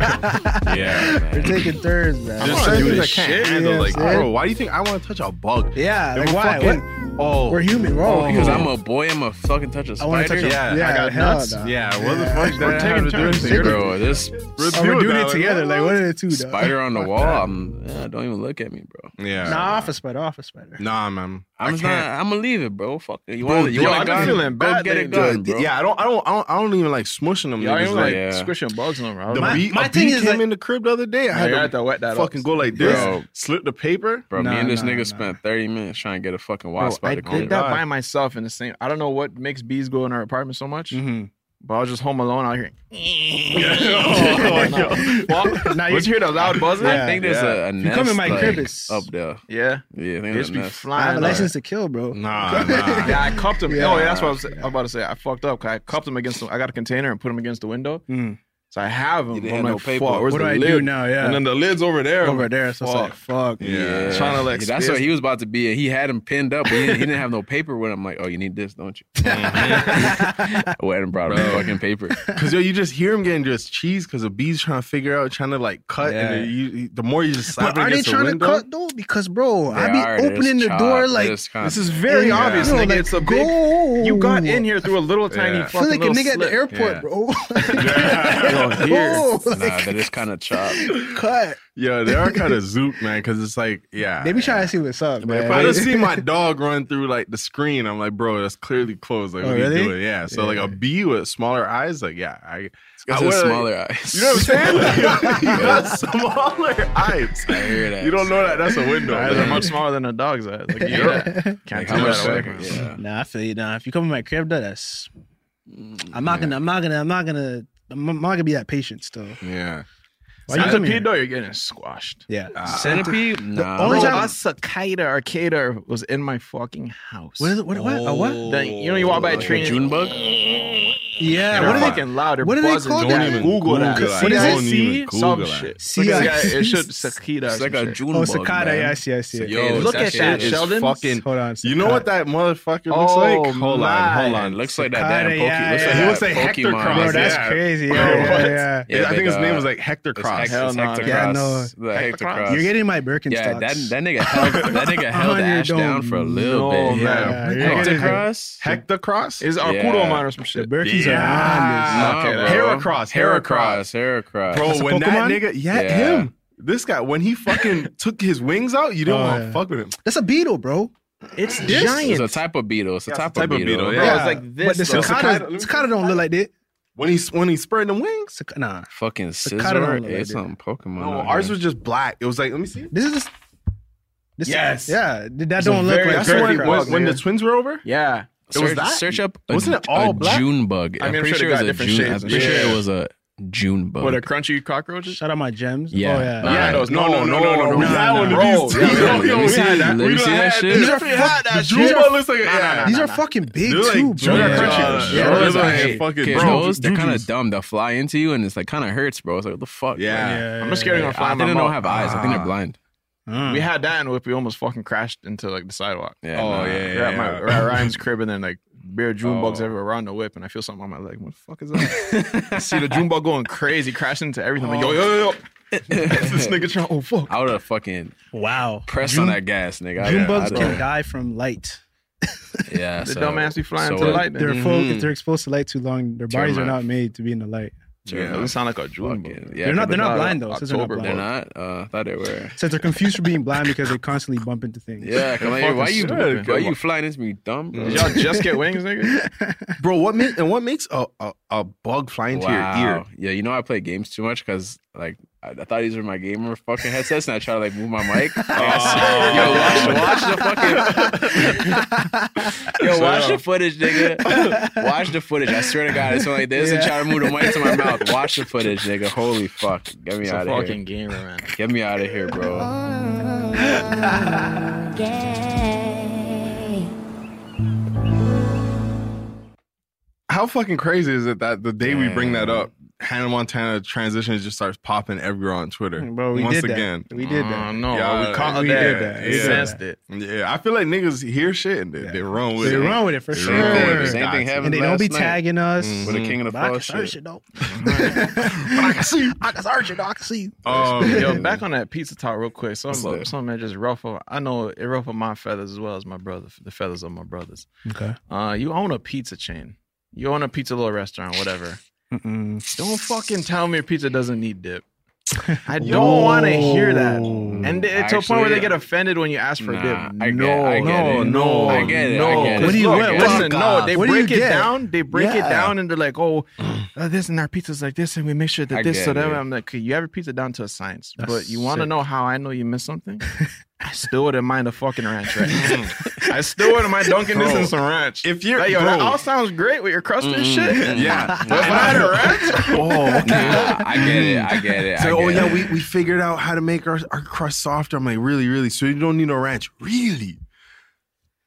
Speaker 5: yeah,
Speaker 4: we're taking turns, man.
Speaker 5: There's certain things I can't handle. Like, bro, why do you think I want to touch a bug?
Speaker 4: <laughs> Yeah,
Speaker 5: They
Speaker 4: like,
Speaker 5: were
Speaker 4: why?
Speaker 5: fucking- Oh,
Speaker 4: We're human, we're all
Speaker 8: Because
Speaker 4: human.
Speaker 8: I'm a boy, I'm a fucking touch a
Speaker 4: I wanna
Speaker 8: spider.
Speaker 4: touch a- Yeah, yeah, I got hell nuts. nah.
Speaker 5: Yeah, what the fuck?
Speaker 8: We're
Speaker 5: That
Speaker 8: taking
Speaker 5: have to do
Speaker 8: turns,
Speaker 5: anything.
Speaker 8: bro. This
Speaker 4: Oh, we're doing it together. Like, what are the two, dog?
Speaker 8: Spider on the
Speaker 4: Fuck
Speaker 8: wall.
Speaker 4: that.
Speaker 8: I'm, yeah, don't even look at me, bro.
Speaker 5: Yeah.
Speaker 4: Nah, off a spider, off a spider.
Speaker 5: Nah, man. I
Speaker 8: I'm just not.
Speaker 5: can't.
Speaker 8: I'm gonna leave it, bro. Fuck it. You
Speaker 5: Bro,
Speaker 8: want? You
Speaker 5: yo,
Speaker 8: want a
Speaker 5: I've been
Speaker 8: gun?
Speaker 5: feeling
Speaker 8: Go
Speaker 5: bad
Speaker 8: get a
Speaker 5: lately.
Speaker 8: gun, bro.
Speaker 5: Yeah, I don't, I don't, I don't, I don't even like smushing them.
Speaker 3: Y'all
Speaker 5: niggas,
Speaker 3: ain't like
Speaker 5: yeah.
Speaker 3: squishing bugs on them.
Speaker 5: The
Speaker 3: bro.
Speaker 5: bee,
Speaker 3: My
Speaker 5: a
Speaker 3: thing
Speaker 5: bee
Speaker 3: is
Speaker 5: came
Speaker 3: that-
Speaker 5: in the crib the other day. I
Speaker 3: Yeah,
Speaker 5: had
Speaker 3: you
Speaker 5: to,
Speaker 3: had to wet that
Speaker 5: fucking
Speaker 3: up.
Speaker 5: go like this,
Speaker 8: Bro.
Speaker 5: slip the paper.
Speaker 8: Bro, me
Speaker 3: Nah,
Speaker 8: and this
Speaker 3: nah,
Speaker 8: nigga spent 30 minutes trying to get a fucking
Speaker 3: Bro,
Speaker 8: wild spot
Speaker 3: I
Speaker 8: to call
Speaker 3: did that by myself in the same. I don't know what makes bees go in our apartment so much,
Speaker 8: Mm-hmm.
Speaker 5: <laughs>
Speaker 3: but I was just home alone out here. <laughs> well,
Speaker 4: Now
Speaker 3: now you
Speaker 4: you-
Speaker 3: hear the loud buzzing.
Speaker 8: I think there's a, a
Speaker 4: If
Speaker 8: nest
Speaker 4: you come in my
Speaker 8: like,
Speaker 4: crib, it's-
Speaker 8: up there.
Speaker 3: Yeah,
Speaker 8: yeah. I think
Speaker 3: They just
Speaker 8: there's a
Speaker 3: be
Speaker 8: nest.
Speaker 4: I have
Speaker 3: flying.
Speaker 4: a
Speaker 3: up.
Speaker 4: license to kill, bro.
Speaker 5: Nah,
Speaker 3: <laughs> yeah, I cupped him.
Speaker 4: Yeah.
Speaker 3: Oh, yeah, that's what I was, I was about to say. I fucked up. 'cause I cupped him against. The, I got a container and put him against the window. So I Mm. have him.
Speaker 8: You
Speaker 3: but
Speaker 8: didn't
Speaker 3: I'm
Speaker 8: have
Speaker 3: like,
Speaker 8: no paper.
Speaker 3: fuck, where's
Speaker 4: What
Speaker 3: the
Speaker 4: do I
Speaker 3: lid?
Speaker 4: do now? Yeah.
Speaker 3: And then the lid's over there.
Speaker 4: Over there, so it's like, fuck.
Speaker 8: Yeah.
Speaker 3: Trying to, like,
Speaker 8: Yeah, that's
Speaker 3: space-
Speaker 8: what he was about to be. He had him pinned up, but he didn't, he didn't have no paper with him. I'm like, oh, you need this, don't you? <laughs> I went and brought him fucking paper.
Speaker 5: Cause yo, you just hear him getting just cheese because the bees trying to figure out, trying to like cut,
Speaker 8: Yeah.
Speaker 5: and then you, you- the more you just slap
Speaker 4: But
Speaker 5: it
Speaker 4: are they
Speaker 5: against
Speaker 4: trying
Speaker 5: the
Speaker 4: to
Speaker 5: window.
Speaker 4: cut though? Because bro,
Speaker 5: They
Speaker 4: I be
Speaker 5: are, they
Speaker 4: opening the
Speaker 5: just
Speaker 4: door
Speaker 5: chop,
Speaker 4: like
Speaker 5: just kinda-
Speaker 3: This is very
Speaker 5: Yeah.
Speaker 3: obvious,
Speaker 5: No,
Speaker 3: nigga.
Speaker 5: like,
Speaker 3: it's a big. You got in here through a little tiny.
Speaker 8: Yeah.
Speaker 3: Yeah.
Speaker 8: Feel
Speaker 4: feel like a nigga at the airport, bro. <laughs>
Speaker 5: Yo, here.
Speaker 4: Oh,
Speaker 8: Nah, that is kind of chopped.
Speaker 4: Cut.
Speaker 5: <laughs> Yo, they are kind of zooped, man. Because it's like, yeah.
Speaker 4: They be trying to see what's up, man.
Speaker 5: If I
Speaker 4: <laughs>
Speaker 5: just see my dog run through like the screen, I'm like, bro, that's clearly closed. Like,
Speaker 4: Oh,
Speaker 5: what are
Speaker 4: really?
Speaker 5: you doing? Yeah. So like a bee with smaller eyes, like, yeah, I.
Speaker 8: It's
Speaker 5: I
Speaker 8: a
Speaker 5: would-
Speaker 8: smaller eyes.
Speaker 5: You know what I'm saying?
Speaker 8: <laughs>
Speaker 5: <laughs> Like, you got smaller eyes.
Speaker 8: I hear that.
Speaker 5: You don't know that. That's a window.
Speaker 3: Eyes are
Speaker 5: man.
Speaker 3: much smaller than a dog's
Speaker 4: <laughs>
Speaker 3: eyes. Like, you
Speaker 5: Yeah.
Speaker 3: Can't
Speaker 5: Like,
Speaker 3: tell
Speaker 5: how much
Speaker 3: that away.
Speaker 5: seconds?
Speaker 8: Yeah.
Speaker 4: Nah, I feel you. Nah, if you come in my crib, though, that's. I'm not gonna. I'm not gonna. I'm not gonna. I'm not gonna be that patient still.
Speaker 5: Yeah.
Speaker 4: Why you come here?
Speaker 3: Centipede, though, you're getting squashed.
Speaker 4: Yeah.
Speaker 8: Centipede?
Speaker 3: The
Speaker 8: Nah.
Speaker 3: only
Speaker 8: Bro,
Speaker 3: time a cicada or cicada was in my fucking house.
Speaker 4: What is it? What? What? A what?
Speaker 3: Then, you know, you walk by a tree.
Speaker 8: June bug?
Speaker 4: Yeah.
Speaker 3: They're
Speaker 4: What are they?
Speaker 3: fucking loud. They're
Speaker 4: what do they
Speaker 3: buzzing.
Speaker 4: call
Speaker 3: Don't
Speaker 4: that?
Speaker 3: even
Speaker 4: Google
Speaker 3: Google that.
Speaker 4: that. What is it?
Speaker 3: See?
Speaker 5: Google
Speaker 3: Some
Speaker 5: that.
Speaker 3: shit.
Speaker 4: See,
Speaker 3: Look at
Speaker 4: I-
Speaker 3: this guy. It should cicada. or
Speaker 8: It's
Speaker 3: some
Speaker 8: like a
Speaker 3: shit.
Speaker 8: June
Speaker 4: Oh,
Speaker 8: bug,
Speaker 4: cicada.
Speaker 8: man.
Speaker 4: Yeah, I see. I see. I see.
Speaker 8: Yo,
Speaker 3: Look at that,
Speaker 8: shit is
Speaker 3: Sheldon.
Speaker 5: Fucking.
Speaker 4: Hold on.
Speaker 5: You know what that motherfucker looks
Speaker 3: Oh,
Speaker 5: like? Hold on, hold
Speaker 3: my.
Speaker 5: on.
Speaker 8: Looks like that
Speaker 4: Cicada,
Speaker 8: damn Pokemon.
Speaker 4: yeah,
Speaker 8: looks like
Speaker 4: yeah.
Speaker 5: He looks
Speaker 8: that
Speaker 5: like Hector
Speaker 8: Pokemon.
Speaker 5: Cross.
Speaker 4: Bro, that's
Speaker 5: yeah.
Speaker 4: crazy. Yeah,
Speaker 5: Bro,
Speaker 4: yeah,
Speaker 5: what?
Speaker 4: yeah.
Speaker 8: Yeah,
Speaker 5: I think
Speaker 8: big,
Speaker 5: his name
Speaker 8: uh,
Speaker 5: was like Hector
Speaker 8: It's
Speaker 5: Cross.
Speaker 8: Hect- it's Hector
Speaker 4: Yeah,
Speaker 8: Cross.
Speaker 4: no.
Speaker 8: The Hector Cross.
Speaker 4: You're getting my Birkenstocks.
Speaker 8: Yeah, that, that nigga held that nigga held
Speaker 4: On your
Speaker 8: Ash down
Speaker 4: dome.
Speaker 8: for a little bit.
Speaker 4: man.
Speaker 8: Yeah.
Speaker 4: Yeah, you're
Speaker 8: Hector
Speaker 4: getting-
Speaker 8: Cross.
Speaker 5: Hector Cross?
Speaker 3: Is
Speaker 8: Yeah.
Speaker 3: Arcudo mine or some shit?
Speaker 4: The Birkies are on
Speaker 8: Nah,
Speaker 3: Okay,
Speaker 8: bro.
Speaker 5: Heracross,
Speaker 8: Heracross, Heracross.
Speaker 5: Bro, when that nigga, yeah,
Speaker 8: Yeah.
Speaker 5: him. This guy, when he fucking took his wings out, you didn't
Speaker 4: Oh,
Speaker 5: want to
Speaker 4: yeah.
Speaker 5: fuck with him.
Speaker 4: That's a beetle, bro.
Speaker 3: It's
Speaker 8: It's
Speaker 3: giant.
Speaker 8: a type of beetle. It's a
Speaker 5: Yeah,
Speaker 8: type, of beetle.
Speaker 5: yeah.
Speaker 3: Bro, it's like
Speaker 4: But the
Speaker 3: this. though.
Speaker 4: cicada, cicada don't look like that.
Speaker 5: When he when he spread them wings,
Speaker 4: Cic- Nah.
Speaker 8: Fucking
Speaker 4: Cicada don't
Speaker 8: scissor.
Speaker 4: look like
Speaker 8: It's
Speaker 4: that.
Speaker 8: on Pokemon.
Speaker 5: no,
Speaker 8: out
Speaker 5: Oh, ours
Speaker 8: here.
Speaker 5: was just black. It was like, let me see.
Speaker 4: This is just. This
Speaker 5: Yes.
Speaker 4: Yeah. That
Speaker 3: It's a
Speaker 4: don't look
Speaker 3: very
Speaker 4: like.
Speaker 5: That's the
Speaker 3: Dirty
Speaker 5: one
Speaker 3: bugs,
Speaker 5: when, when the
Speaker 3: nigga.
Speaker 5: twins were over.
Speaker 3: Yeah.
Speaker 5: It was
Speaker 8: Search-
Speaker 5: that?
Speaker 8: Search up. A,
Speaker 5: Wasn't it all
Speaker 8: a
Speaker 5: black?
Speaker 8: June bug.
Speaker 3: I
Speaker 8: I'm
Speaker 3: mean, I'm
Speaker 8: pretty
Speaker 3: sure
Speaker 8: sure
Speaker 3: they
Speaker 8: it was
Speaker 3: got
Speaker 8: a
Speaker 3: different
Speaker 8: June. I'm
Speaker 3: shades and
Speaker 8: pretty sure
Speaker 3: shit.
Speaker 8: it was a June bug.
Speaker 3: What, a crunchy cockroaches?
Speaker 4: Shout out my gems.
Speaker 8: Yeah.
Speaker 4: Oh yeah.
Speaker 8: Nah.
Speaker 5: Yeah,
Speaker 3: those-
Speaker 5: no, no, no, no, no, no.
Speaker 4: no,
Speaker 5: We had
Speaker 4: no.
Speaker 5: one of
Speaker 3: Bro,
Speaker 5: these.
Speaker 3: yeah,
Speaker 5: too.
Speaker 3: yeah,
Speaker 5: Yo,
Speaker 8: let me
Speaker 5: we
Speaker 8: see
Speaker 5: had
Speaker 8: that-
Speaker 5: that.
Speaker 8: let me
Speaker 5: We
Speaker 8: see
Speaker 5: done
Speaker 8: that
Speaker 5: had
Speaker 8: shit.
Speaker 5: this.
Speaker 4: These are
Speaker 5: We had
Speaker 4: fuck-
Speaker 5: that.
Speaker 4: these
Speaker 5: Drew
Speaker 4: are-
Speaker 5: Bug looks like a- yeah.
Speaker 4: These are fucking big
Speaker 5: They're like
Speaker 4: too, bro.
Speaker 5: Junior
Speaker 8: Yeah.
Speaker 5: Crunchy.
Speaker 8: Yeah.
Speaker 5: Bro,
Speaker 8: Those
Speaker 5: those
Speaker 8: are-
Speaker 5: are fucking
Speaker 8: Kids,
Speaker 5: bro,
Speaker 8: those, they're kind
Speaker 5: doo-doos.
Speaker 8: of dumb. They'll fly into you, and it's like kind of hurts, bro. It's like what the fuck.
Speaker 5: Yeah.
Speaker 8: Like,
Speaker 4: Yeah,
Speaker 3: I'm just scared they're gonna
Speaker 8: I
Speaker 3: fly in
Speaker 8: think
Speaker 3: my
Speaker 8: they don't
Speaker 3: mouth.
Speaker 8: have eyes. I think they're blind.
Speaker 3: We had that, and we almost fucking crashed into like the sidewalk.
Speaker 8: Yeah, Oh, nah. yeah,
Speaker 3: We're
Speaker 8: yeah,
Speaker 3: at my,
Speaker 8: yeah.
Speaker 3: we're at <laughs> Ryan's crib, and then like bare June bugs
Speaker 8: Oh.
Speaker 3: everywhere around the whip, and I feel something on my leg. What the fuck is that? I see the June bug going crazy, crashing into everything. I'm like yo, yo, yo, yo. this nigga trying. Oh fuck!
Speaker 8: <laughs> I would have fucking
Speaker 4: wow
Speaker 8: pressed on that gas, nigga. I-
Speaker 4: June
Speaker 8: yeah,
Speaker 4: bugs
Speaker 8: I'd-
Speaker 4: can die from light.
Speaker 8: Yeah,
Speaker 3: The
Speaker 8: so,
Speaker 3: dumbass be flying
Speaker 8: so
Speaker 3: to
Speaker 8: what?
Speaker 3: light,
Speaker 4: They're full, if they're exposed to light too long, their
Speaker 8: Sure,
Speaker 4: bodies are
Speaker 8: man.
Speaker 4: not made to be in the light.
Speaker 3: Yeah, doesn't sound like a June bug.
Speaker 4: They're not- they're not blind, though. It says they're not
Speaker 8: October,
Speaker 4: blind.
Speaker 8: not. Uh, I thought they were.
Speaker 4: Says they're confused for being blind because they constantly bump into things.
Speaker 8: Yeah, come on,
Speaker 4: Fucking
Speaker 8: why you
Speaker 4: stupid.
Speaker 8: why you flying into me, dumb? Bro?
Speaker 3: Did y'all just get wings, <laughs> nigga?
Speaker 5: bro. What make, and what makes a, a, a bug fly into your ear?
Speaker 8: Wow. Yeah, you know I play games too much because like I, I thought these were my gamer fucking headsets, and I try to like move my mic. Like,
Speaker 3: Oh. <laughs>
Speaker 8: I see- yo, watch, watch the fucking, yo,
Speaker 9: So-
Speaker 8: watch the footage, nigga. Watch the footage. I swear to God, it's like this, and
Speaker 9: Yeah.
Speaker 8: try to move the mic to my mouth. Watch the footage, nigga. Holy fuck, get me
Speaker 3: It's a
Speaker 8: out of here.
Speaker 3: fucking gamer, man.
Speaker 8: Get me out of here, bro.
Speaker 5: How fucking crazy is it that the day we bring that up, Hannah Montana transition just starts popping everywhere on Twitter.
Speaker 4: Bro, we
Speaker 5: once
Speaker 4: did that.
Speaker 5: again,
Speaker 4: We did that.
Speaker 3: Oh, no.
Speaker 5: Yeah,
Speaker 3: We caught
Speaker 5: we
Speaker 3: that.
Speaker 5: did that.
Speaker 3: We
Speaker 5: Yeah.
Speaker 3: sensed it.
Speaker 5: Yeah, I feel like niggas hear shit and they, they run with
Speaker 4: They
Speaker 5: it.
Speaker 4: run with it for
Speaker 5: They
Speaker 4: sure.
Speaker 5: run with it.
Speaker 4: Same
Speaker 5: Got
Speaker 4: thing
Speaker 5: to.
Speaker 4: happened And they don't last be night. tagging us.
Speaker 8: With the King of the
Speaker 4: But I can
Speaker 8: Fall
Speaker 4: search
Speaker 3: <laughs>
Speaker 8: shit.
Speaker 4: it, though. but I can see you. I can search it, though. I can see you.
Speaker 5: Oh, <laughs>
Speaker 3: yo,
Speaker 5: man.
Speaker 3: back on that pizza talk real quick. Something,
Speaker 4: What's up?
Speaker 3: something that just ruffled. I know it ruffled my feathers as well as my brother, the feathers of my brothers.
Speaker 4: Okay.
Speaker 3: Uh, you own a pizza chain. You own a pizza little restaurant, whatever. Don't fucking tell me your pizza doesn't need dip. I don't want to hear that.
Speaker 4: Oh.
Speaker 3: And it- to a point where
Speaker 8: Mm, Actually,
Speaker 3: they get offended when you ask for
Speaker 8: Nah,
Speaker 3: dip.
Speaker 8: I get,
Speaker 3: no,
Speaker 8: I get
Speaker 3: no,
Speaker 8: it.
Speaker 3: no,
Speaker 8: I get it.
Speaker 3: no.
Speaker 8: I get it.
Speaker 3: What do you
Speaker 8: Look,
Speaker 3: get?
Speaker 8: I get
Speaker 3: Listen,
Speaker 8: it.
Speaker 3: no, they
Speaker 8: What do you
Speaker 3: break it
Speaker 8: get?
Speaker 3: down. They break
Speaker 8: Yeah.
Speaker 3: it down into like, oh, uh, this and our pizza's like this, and we make sure that
Speaker 8: I
Speaker 3: this
Speaker 8: get
Speaker 3: so that.
Speaker 8: it.
Speaker 3: I'm like, okay, you have your pizza down to a science,
Speaker 8: That's
Speaker 3: but you want to
Speaker 8: sick.
Speaker 3: know how I know you missed
Speaker 8: <laughs>
Speaker 3: something? I still wouldn't mind a fucking ranch, right?
Speaker 8: Mm.
Speaker 3: <laughs> I still wouldn't mind dunking this in
Speaker 5: Bro,
Speaker 3: some ranch.
Speaker 5: if you're-
Speaker 3: like, yo, that
Speaker 5: bro.
Speaker 3: all sounds great with your crust and
Speaker 5: Mm,
Speaker 3: shit.
Speaker 8: Mm-hmm.
Speaker 3: <laughs>
Speaker 5: yeah.
Speaker 3: but if I had a ranch,
Speaker 5: Oh,
Speaker 8: Nah, <laughs> I get it. I get it. I
Speaker 5: So,
Speaker 8: get
Speaker 5: oh yeah,
Speaker 8: it.
Speaker 5: we, we figured out how to make our, our crust softer. I'm like, really, really. So you don't need no ranch, really?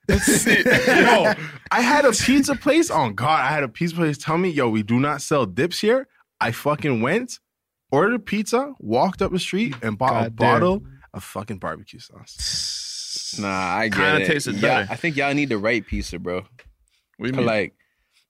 Speaker 5: That's <laughs> it. yo, I had a pizza place. On God, I had a pizza place tell me, yo, we do not sell dips here. I fucking went, ordered a pizza, walked up the street, and bought a
Speaker 8: God damn.
Speaker 5: bottle of fucking barbecue sauce.
Speaker 8: Nah, I get
Speaker 5: Kinda
Speaker 8: it.
Speaker 5: tasted
Speaker 8: Yeah,
Speaker 5: better.
Speaker 8: I think y'all need the right pizza, bro.
Speaker 3: We
Speaker 8: mean? like,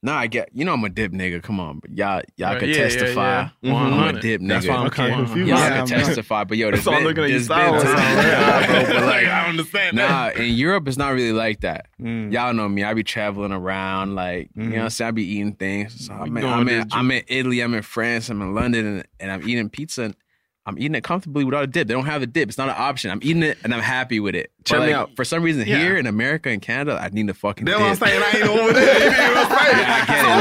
Speaker 8: nah, I get. You know I'm a dip nigga. Come on, but y'all y'all
Speaker 3: Right,
Speaker 8: can
Speaker 3: yeah, yeah,
Speaker 8: testify.
Speaker 3: yeah. 100.
Speaker 8: I'm a dip nigga.
Speaker 3: That's why <laughs> I'm kinda confused.
Speaker 8: Y'all
Speaker 3: Yeah,
Speaker 8: can
Speaker 3: man.
Speaker 8: testify, but
Speaker 3: <laughs> <laughs>
Speaker 8: yo,
Speaker 3: That's
Speaker 8: this
Speaker 3: why I'm
Speaker 8: been,
Speaker 3: looking at you
Speaker 8: this been
Speaker 3: sour.
Speaker 8: time. Nah, bro, but like,
Speaker 5: I understand <laughs>
Speaker 8: nah,
Speaker 5: that.
Speaker 8: in Europe it's not really like that.
Speaker 5: Mm.
Speaker 8: Y'all know me. I be traveling around, like you
Speaker 5: Mm-hmm.
Speaker 8: know, what I'm saying I be eating things. So I'm, in,
Speaker 3: doing
Speaker 8: I'm,
Speaker 3: this,
Speaker 8: in, I'm in Italy. I'm in France. I'm in London, and, and I'm eating pizza. and I'm eating it comfortably without a dip. They don't have a dip. It's not an option. I'm eating it and I'm happy with it. But,
Speaker 5: Check me
Speaker 8: like,
Speaker 5: out.
Speaker 8: For some reason,
Speaker 5: Yeah.
Speaker 8: here in America and Canada, I need a fucking.
Speaker 5: Then
Speaker 8: dip.
Speaker 5: what I'm saying, I ain't over
Speaker 8: <laughs>
Speaker 5: there. You know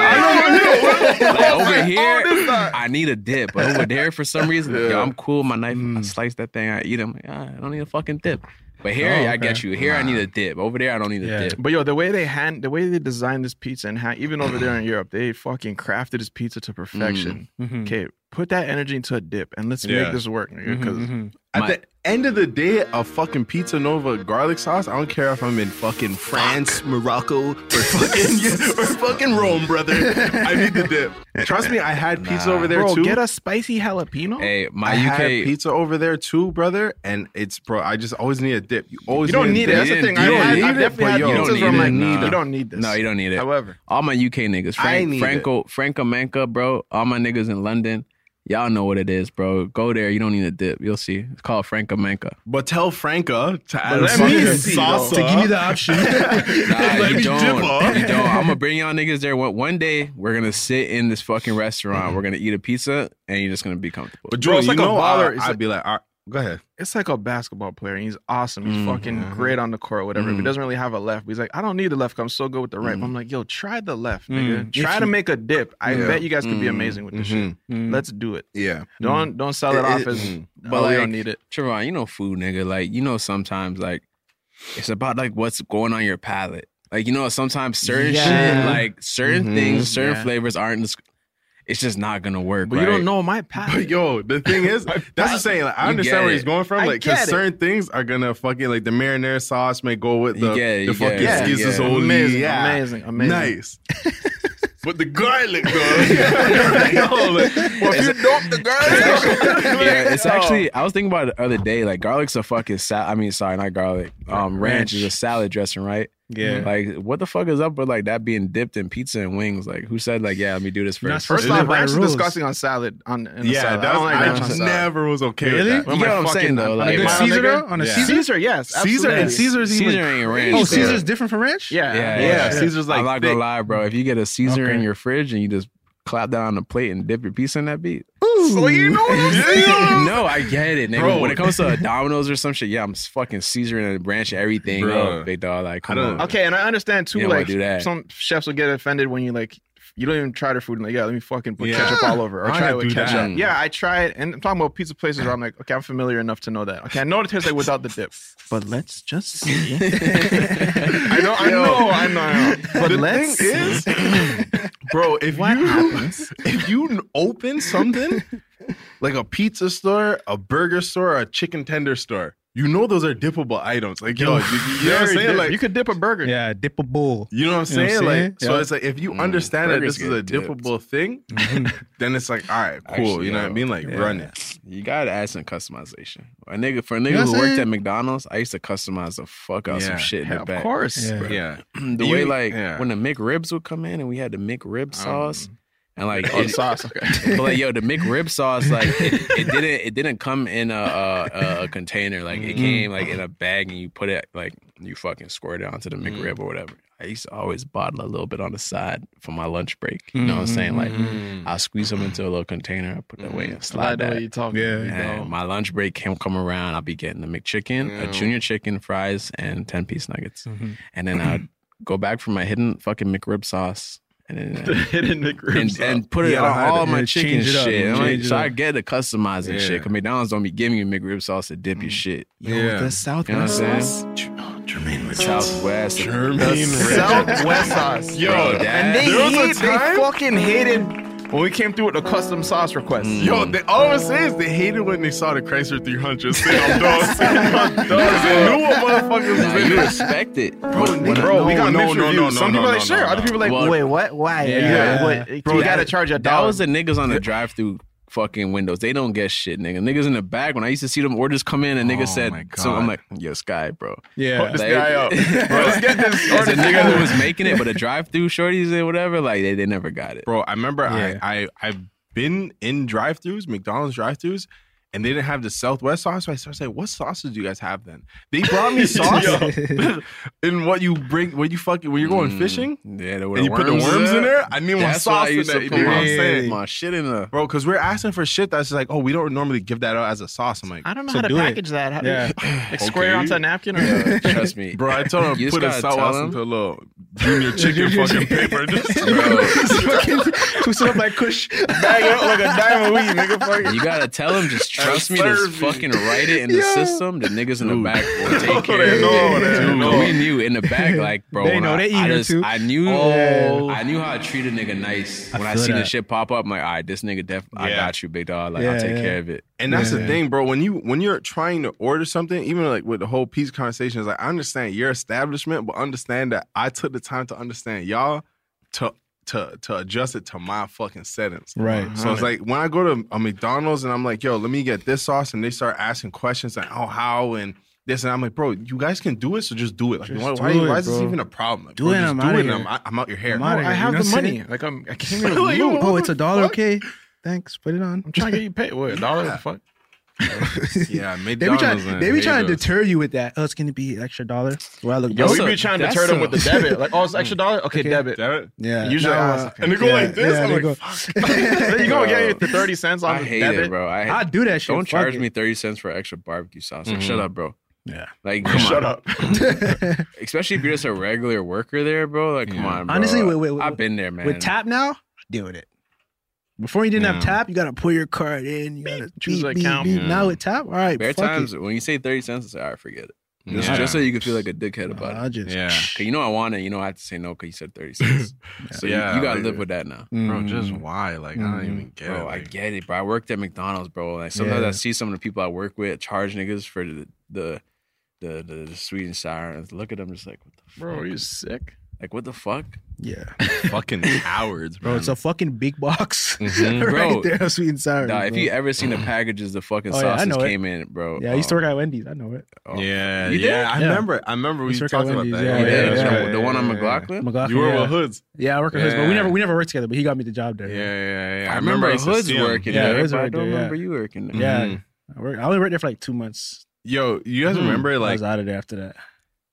Speaker 5: what I'm saying?
Speaker 8: Like over here, I need a dip. But over there, for some reason, yo, I'm cool. with My knife, I
Speaker 5: Mm.
Speaker 8: slice that thing. I eat. it. I'm like, ah, I don't need a fucking dip. But here,
Speaker 3: Oh,
Speaker 8: I get
Speaker 3: okay.
Speaker 8: you. Here, I need a dip. Over there, I don't need a dip.
Speaker 3: But yo, the way they hand, the way they designed this pizza, and hand, even over there in Europe, they fucking crafted this pizza to perfection.
Speaker 5: Mhm.
Speaker 3: Okay, put that energy into a dip, and let's
Speaker 5: Yeah. Mm-hmm,
Speaker 3: make this work, nigga. Because
Speaker 5: At the end of the day, a fucking pizza nova garlic sauce. I don't care if I'm in fucking France, Morocco, or fucking <laughs> or fucking Rome, brother. I need the dip. Trust me, I had pizza over there
Speaker 3: bro,
Speaker 5: too.
Speaker 3: get a spicy jalapeno.
Speaker 8: Hey,
Speaker 5: I had pizza over there too, brother. And it's bro. I just always need a dip. You always
Speaker 3: You don't need
Speaker 5: need a
Speaker 3: it.
Speaker 5: dip.
Speaker 3: That's the thing. I
Speaker 5: You don't
Speaker 3: had- I
Speaker 5: need it,
Speaker 3: definitely
Speaker 5: but
Speaker 3: had
Speaker 5: yo,
Speaker 3: pizzas
Speaker 5: you
Speaker 3: where I'm
Speaker 5: don't
Speaker 3: like,
Speaker 5: need
Speaker 3: nah,
Speaker 5: it.
Speaker 3: you don't need this.
Speaker 8: No, you don't need it.
Speaker 3: However,
Speaker 8: all my UK niggas,
Speaker 5: I
Speaker 8: Frank,
Speaker 5: need
Speaker 8: Franco, Franco Manca, bro, all my niggas in London, y'all know what it is, bro. Go there. You don't need a dip. You'll see. It's called Franco
Speaker 3: <laughs>
Speaker 8: Manca.
Speaker 5: But tell Franca to add a
Speaker 8: let
Speaker 5: fucking
Speaker 8: me see,
Speaker 5: salsa.
Speaker 8: though. To give you
Speaker 4: <laughs>
Speaker 8: the
Speaker 5: option.
Speaker 8: Nah,
Speaker 5: Let
Speaker 8: you
Speaker 5: me
Speaker 8: don't.
Speaker 5: dip up.
Speaker 8: You don't. I'm gonna bring y'all niggas there. One, one day we're gonna sit in this fucking restaurant. We're gonna eat a pizza, and you're just gonna be comfortable.
Speaker 5: But
Speaker 3: Bro,
Speaker 5: Drew,
Speaker 3: it's
Speaker 5: you
Speaker 3: like a
Speaker 5: know,
Speaker 3: baller.
Speaker 5: I,
Speaker 3: It's
Speaker 5: I'd
Speaker 3: like-
Speaker 5: be like, all right, go ahead.
Speaker 3: it's like a basketball player. and He's awesome.
Speaker 5: Mm-hmm.
Speaker 3: He's fucking great on the court, whatever. But he
Speaker 5: Mm.
Speaker 3: doesn't really have a left. But he's like, I don't need the left. 'cause I'm so good with the right. But I'm like, yo, try the left, nigga.
Speaker 5: Mm.
Speaker 3: Try
Speaker 5: If
Speaker 3: to
Speaker 5: you-
Speaker 3: make a dip. I
Speaker 5: Yeah.
Speaker 3: bet you guys could be
Speaker 5: Mm.
Speaker 3: amazing with this shit.
Speaker 5: Mhm.
Speaker 3: Let's do it.
Speaker 5: Yeah.
Speaker 3: Don't don't sell it, off as.
Speaker 5: mm.
Speaker 8: But
Speaker 3: oh,
Speaker 8: like,
Speaker 3: we don't need it.
Speaker 8: Trevon, you know food, nigga. Like you know, sometimes like it's about like what's going on your palate. Like you know, sometimes certain
Speaker 3: Yeah. Mm-hmm.
Speaker 8: shit, like certain
Speaker 5: Mhm.
Speaker 8: things, certain
Speaker 3: Yeah.
Speaker 8: flavors aren't. as- It's just not gonna work.
Speaker 3: But you
Speaker 8: right?
Speaker 3: don't know my
Speaker 5: <laughs>
Speaker 3: path.
Speaker 5: But yo, the thing
Speaker 8: <laughs>
Speaker 5: is, that's the saying. Like,
Speaker 8: You
Speaker 5: I understand
Speaker 8: get
Speaker 5: where
Speaker 8: it.
Speaker 5: he's going
Speaker 8: I
Speaker 5: from. Like,
Speaker 8: get
Speaker 5: because
Speaker 8: it.
Speaker 5: certain things are gonna fucking like the marinara sauce may go with
Speaker 8: You
Speaker 5: the,
Speaker 8: get it, you
Speaker 5: the
Speaker 8: get
Speaker 5: fucking
Speaker 8: it, you get it.
Speaker 5: schizozzoli.
Speaker 3: Amazing,
Speaker 5: yeah.
Speaker 8: <laughs>
Speaker 3: amazing, amazing.
Speaker 5: Nice. But the garlic, though. <laughs> Yo, like, well, if you dump the <laughs> garlic,
Speaker 8: <laughs> yeah, it's actually. I was thinking about it the other day. Like garlic's a fucking salad. I mean, sorry, not garlic. Um, ranch, is a salad dressing, right?
Speaker 3: Yeah.
Speaker 6: Mm-hmm.
Speaker 8: Like, what the fuck is up with like that being dipped in pizza and wings? Like, who said like, yeah, let me do this first?
Speaker 3: First off, ranch is disgusting on salad. On in a
Speaker 5: Yeah,
Speaker 3: salad. I
Speaker 5: that's-
Speaker 3: don't like
Speaker 5: I
Speaker 3: ranch on salad.
Speaker 5: never was okay with that.
Speaker 8: You know what I'm saying, though? Like,
Speaker 3: Am I
Speaker 8: Caesar,
Speaker 3: nigga?
Speaker 8: though? On a
Speaker 3: Yeah.
Speaker 8: Caesar?
Speaker 3: yes.
Speaker 5: Caesar and Caesar's
Speaker 8: Caesar
Speaker 5: even
Speaker 8: ain't
Speaker 5: crazy.
Speaker 8: ranch.
Speaker 4: Oh, Caesar's different from ranch?
Speaker 3: Yeah.
Speaker 8: Yeah,
Speaker 5: Yeah, yeah. Caesar's, like,
Speaker 8: I'm not gonna
Speaker 5: thick.
Speaker 8: lie, bro. If you get a Caesar in your fridge and you just clap that on the plate and dip your pizza in that beat.
Speaker 3: So you know what I'm <laughs> saying?
Speaker 8: no, I get it, nigga.
Speaker 5: Bro.
Speaker 8: When it comes <laughs> to Domino's or some shit, yeah, I'm s- fucking Caesar and branch everything
Speaker 5: Bro.
Speaker 8: up, big dog. Like, come
Speaker 5: I
Speaker 8: on.
Speaker 5: don't-
Speaker 3: Okay, and I understand too.
Speaker 8: You don't wanna
Speaker 3: like
Speaker 8: do that.
Speaker 3: some chefs will get offended when you like you don't even try their food and like yeah, let me fucking put
Speaker 5: Yeah.
Speaker 3: ketchup all over or
Speaker 5: I
Speaker 3: try it
Speaker 5: don't
Speaker 3: with
Speaker 5: do that.
Speaker 3: ketchup. Yeah, I try it, and I'm talking about pizza places where I'm like, okay, I'm familiar enough to know that. Okay, I know what it tastes like without the <laughs> dip, but
Speaker 5: <laughs>
Speaker 3: let's just see. <laughs> I know, I
Speaker 5: Yo.
Speaker 3: know, I know, I know. <laughs> But
Speaker 5: the
Speaker 3: let's
Speaker 5: thing
Speaker 3: <laughs>
Speaker 5: is, bro, if you <laughs> if you n- open something like a pizza store, a burger store, a chicken tender store, you know those are dippable items. Like yo, you, you know what I'm
Speaker 3: Very
Speaker 5: saying?
Speaker 3: dip.
Speaker 5: Like
Speaker 3: you could dip a burger.
Speaker 4: Yeah, dip a bull.
Speaker 5: you know what I'm
Speaker 4: You know
Speaker 5: saying?
Speaker 4: what I'm saying?
Speaker 5: Like so,
Speaker 4: Yeah.
Speaker 5: it's like if you understand that
Speaker 8: burgers
Speaker 5: this is a
Speaker 8: get dipped.
Speaker 5: dippable thing, <laughs> then it's like all right, cool.
Speaker 8: Actually,
Speaker 5: you know what I
Speaker 8: yo,
Speaker 5: mean? Like
Speaker 8: yeah.
Speaker 5: run it.
Speaker 8: You gotta add some customization. A nigga for a
Speaker 5: know
Speaker 8: nigga
Speaker 5: what
Speaker 8: who
Speaker 5: I'm
Speaker 8: worked
Speaker 5: saying?
Speaker 8: at McDonald's, I used to customize the fuck out some
Speaker 5: Yeah.
Speaker 8: shit in
Speaker 5: Yeah,
Speaker 8: the
Speaker 5: of
Speaker 8: back.
Speaker 5: course, Yeah. bro. Yeah.
Speaker 8: <clears throat> the
Speaker 5: You-
Speaker 8: way like
Speaker 5: yeah.
Speaker 8: when the McRibs would come in and we had the
Speaker 5: Um,
Speaker 8: McRib sauce. and like
Speaker 3: Oh,
Speaker 8: it-
Speaker 3: sauce.
Speaker 5: <laughs>
Speaker 3: Okay.
Speaker 8: <laughs> but like yo, the McRib sauce, like it, it didn't it didn't come in a a, a- a container. Like it
Speaker 5: Mm-hmm.
Speaker 8: came like in a bag, and you put it like you fucking squirt it onto the
Speaker 5: Mm-hmm.
Speaker 8: McRib or whatever. I used to always bottle a little bit on the side for my lunch break. You know what I'm saying? Like
Speaker 5: Mm-hmm.
Speaker 8: I'll squeeze them into a little container, I put that away, and slide
Speaker 3: the
Speaker 8: that.
Speaker 3: way you talking.
Speaker 8: And <laughs> my lunch break came come around. I'll be getting the McChicken,
Speaker 3: Yeah.
Speaker 8: a junior chicken, fries, and ten piece nuggets,
Speaker 3: Mm-hmm.
Speaker 8: and then I'd go back for my hidden fucking McRib sauce.
Speaker 3: <laughs>
Speaker 8: And then uh,
Speaker 3: The hidden McRib
Speaker 8: and,
Speaker 3: sauce.
Speaker 8: and put it
Speaker 3: Yeah,
Speaker 8: on
Speaker 3: I had
Speaker 8: all
Speaker 3: to-
Speaker 8: my
Speaker 3: yeah,
Speaker 8: chicken
Speaker 3: change it up,
Speaker 8: shit. I'm
Speaker 3: change
Speaker 8: like,
Speaker 3: it
Speaker 8: so
Speaker 3: up.
Speaker 8: I get the customizing
Speaker 3: Yeah.
Speaker 8: shit. Cause McDonald's don't be giving you McRib sauce to dip your shit.
Speaker 3: Yo, Yeah. the Southwest
Speaker 8: You know what I'm
Speaker 3: sauce.
Speaker 8: saying? German Southwest.
Speaker 5: German
Speaker 3: Southwest sauce.
Speaker 8: Yo,
Speaker 3: and
Speaker 8: that-
Speaker 3: <laughs> they,
Speaker 8: There was a
Speaker 3: hate, they
Speaker 5: time-
Speaker 3: fucking hated when we came through with the custom sauce request.
Speaker 8: Mm.
Speaker 5: Yo, they, all I'm saying is they hated when they saw the Chrysler 300 sitting on dogs. sitting <laughs> on dogs. They knew what motherfuckers was in
Speaker 8: you
Speaker 5: there.
Speaker 8: respect it.
Speaker 5: Bro,
Speaker 3: Bro, we got
Speaker 5: no,
Speaker 3: mixed
Speaker 5: no,
Speaker 3: reviews.
Speaker 5: no,
Speaker 3: Some
Speaker 5: no,
Speaker 3: people
Speaker 5: no,
Speaker 3: like
Speaker 5: no,
Speaker 3: sure, other people like
Speaker 8: Well,
Speaker 3: wait, what? Why?
Speaker 8: Yeah.
Speaker 3: what?
Speaker 8: Bro,
Speaker 3: you
Speaker 8: that-
Speaker 3: gotta charge a
Speaker 8: That
Speaker 3: dollar.
Speaker 8: was the niggas on the drive through fucking windows. They don't get shit, nigga. Niggas in the back. When I used to see them orders come in, a nigga
Speaker 5: Oh my
Speaker 8: said,
Speaker 5: God.
Speaker 8: so I'm like, yo, Sky, bro.
Speaker 4: Yeah.
Speaker 5: Put this guy <laughs> up. Bro, let's get this
Speaker 8: It's a
Speaker 5: order.
Speaker 8: nigga
Speaker 5: <laughs>
Speaker 8: who was making it, but a drive through shorties and whatever, like they, they never got it.
Speaker 5: Bro, I remember
Speaker 8: Yeah.
Speaker 5: I, I I've been in drive-throughs, McDonald's drive-throughs, and they didn't have the Southwest sauce. So I started saying, "What sauces do you guys have then?" They brought
Speaker 8: <laughs>
Speaker 5: me sauce
Speaker 8: Yo.
Speaker 5: <laughs> in what you bring when you fucking when you're going fishing.
Speaker 8: Yeah, there were
Speaker 5: And you put the worms in there. I need my
Speaker 8: That's why
Speaker 5: sauce
Speaker 8: I
Speaker 5: in
Speaker 8: used
Speaker 5: there.
Speaker 8: to
Speaker 5: You
Speaker 8: put
Speaker 5: know what I'm
Speaker 8: my-
Speaker 5: saying?
Speaker 8: my shit in there.
Speaker 5: Bro, because we're asking for shit that's like, oh, we don't normally give that out as a sauce. I'm like,
Speaker 3: I don't know
Speaker 5: so
Speaker 3: how to
Speaker 5: do it.
Speaker 3: package that. How,
Speaker 4: <laughs>
Speaker 5: Yeah.
Speaker 3: like square
Speaker 5: Okay.
Speaker 3: onto a napkin or
Speaker 8: uh, <laughs> Trust me,
Speaker 5: Bro, I told him
Speaker 8: You just
Speaker 5: put a
Speaker 8: gotta
Speaker 5: sauce
Speaker 8: tell him.
Speaker 5: into a little junior
Speaker 4: <laughs>
Speaker 5: chicken fucking paper.
Speaker 8: <laughs>
Speaker 5: Just,
Speaker 4: Twist it up like Kush.
Speaker 3: bag it up like a diamond weed, nigga. Fuck it.
Speaker 8: You gotta tell them just trust me.
Speaker 5: serve
Speaker 8: Just
Speaker 5: me.
Speaker 8: fucking write it in the system. The niggas in the back
Speaker 5: <laughs>
Speaker 8: will take
Speaker 5: No,
Speaker 8: care
Speaker 5: they
Speaker 8: of
Speaker 5: know,
Speaker 8: it.
Speaker 5: they
Speaker 8: Dude,
Speaker 5: know.
Speaker 8: We knew in the back, like bro.
Speaker 4: They
Speaker 8: when
Speaker 4: know,
Speaker 8: I,
Speaker 4: they
Speaker 8: I
Speaker 4: eager
Speaker 8: just,
Speaker 4: too.
Speaker 8: I knew,
Speaker 4: Oh.
Speaker 8: I knew how to treat a nigga nice when I
Speaker 4: feel
Speaker 8: seen the
Speaker 4: that.
Speaker 8: shit pop up. I'm like, all right, this nigga, def- I
Speaker 5: Yeah.
Speaker 8: got you, big dog. Like I'll
Speaker 4: Yeah,
Speaker 8: take
Speaker 4: yeah.
Speaker 8: care of it.
Speaker 5: And that's
Speaker 4: Yeah.
Speaker 5: the thing, bro. When you when you're trying to order something, even like with the whole pizza conversation, is like I understand your establishment, but understand that I took the time to understand y'all to to to adjust it to my fucking settings.
Speaker 4: Right.
Speaker 5: So it's like when I go to a McDonald's and I'm like, yo, let me get this sauce, and they start asking questions like, oh, how and this, and I'm like, bro, you guys can do it, so just do it. Like,
Speaker 4: Just
Speaker 5: why,
Speaker 4: do
Speaker 5: why,
Speaker 4: it,
Speaker 5: why is this
Speaker 4: bro.
Speaker 5: even a problem? Like,
Speaker 4: Do
Speaker 5: bro,
Speaker 4: it,
Speaker 5: just
Speaker 4: I'm outta
Speaker 5: and
Speaker 4: here.
Speaker 5: I'm, out- I'm out your hair.
Speaker 4: I'm
Speaker 5: Bro,
Speaker 4: outta
Speaker 5: I
Speaker 4: here,
Speaker 5: have
Speaker 4: you know
Speaker 5: the
Speaker 4: what I'm
Speaker 5: money.
Speaker 4: saying?
Speaker 3: Like I'm, I came here. with
Speaker 5: Like,
Speaker 3: you.
Speaker 5: yo,
Speaker 4: Oh, it's a dollar.
Speaker 5: Fuck.
Speaker 4: Okay. Thanks. Put it on.
Speaker 3: I'm trying to get you paid. What a dollar? the Fuck.
Speaker 5: <laughs> Yeah,
Speaker 4: They be
Speaker 5: McDonald's.
Speaker 4: trying.
Speaker 5: man.
Speaker 4: They be trying to
Speaker 5: Haters.
Speaker 4: deter you with that. Oh, it's gonna be extra dollar. Well, I look.
Speaker 3: Yo,
Speaker 4: dumb.
Speaker 3: we be trying to deter them with the debit. Like, oh, it's extra dollar. Okay, debit. <laughs>
Speaker 5: Damn it.
Speaker 4: Yeah.
Speaker 3: Usually,
Speaker 4: Nah,
Speaker 3: I was like,
Speaker 5: And they go
Speaker 4: Yeah,
Speaker 5: like this.
Speaker 4: yeah,
Speaker 5: I'm
Speaker 4: they
Speaker 5: like,
Speaker 4: go- <laughs>
Speaker 5: fuck.
Speaker 3: <laughs> you gonna get
Speaker 8: Bro.
Speaker 3: it for thirty cents on
Speaker 8: I
Speaker 3: the
Speaker 8: hate
Speaker 3: debit.
Speaker 8: it, bro. I,
Speaker 4: I do that shit.
Speaker 8: Don't
Speaker 4: Fuck
Speaker 8: charge
Speaker 4: it.
Speaker 8: me thirty cents for extra barbecue sauce. Like,
Speaker 5: Mhm.
Speaker 8: shut up, bro.
Speaker 4: Yeah.
Speaker 8: Like,
Speaker 5: <laughs>
Speaker 8: come
Speaker 5: Shut
Speaker 4: <laughs>
Speaker 8: on.
Speaker 5: up.
Speaker 8: <laughs> Especially if you're just a regular worker there, bro. Like, come on, bro.
Speaker 4: Honestly, with- with-
Speaker 8: I've been there, man.
Speaker 4: With tap now, I deal with it. Before you didn't
Speaker 8: Yeah.
Speaker 4: have tap, you gotta put your card in. You gotta
Speaker 3: choose
Speaker 4: beep,
Speaker 3: an
Speaker 4: beep,
Speaker 3: account.
Speaker 4: beep.
Speaker 5: Yeah.
Speaker 4: Now with tap, all right.
Speaker 8: Bare
Speaker 4: fuck
Speaker 8: times
Speaker 4: It.
Speaker 8: when you say thirty cents, it's like, all right, forget it. Just,
Speaker 5: Yeah.
Speaker 8: just so you can feel like a dickhead about
Speaker 4: I
Speaker 8: it.
Speaker 4: just
Speaker 5: Yeah.
Speaker 8: <laughs> Cause you know I want it. You know I have to say no because you
Speaker 4: <laughs>
Speaker 8: said thirty cents. so
Speaker 5: Yeah,
Speaker 8: you, you gotta
Speaker 5: like-
Speaker 8: live with that now.
Speaker 5: Bro, just
Speaker 4: Mm.
Speaker 5: why? Like, Mm-hmm. I don't even get it.
Speaker 8: Bro, I
Speaker 5: Like,
Speaker 8: get it, bro. I worked at McDonald's, bro. Like sometimes
Speaker 4: Yeah.
Speaker 8: I see some of the people I work with charge niggas for the the the, the, the sweet and sour. And look at them, just like what the
Speaker 3: Bro,
Speaker 8: fuck?
Speaker 3: are you sick?
Speaker 8: Like Like what the fuck?
Speaker 4: Yeah.
Speaker 5: <laughs>
Speaker 8: Fucking cowards,
Speaker 4: Bro,
Speaker 8: man.
Speaker 4: it's a fucking big box
Speaker 5: Mm-hmm.
Speaker 8: Mhm,
Speaker 6: Mm-hmm.
Speaker 4: <laughs>
Speaker 8: bro.
Speaker 4: right there, on sweet and sour.
Speaker 8: Nah, if
Speaker 4: bro.
Speaker 8: you ever seen
Speaker 5: <clears throat>
Speaker 8: the packages, the fucking
Speaker 4: Oh, yeah, I
Speaker 8: sauces
Speaker 4: know it.
Speaker 8: came in, bro. oh.
Speaker 4: yeah, I used to work at Wendy's. I know it.
Speaker 5: Oh,
Speaker 8: Yeah,
Speaker 4: You did?
Speaker 5: yeah, I
Speaker 4: Yeah.
Speaker 5: remember. I remember we
Speaker 4: Used to work at
Speaker 5: talked about
Speaker 4: Wendy's,
Speaker 5: that.
Speaker 4: yeah,
Speaker 5: You
Speaker 4: yeah,
Speaker 5: did?
Speaker 4: yeah, yeah,
Speaker 8: the one on
Speaker 5: yeah,
Speaker 8: McLaughlin?
Speaker 4: McLaughlin,
Speaker 5: You were
Speaker 4: Oh yeah.
Speaker 5: with Hoods.
Speaker 4: Yeah, I work at Hoods, but we
Speaker 8: Yeah.
Speaker 4: never we never worked together. But he got me the job there.
Speaker 8: Yeah, yeah, yeah.
Speaker 5: I
Speaker 8: I
Speaker 5: remember
Speaker 8: remember
Speaker 5: I used to
Speaker 8: Hood's
Speaker 5: see 'em.
Speaker 8: working
Speaker 4: Yeah,
Speaker 8: there,
Speaker 4: Hoods
Speaker 8: but I
Speaker 4: worked
Speaker 8: don't
Speaker 4: there, yeah.
Speaker 8: remember you working there.
Speaker 4: Yeah,
Speaker 5: Mhm.
Speaker 4: I, worked, I only worked there for like two months.
Speaker 5: Yo, you guys
Speaker 4: Mhm.
Speaker 5: remember
Speaker 4: I
Speaker 5: like
Speaker 4: was out of there after that.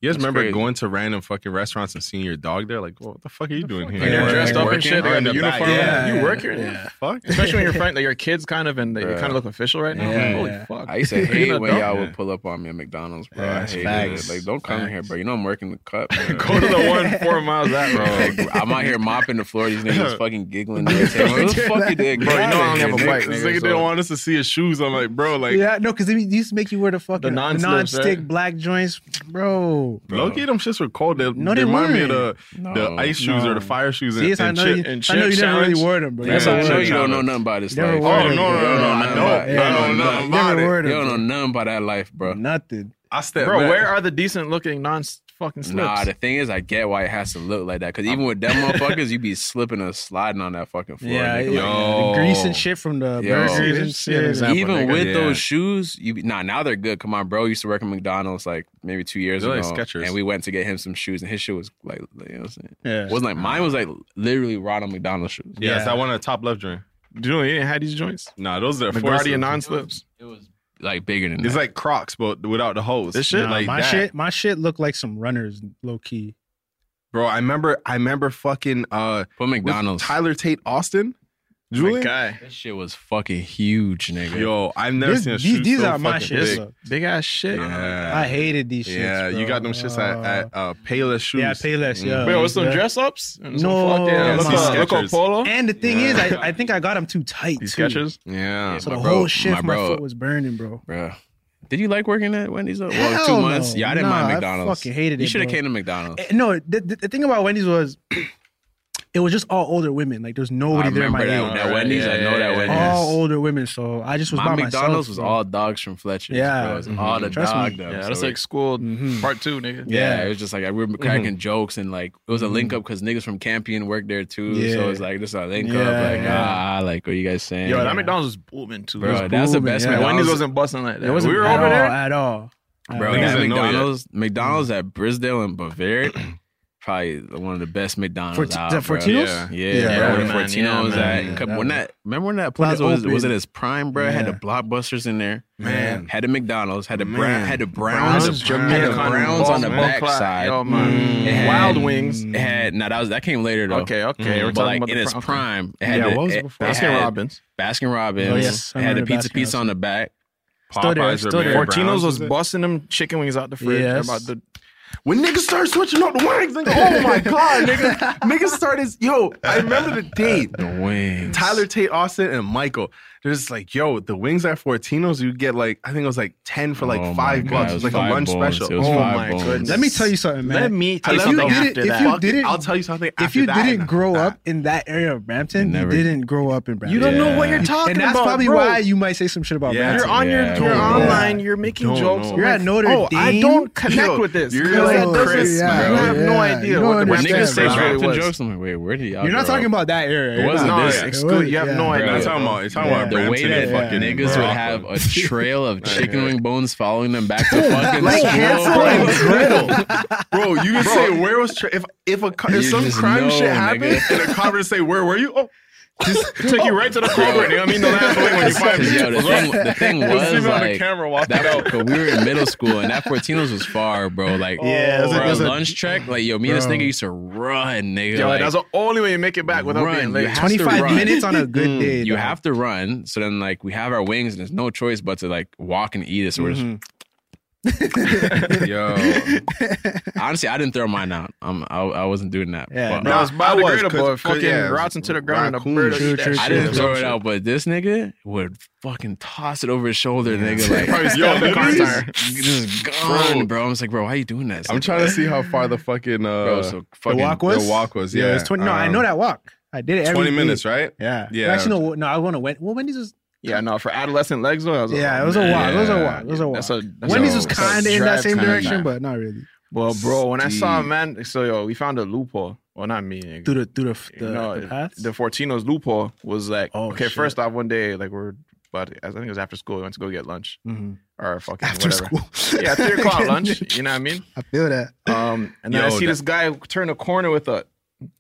Speaker 5: you guys
Speaker 4: That's
Speaker 5: remember
Speaker 4: crazy.
Speaker 5: going to random fucking restaurants and seeing your dog there? Like, what the fuck are you doing here?
Speaker 3: And they're dressed up and shit. They
Speaker 5: Or
Speaker 3: got
Speaker 5: in
Speaker 3: the
Speaker 5: back.
Speaker 3: uniform.
Speaker 5: Yeah,
Speaker 3: You
Speaker 5: yeah.
Speaker 3: work here?
Speaker 5: Yeah. Fuck.
Speaker 3: Especially when you're front, like your kids kind of, and they
Speaker 8: Yeah.
Speaker 3: kind of look official right now.
Speaker 8: Yeah.
Speaker 3: Holy fuck!
Speaker 8: I used
Speaker 3: <laughs>
Speaker 8: to
Speaker 3: Being
Speaker 8: hate
Speaker 3: an
Speaker 8: when
Speaker 3: adult.
Speaker 8: y'all would pull up on me at McDonald's, bro.
Speaker 3: Yeah,
Speaker 8: I
Speaker 3: that's
Speaker 8: hated
Speaker 3: facts.
Speaker 8: it. Like, don't come here, bro. You know I'm working the
Speaker 5: <laughs>
Speaker 8: cup.
Speaker 5: Go to the one four miles out, bro.
Speaker 8: Like, I'm out here mopping the floor. These niggas fucking
Speaker 5: <laughs>
Speaker 8: giggling. They're saying, What the fuck you did?
Speaker 5: Bro, you know I don't have a
Speaker 8: bike.
Speaker 5: bike. This nigga didn't want us to see his shoes. I'm like, bro, like
Speaker 4: yeah, no, because they used to make you wear the fucking
Speaker 5: non-slips,
Speaker 4: non-stick
Speaker 5: right?
Speaker 4: black joints, bro.
Speaker 5: Low key, them shits were cold. They,
Speaker 4: No,
Speaker 5: they
Speaker 4: they
Speaker 5: remind me of the,
Speaker 4: weren't.
Speaker 5: the
Speaker 4: No.
Speaker 5: ice shoes or the
Speaker 4: No.
Speaker 5: fire shoes.
Speaker 4: See,
Speaker 5: and,
Speaker 4: it's- I
Speaker 5: and
Speaker 4: know
Speaker 5: chip-
Speaker 4: you-
Speaker 5: and
Speaker 4: I know
Speaker 5: chip
Speaker 4: you never really
Speaker 5: challenge.
Speaker 4: wore them, bro.
Speaker 8: That's
Speaker 5: Yeah.
Speaker 8: how I know you don't know
Speaker 5: Challenge.
Speaker 8: nothing about this
Speaker 5: Never
Speaker 8: life.
Speaker 5: wore Oh, them, no, no, bro. no, no,
Speaker 8: You
Speaker 5: I
Speaker 8: don't
Speaker 5: know. I
Speaker 8: nothing about
Speaker 5: know
Speaker 8: it.
Speaker 5: nothing
Speaker 8: You don't
Speaker 5: about it.
Speaker 8: know
Speaker 5: Never
Speaker 8: You don't know nothing about that life, bro.
Speaker 4: Nothing.
Speaker 5: I stepped
Speaker 3: Bro,
Speaker 8: back.
Speaker 3: where are the decent looking non fucking slips?
Speaker 8: Nah, the thing is, I get why it has to look like that. Because
Speaker 5: <laughs>
Speaker 8: even with them motherfuckers, you be slipping and sliding on that fucking floor.
Speaker 4: Yeah,
Speaker 8: nigga.
Speaker 4: it- the grease and shit from the
Speaker 8: Yo.
Speaker 4: burgers and shit.
Speaker 8: Even with
Speaker 5: Yeah.
Speaker 8: those shoes, you be- nah. Now they're good. Come on, bro. I Used to work at McDonald's like maybe two years
Speaker 5: They're like
Speaker 8: ago,
Speaker 5: Skechers.
Speaker 8: and we went to get him some shoes, and his shoe was like, like, you know what I'm saying?
Speaker 4: Yeah.
Speaker 8: Wasn't like mine was like literally Ronald McDonald shoes.
Speaker 5: Yeah, it's that one on the top left joint.
Speaker 3: Dude, you didn't have these joints.
Speaker 5: Nah, those are
Speaker 3: McGuardia
Speaker 5: forces.
Speaker 3: non slips.
Speaker 8: like bigger than
Speaker 5: It's
Speaker 8: that.
Speaker 5: like Crocs, but without the hose.
Speaker 3: This shit?
Speaker 4: Nah,
Speaker 5: like
Speaker 4: my
Speaker 5: that.
Speaker 4: shit, my shit looked like some runners, low key.
Speaker 5: bro. I remember, I remember fucking uh,
Speaker 8: Put McDonald's.
Speaker 5: Tyler Tate Austin, Julian.
Speaker 3: guy.
Speaker 8: This shit was fucking huge, nigga.
Speaker 5: Yo, I've never
Speaker 4: This-
Speaker 5: seen a
Speaker 4: these-
Speaker 5: shoe
Speaker 4: these
Speaker 5: so
Speaker 4: are my
Speaker 5: fucking
Speaker 4: shits,
Speaker 5: big.
Speaker 4: though.
Speaker 3: Big ass shit.
Speaker 5: Yeah.
Speaker 4: I hated these shits.
Speaker 5: Yeah, you
Speaker 4: bro.
Speaker 5: got them shits at, at uh, Payless shoes.
Speaker 4: Yeah, Payless, yeah.
Speaker 3: Wait, with some
Speaker 4: Yeah.
Speaker 3: dress ups? And some
Speaker 4: No,
Speaker 3: fuck- yeah,
Speaker 4: my-
Speaker 3: look, look
Speaker 5: Skechers.
Speaker 3: polo.
Speaker 4: And the thing
Speaker 3: Yeah.
Speaker 4: is, I, I think I got them too tight. These too.
Speaker 3: Skechers?
Speaker 5: Yeah,
Speaker 4: So
Speaker 8: my
Speaker 4: the
Speaker 8: bro-
Speaker 4: whole shift, my,
Speaker 8: bro-
Speaker 4: foot was burning, bro.
Speaker 8: Bruh. Did you like working at Wendy's though? well,
Speaker 4: Hell
Speaker 8: two
Speaker 4: no.
Speaker 8: months. Yeah, I didn't
Speaker 4: Nah,
Speaker 8: mind
Speaker 4: I
Speaker 8: McDonald's.
Speaker 4: fucking hated
Speaker 8: You
Speaker 4: it,
Speaker 8: should have
Speaker 4: bro.
Speaker 8: came to McDonald's.
Speaker 4: Eh, No, the, the, the thing about Wendy's was <clears throat> it was just all older women. Like there was nobody
Speaker 8: I
Speaker 4: there my
Speaker 8: remember that,
Speaker 4: age.
Speaker 8: that Wendy's. I know that Wendy's.
Speaker 4: All older women. So I just was
Speaker 8: Oh, my
Speaker 4: by myself.
Speaker 8: McDonald's was
Speaker 4: bro. <laughs>
Speaker 8: all dogs from Fletcher's.
Speaker 4: Yeah.
Speaker 8: bro. It was
Speaker 4: Mhm.
Speaker 8: all the
Speaker 4: Trust me.
Speaker 8: dog. them,
Speaker 3: Yeah,
Speaker 8: so
Speaker 3: that's
Speaker 8: it-
Speaker 3: like school part two, nigga.
Speaker 8: Yeah,
Speaker 4: Yeah.
Speaker 8: it was just like I remember cracking jokes and like it was a link up because niggas from Campion worked there too. So
Speaker 4: Yeah.
Speaker 8: it's like this is a link
Speaker 4: Yeah,
Speaker 8: up. Like
Speaker 4: yeah.
Speaker 8: ah, like what you guys saying?
Speaker 3: Yo,
Speaker 8: Yeah.
Speaker 3: that McDonald's was booming too.
Speaker 8: Bro,
Speaker 3: It was
Speaker 8: that's the best
Speaker 3: booming. Wendy's
Speaker 8: McDonald's-
Speaker 3: wasn't busting like that.
Speaker 4: It wasn't
Speaker 3: we were
Speaker 4: at
Speaker 3: over
Speaker 4: all,
Speaker 3: there.
Speaker 4: at all.
Speaker 8: bro.
Speaker 4: At
Speaker 8: that
Speaker 4: all.
Speaker 5: didn't know yet.
Speaker 8: McDonald's, McDonald's at Brisdale and Bavaria, probably one of the best McDonald's
Speaker 4: Fort-
Speaker 8: out.
Speaker 4: the
Speaker 8: bro.
Speaker 4: Fortinos?
Speaker 8: yeah, yeah,
Speaker 4: Yeah,
Speaker 8: bro.
Speaker 3: yeah,
Speaker 8: the
Speaker 3: man,
Speaker 8: Fortinos
Speaker 3: yeah,
Speaker 8: at
Speaker 3: man.
Speaker 8: couple- when that remember when that
Speaker 4: When it
Speaker 8: plaza was, was it
Speaker 4: opened.
Speaker 8: its prime, bro? Had the blockbusters in there,
Speaker 5: Man.
Speaker 8: Had the McDonald's, had the brown,
Speaker 5: Man.
Speaker 8: had the
Speaker 5: Browns,
Speaker 8: Browns, had the
Speaker 5: Jamaican
Speaker 8: Browns on the
Speaker 3: balls, man.
Speaker 8: backside.
Speaker 3: Yo, man.
Speaker 8: It had-
Speaker 3: Oh, Wild Wings.
Speaker 8: It had no, that was that came later though.
Speaker 3: Okay, okay, we're
Speaker 8: but
Speaker 3: talking
Speaker 8: like
Speaker 3: about
Speaker 8: in
Speaker 3: the
Speaker 8: its
Speaker 3: prime.
Speaker 8: prime,
Speaker 3: Yeah,
Speaker 8: it had the-
Speaker 3: what was it
Speaker 8: it-
Speaker 3: before?
Speaker 8: it
Speaker 3: Baskin
Speaker 8: had
Speaker 3: Robbins.
Speaker 8: Baskin Robbins.
Speaker 4: Oh, yes. I
Speaker 8: it had the
Speaker 4: remember
Speaker 8: pizza
Speaker 4: Baskin
Speaker 8: pizza on the back.
Speaker 4: Still there,
Speaker 5: Popeyes or
Speaker 4: still there.
Speaker 5: Mary Browns, <laughs>
Speaker 3: Fortinos was
Speaker 5: is it?
Speaker 3: busting them chicken wings out the fridge. They're
Speaker 4: Yes.
Speaker 3: About the,
Speaker 5: When niggas started switching up the wings, nigga, oh my god, nigga,
Speaker 4: <laughs>
Speaker 5: niggas started. Yo, I remember <laughs> the date.
Speaker 8: The wings.
Speaker 5: Tyler Tate Austin and Michael. They're just like, yo, the wings at Fortinos, you get like, I think it was like 10 for like
Speaker 8: Oh
Speaker 5: five
Speaker 8: my God,
Speaker 5: bucks.
Speaker 8: it
Speaker 5: It was like
Speaker 8: was
Speaker 5: a
Speaker 8: five
Speaker 5: lunch
Speaker 8: bones.
Speaker 5: special.
Speaker 8: It was
Speaker 5: oh
Speaker 8: five
Speaker 5: my
Speaker 8: bones.
Speaker 5: goodness.
Speaker 4: Let me tell you something, man.
Speaker 3: Let me tell you
Speaker 4: If
Speaker 3: something
Speaker 4: you didn't-
Speaker 3: after
Speaker 4: if
Speaker 3: that.
Speaker 4: you
Speaker 5: Fuck it,
Speaker 4: didn't-
Speaker 5: I'll tell you something
Speaker 4: if
Speaker 5: after
Speaker 4: you
Speaker 5: that.
Speaker 4: didn't grow up in that area of Brampton,
Speaker 8: Never-
Speaker 4: you didn't grow up in Brampton.
Speaker 3: You don't know what you're
Speaker 4: And
Speaker 3: talking
Speaker 4: that's
Speaker 3: about,
Speaker 4: probably
Speaker 3: bro.
Speaker 4: why you might say some shit about
Speaker 5: Yeah.
Speaker 3: you're
Speaker 4: Brampton.
Speaker 3: on
Speaker 8: Yeah, I
Speaker 3: your,
Speaker 8: don't
Speaker 3: you're
Speaker 8: know.
Speaker 3: online. You're making
Speaker 5: Don't
Speaker 3: jokes.
Speaker 5: know.
Speaker 3: I'm
Speaker 4: You're
Speaker 3: like,
Speaker 4: at Notre
Speaker 3: oh, I
Speaker 4: Dame?
Speaker 3: don't connect
Speaker 5: Yo,
Speaker 3: with this.
Speaker 5: you're
Speaker 3: 'cause
Speaker 5: like
Speaker 3: that doesn't-
Speaker 5: Chris,
Speaker 3: you
Speaker 5: man.
Speaker 3: have no
Speaker 4: Yeah.
Speaker 3: idea
Speaker 4: You don't
Speaker 3: what the
Speaker 8: When
Speaker 4: understand,
Speaker 8: niggas
Speaker 3: Brampton
Speaker 8: say
Speaker 3: six
Speaker 4: bro.
Speaker 3: really
Speaker 8: Brampton
Speaker 3: was.
Speaker 8: jokes, I'm like, wait, where did y'all?
Speaker 4: You're not
Speaker 8: grow
Speaker 4: talking
Speaker 8: up?
Speaker 4: about that area.
Speaker 8: It
Speaker 4: You're
Speaker 8: wasn't
Speaker 4: not-
Speaker 3: No,
Speaker 8: this.
Speaker 3: yeah,
Speaker 8: It
Speaker 3: exclude. You have
Speaker 4: wasn't,
Speaker 3: no
Speaker 4: yeah.
Speaker 3: idea.
Speaker 5: Not
Speaker 4: <laughs>
Speaker 8: Bro.
Speaker 5: talking about, it's talking about
Speaker 8: the way
Speaker 5: Brampton
Speaker 8: that
Speaker 5: and fucking
Speaker 8: niggas would
Speaker 5: Brooklyn.
Speaker 8: have a trail of chicken wing bones following them back to fucking
Speaker 5: Like
Speaker 8: school,
Speaker 5: Hansel and
Speaker 8: bro.
Speaker 5: Gretel. Bro, you can
Speaker 3: Bro.
Speaker 5: say where was tra- if if a co- if
Speaker 8: You
Speaker 5: some
Speaker 8: just
Speaker 5: crime
Speaker 8: know,
Speaker 5: shit happened
Speaker 8: nigga.
Speaker 5: and a cop would say where were you? Oh,
Speaker 3: It took you right to the culprit. You know what I mean? Don't ask away when you find
Speaker 8: Because, yo, the
Speaker 3: me.
Speaker 8: thing, the thing
Speaker 5: You'll see
Speaker 8: was
Speaker 5: me on the
Speaker 8: like
Speaker 5: camera walking
Speaker 8: that,
Speaker 5: out.
Speaker 8: cause we were in middle school and that Fortinos was far, bro. Like,
Speaker 3: Yeah, it was a-
Speaker 8: for
Speaker 3: it was a-
Speaker 8: lunch trek, like yo, me and this nigga used to run, nigga.
Speaker 3: Yo,
Speaker 8: like,
Speaker 3: that's the only way you make it back without
Speaker 8: run.
Speaker 3: being
Speaker 8: You
Speaker 3: late.
Speaker 8: have to
Speaker 4: 25
Speaker 8: run.
Speaker 4: minutes on a good day.
Speaker 8: You
Speaker 4: dog.
Speaker 8: have to run. So then, like, we have our wings, and there's no choice but to like walk and eat it. So we're just
Speaker 3: Mm-hmm.
Speaker 8: <laughs>
Speaker 5: Yo,
Speaker 3: <laughs>
Speaker 8: honestly, I didn't throw mine out. Um, I, I wasn't doing that.
Speaker 4: Yeah,
Speaker 8: But-
Speaker 3: That was biodegradable.
Speaker 5: was, 'cause-
Speaker 3: Fucking
Speaker 5: yeah,
Speaker 3: rots into the ground and a
Speaker 5: raccoon
Speaker 3: bird.
Speaker 5: shit.
Speaker 3: that
Speaker 8: I
Speaker 3: shit
Speaker 8: didn't
Speaker 3: or
Speaker 8: throw it
Speaker 3: some
Speaker 8: out, but this nigga would fucking toss it over his shoulder, nigga. Like, <laughs>
Speaker 3: Probably
Speaker 5: Yo,
Speaker 3: stabbed the car tire.
Speaker 5: <laughs>
Speaker 8: just gone, bro. I'm just like, bro, why you doing that?
Speaker 5: I'm trying to see how far the fucking uh
Speaker 8: <laughs> Bro, so
Speaker 4: The
Speaker 8: fucking-
Speaker 4: walk was?
Speaker 5: the walk was,
Speaker 4: it was
Speaker 5: yeah.
Speaker 4: 20, no, I
Speaker 5: Um,
Speaker 4: know that walk. I did it every
Speaker 5: 20
Speaker 4: day.
Speaker 5: minutes, right?
Speaker 4: Yeah.
Speaker 5: Yeah.
Speaker 4: Actually, no, no I want to Wendy's. Well, Wendy's was.
Speaker 3: Yeah, no, for adolescent legs though, I was
Speaker 4: Yeah, it was a walk. It was a walk. It was a walk.
Speaker 3: That's a- that's
Speaker 4: Wendy's
Speaker 3: a-
Speaker 4: was
Speaker 3: that's a
Speaker 4: kind of in that
Speaker 3: drab
Speaker 4: same
Speaker 3: kinda
Speaker 4: direction,
Speaker 3: drive.
Speaker 4: but not really.
Speaker 3: Well, bro, when I saw a man, so yo, we found a loophole. Well, not me. nigga.
Speaker 4: Through the through the the,
Speaker 3: you know,
Speaker 4: the paths. Oh,
Speaker 3: the Fortino's loophole was like, okay,
Speaker 4: shit.
Speaker 3: first off, one day, like we're, but I think it was after school, we went to go get lunch
Speaker 4: Mhm.
Speaker 3: or fucking
Speaker 4: After
Speaker 3: whatever.
Speaker 4: school.
Speaker 3: <laughs> yeah,
Speaker 4: <laughs>
Speaker 3: three o'clock lunch. You know what I mean?
Speaker 4: I feel that.
Speaker 3: Um, And then I
Speaker 5: Yo,
Speaker 3: see
Speaker 5: that-
Speaker 3: this guy turn a corner with a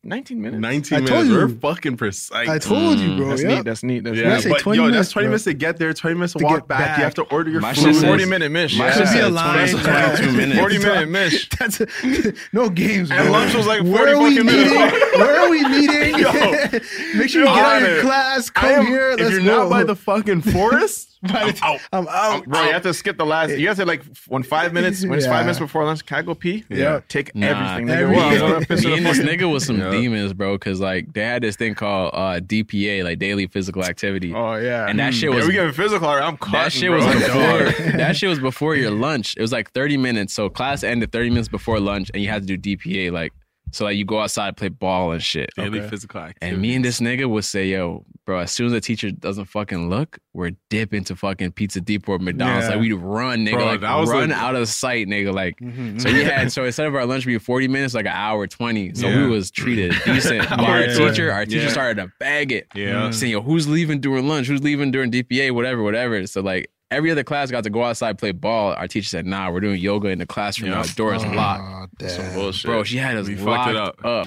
Speaker 3: 19 minutes.
Speaker 5: 19 minutes. We're fucking precise.
Speaker 3: I told you, bro,
Speaker 4: Oh,
Speaker 3: That's yeah. neat, that's neat, that's
Speaker 5: yeah,
Speaker 3: neat.
Speaker 5: but
Speaker 3: Say 20
Speaker 5: yo,
Speaker 3: minutes,
Speaker 5: that's 20
Speaker 3: bro.
Speaker 5: minutes to get there, 20 minutes to,
Speaker 3: To
Speaker 5: walk
Speaker 3: get
Speaker 5: back.
Speaker 3: back.
Speaker 5: You have to order your
Speaker 3: My shit
Speaker 5: food.
Speaker 3: says- 40 minute mish.
Speaker 5: My
Speaker 3: Yeah.
Speaker 5: shit
Speaker 3: Should be
Speaker 5: says
Speaker 3: a line.
Speaker 5: 20 to 22 minutes.
Speaker 3: 40 minute mish.
Speaker 4: <laughs> That's a, <laughs> no games.
Speaker 3: And
Speaker 4: bro.
Speaker 3: lunch was like 40
Speaker 4: Where are we
Speaker 3: fucking minutes.
Speaker 4: meeting? Where are we meeting?
Speaker 5: Yo.
Speaker 4: <laughs> Make sure you
Speaker 5: Yo,
Speaker 4: get out of your
Speaker 5: honor.
Speaker 4: class. Come
Speaker 5: I am-
Speaker 4: here.
Speaker 5: if
Speaker 4: Let's
Speaker 5: you're
Speaker 4: go.
Speaker 5: not by the fucking
Speaker 4: <laughs>
Speaker 5: forest,
Speaker 4: I'm out. I'm out.
Speaker 3: Bro, you have to skip the last. You have to like when <laughs> five minutes. When it's
Speaker 4: Yeah.
Speaker 3: five minutes before lunch, can I go pee?
Speaker 8: Yeah.
Speaker 3: take
Speaker 8: Nah.
Speaker 3: everything. Nigga.
Speaker 8: Everything.
Speaker 3: Well, I'm gonna piss in
Speaker 8: Me
Speaker 3: the
Speaker 8: and this
Speaker 3: fucking-
Speaker 8: nigga was some
Speaker 3: Yeah.
Speaker 8: demons, bro, because like they had this thing called uh, DPA, like daily physical activity.
Speaker 3: Oh yeah,
Speaker 8: and
Speaker 5: Hmm.
Speaker 8: that shit was
Speaker 3: Yeah, we getting physical. Or I'm cutting,
Speaker 8: that shit
Speaker 3: bro.
Speaker 5: <laughs>
Speaker 8: was before that shit was before your lunch. It was like thirty minutes, so class ended thirty minutes before lunch, and you had to do DPA like so. Like you go outside, play ball and shit.
Speaker 5: Daily Okay. physical
Speaker 8: And me and this nigga would say, "Yo, bro, as soon as the teacher doesn't fucking look, we're dipping to fucking Pizza Depot, or McDonald's.
Speaker 5: Yeah.
Speaker 8: Like we'd run, nigga,
Speaker 5: Bro,
Speaker 8: like
Speaker 5: that was
Speaker 8: run
Speaker 5: like-
Speaker 8: out of sight, nigga. Like
Speaker 5: Mhm.
Speaker 8: so we had so instead of our lunch being forty minutes, like an hour twenty. So
Speaker 5: Yeah.
Speaker 8: we was treated decent by
Speaker 5: Hour
Speaker 8: our
Speaker 5: 20.
Speaker 8: teacher. Our teacher
Speaker 5: Yeah.
Speaker 8: started to bag it. Mm-hmm.
Speaker 5: Yeah.
Speaker 8: Saying, yo, who's leaving during lunch? Who's leaving during DPA? Whatever, whatever. So like every other class got to go outside play ball. Our teacher said, nah, we're doing yoga in the classroom.
Speaker 3: Yeah.
Speaker 8: Our door is
Speaker 3: Oh,
Speaker 8: locked.
Speaker 3: damn. bullshit.
Speaker 8: Bro, she had us
Speaker 3: We
Speaker 8: locked
Speaker 3: fucked it
Speaker 8: up.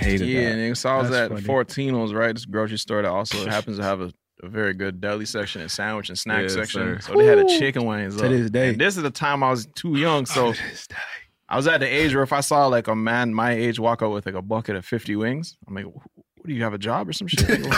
Speaker 8: Hated
Speaker 3: yeah,
Speaker 8: that.
Speaker 3: nigga. So I was
Speaker 8: That's
Speaker 3: at
Speaker 8: funny.
Speaker 3: Fortino's, right? This grocery store that also
Speaker 8: <laughs>
Speaker 3: happens to have a, a very good deli section and sandwich and snack
Speaker 5: Yes,
Speaker 3: section.
Speaker 5: sir.
Speaker 3: So they had a
Speaker 5: Ooh.
Speaker 3: chicken wings.
Speaker 5: To
Speaker 3: up.
Speaker 5: this day.
Speaker 3: And this is the time I was too young.
Speaker 8: <laughs>
Speaker 3: So I was at the age where if I saw like a man my age walk out with like a bucket of 50 wings, I'm like, what do you have a job or some shit? <laughs> that's a big,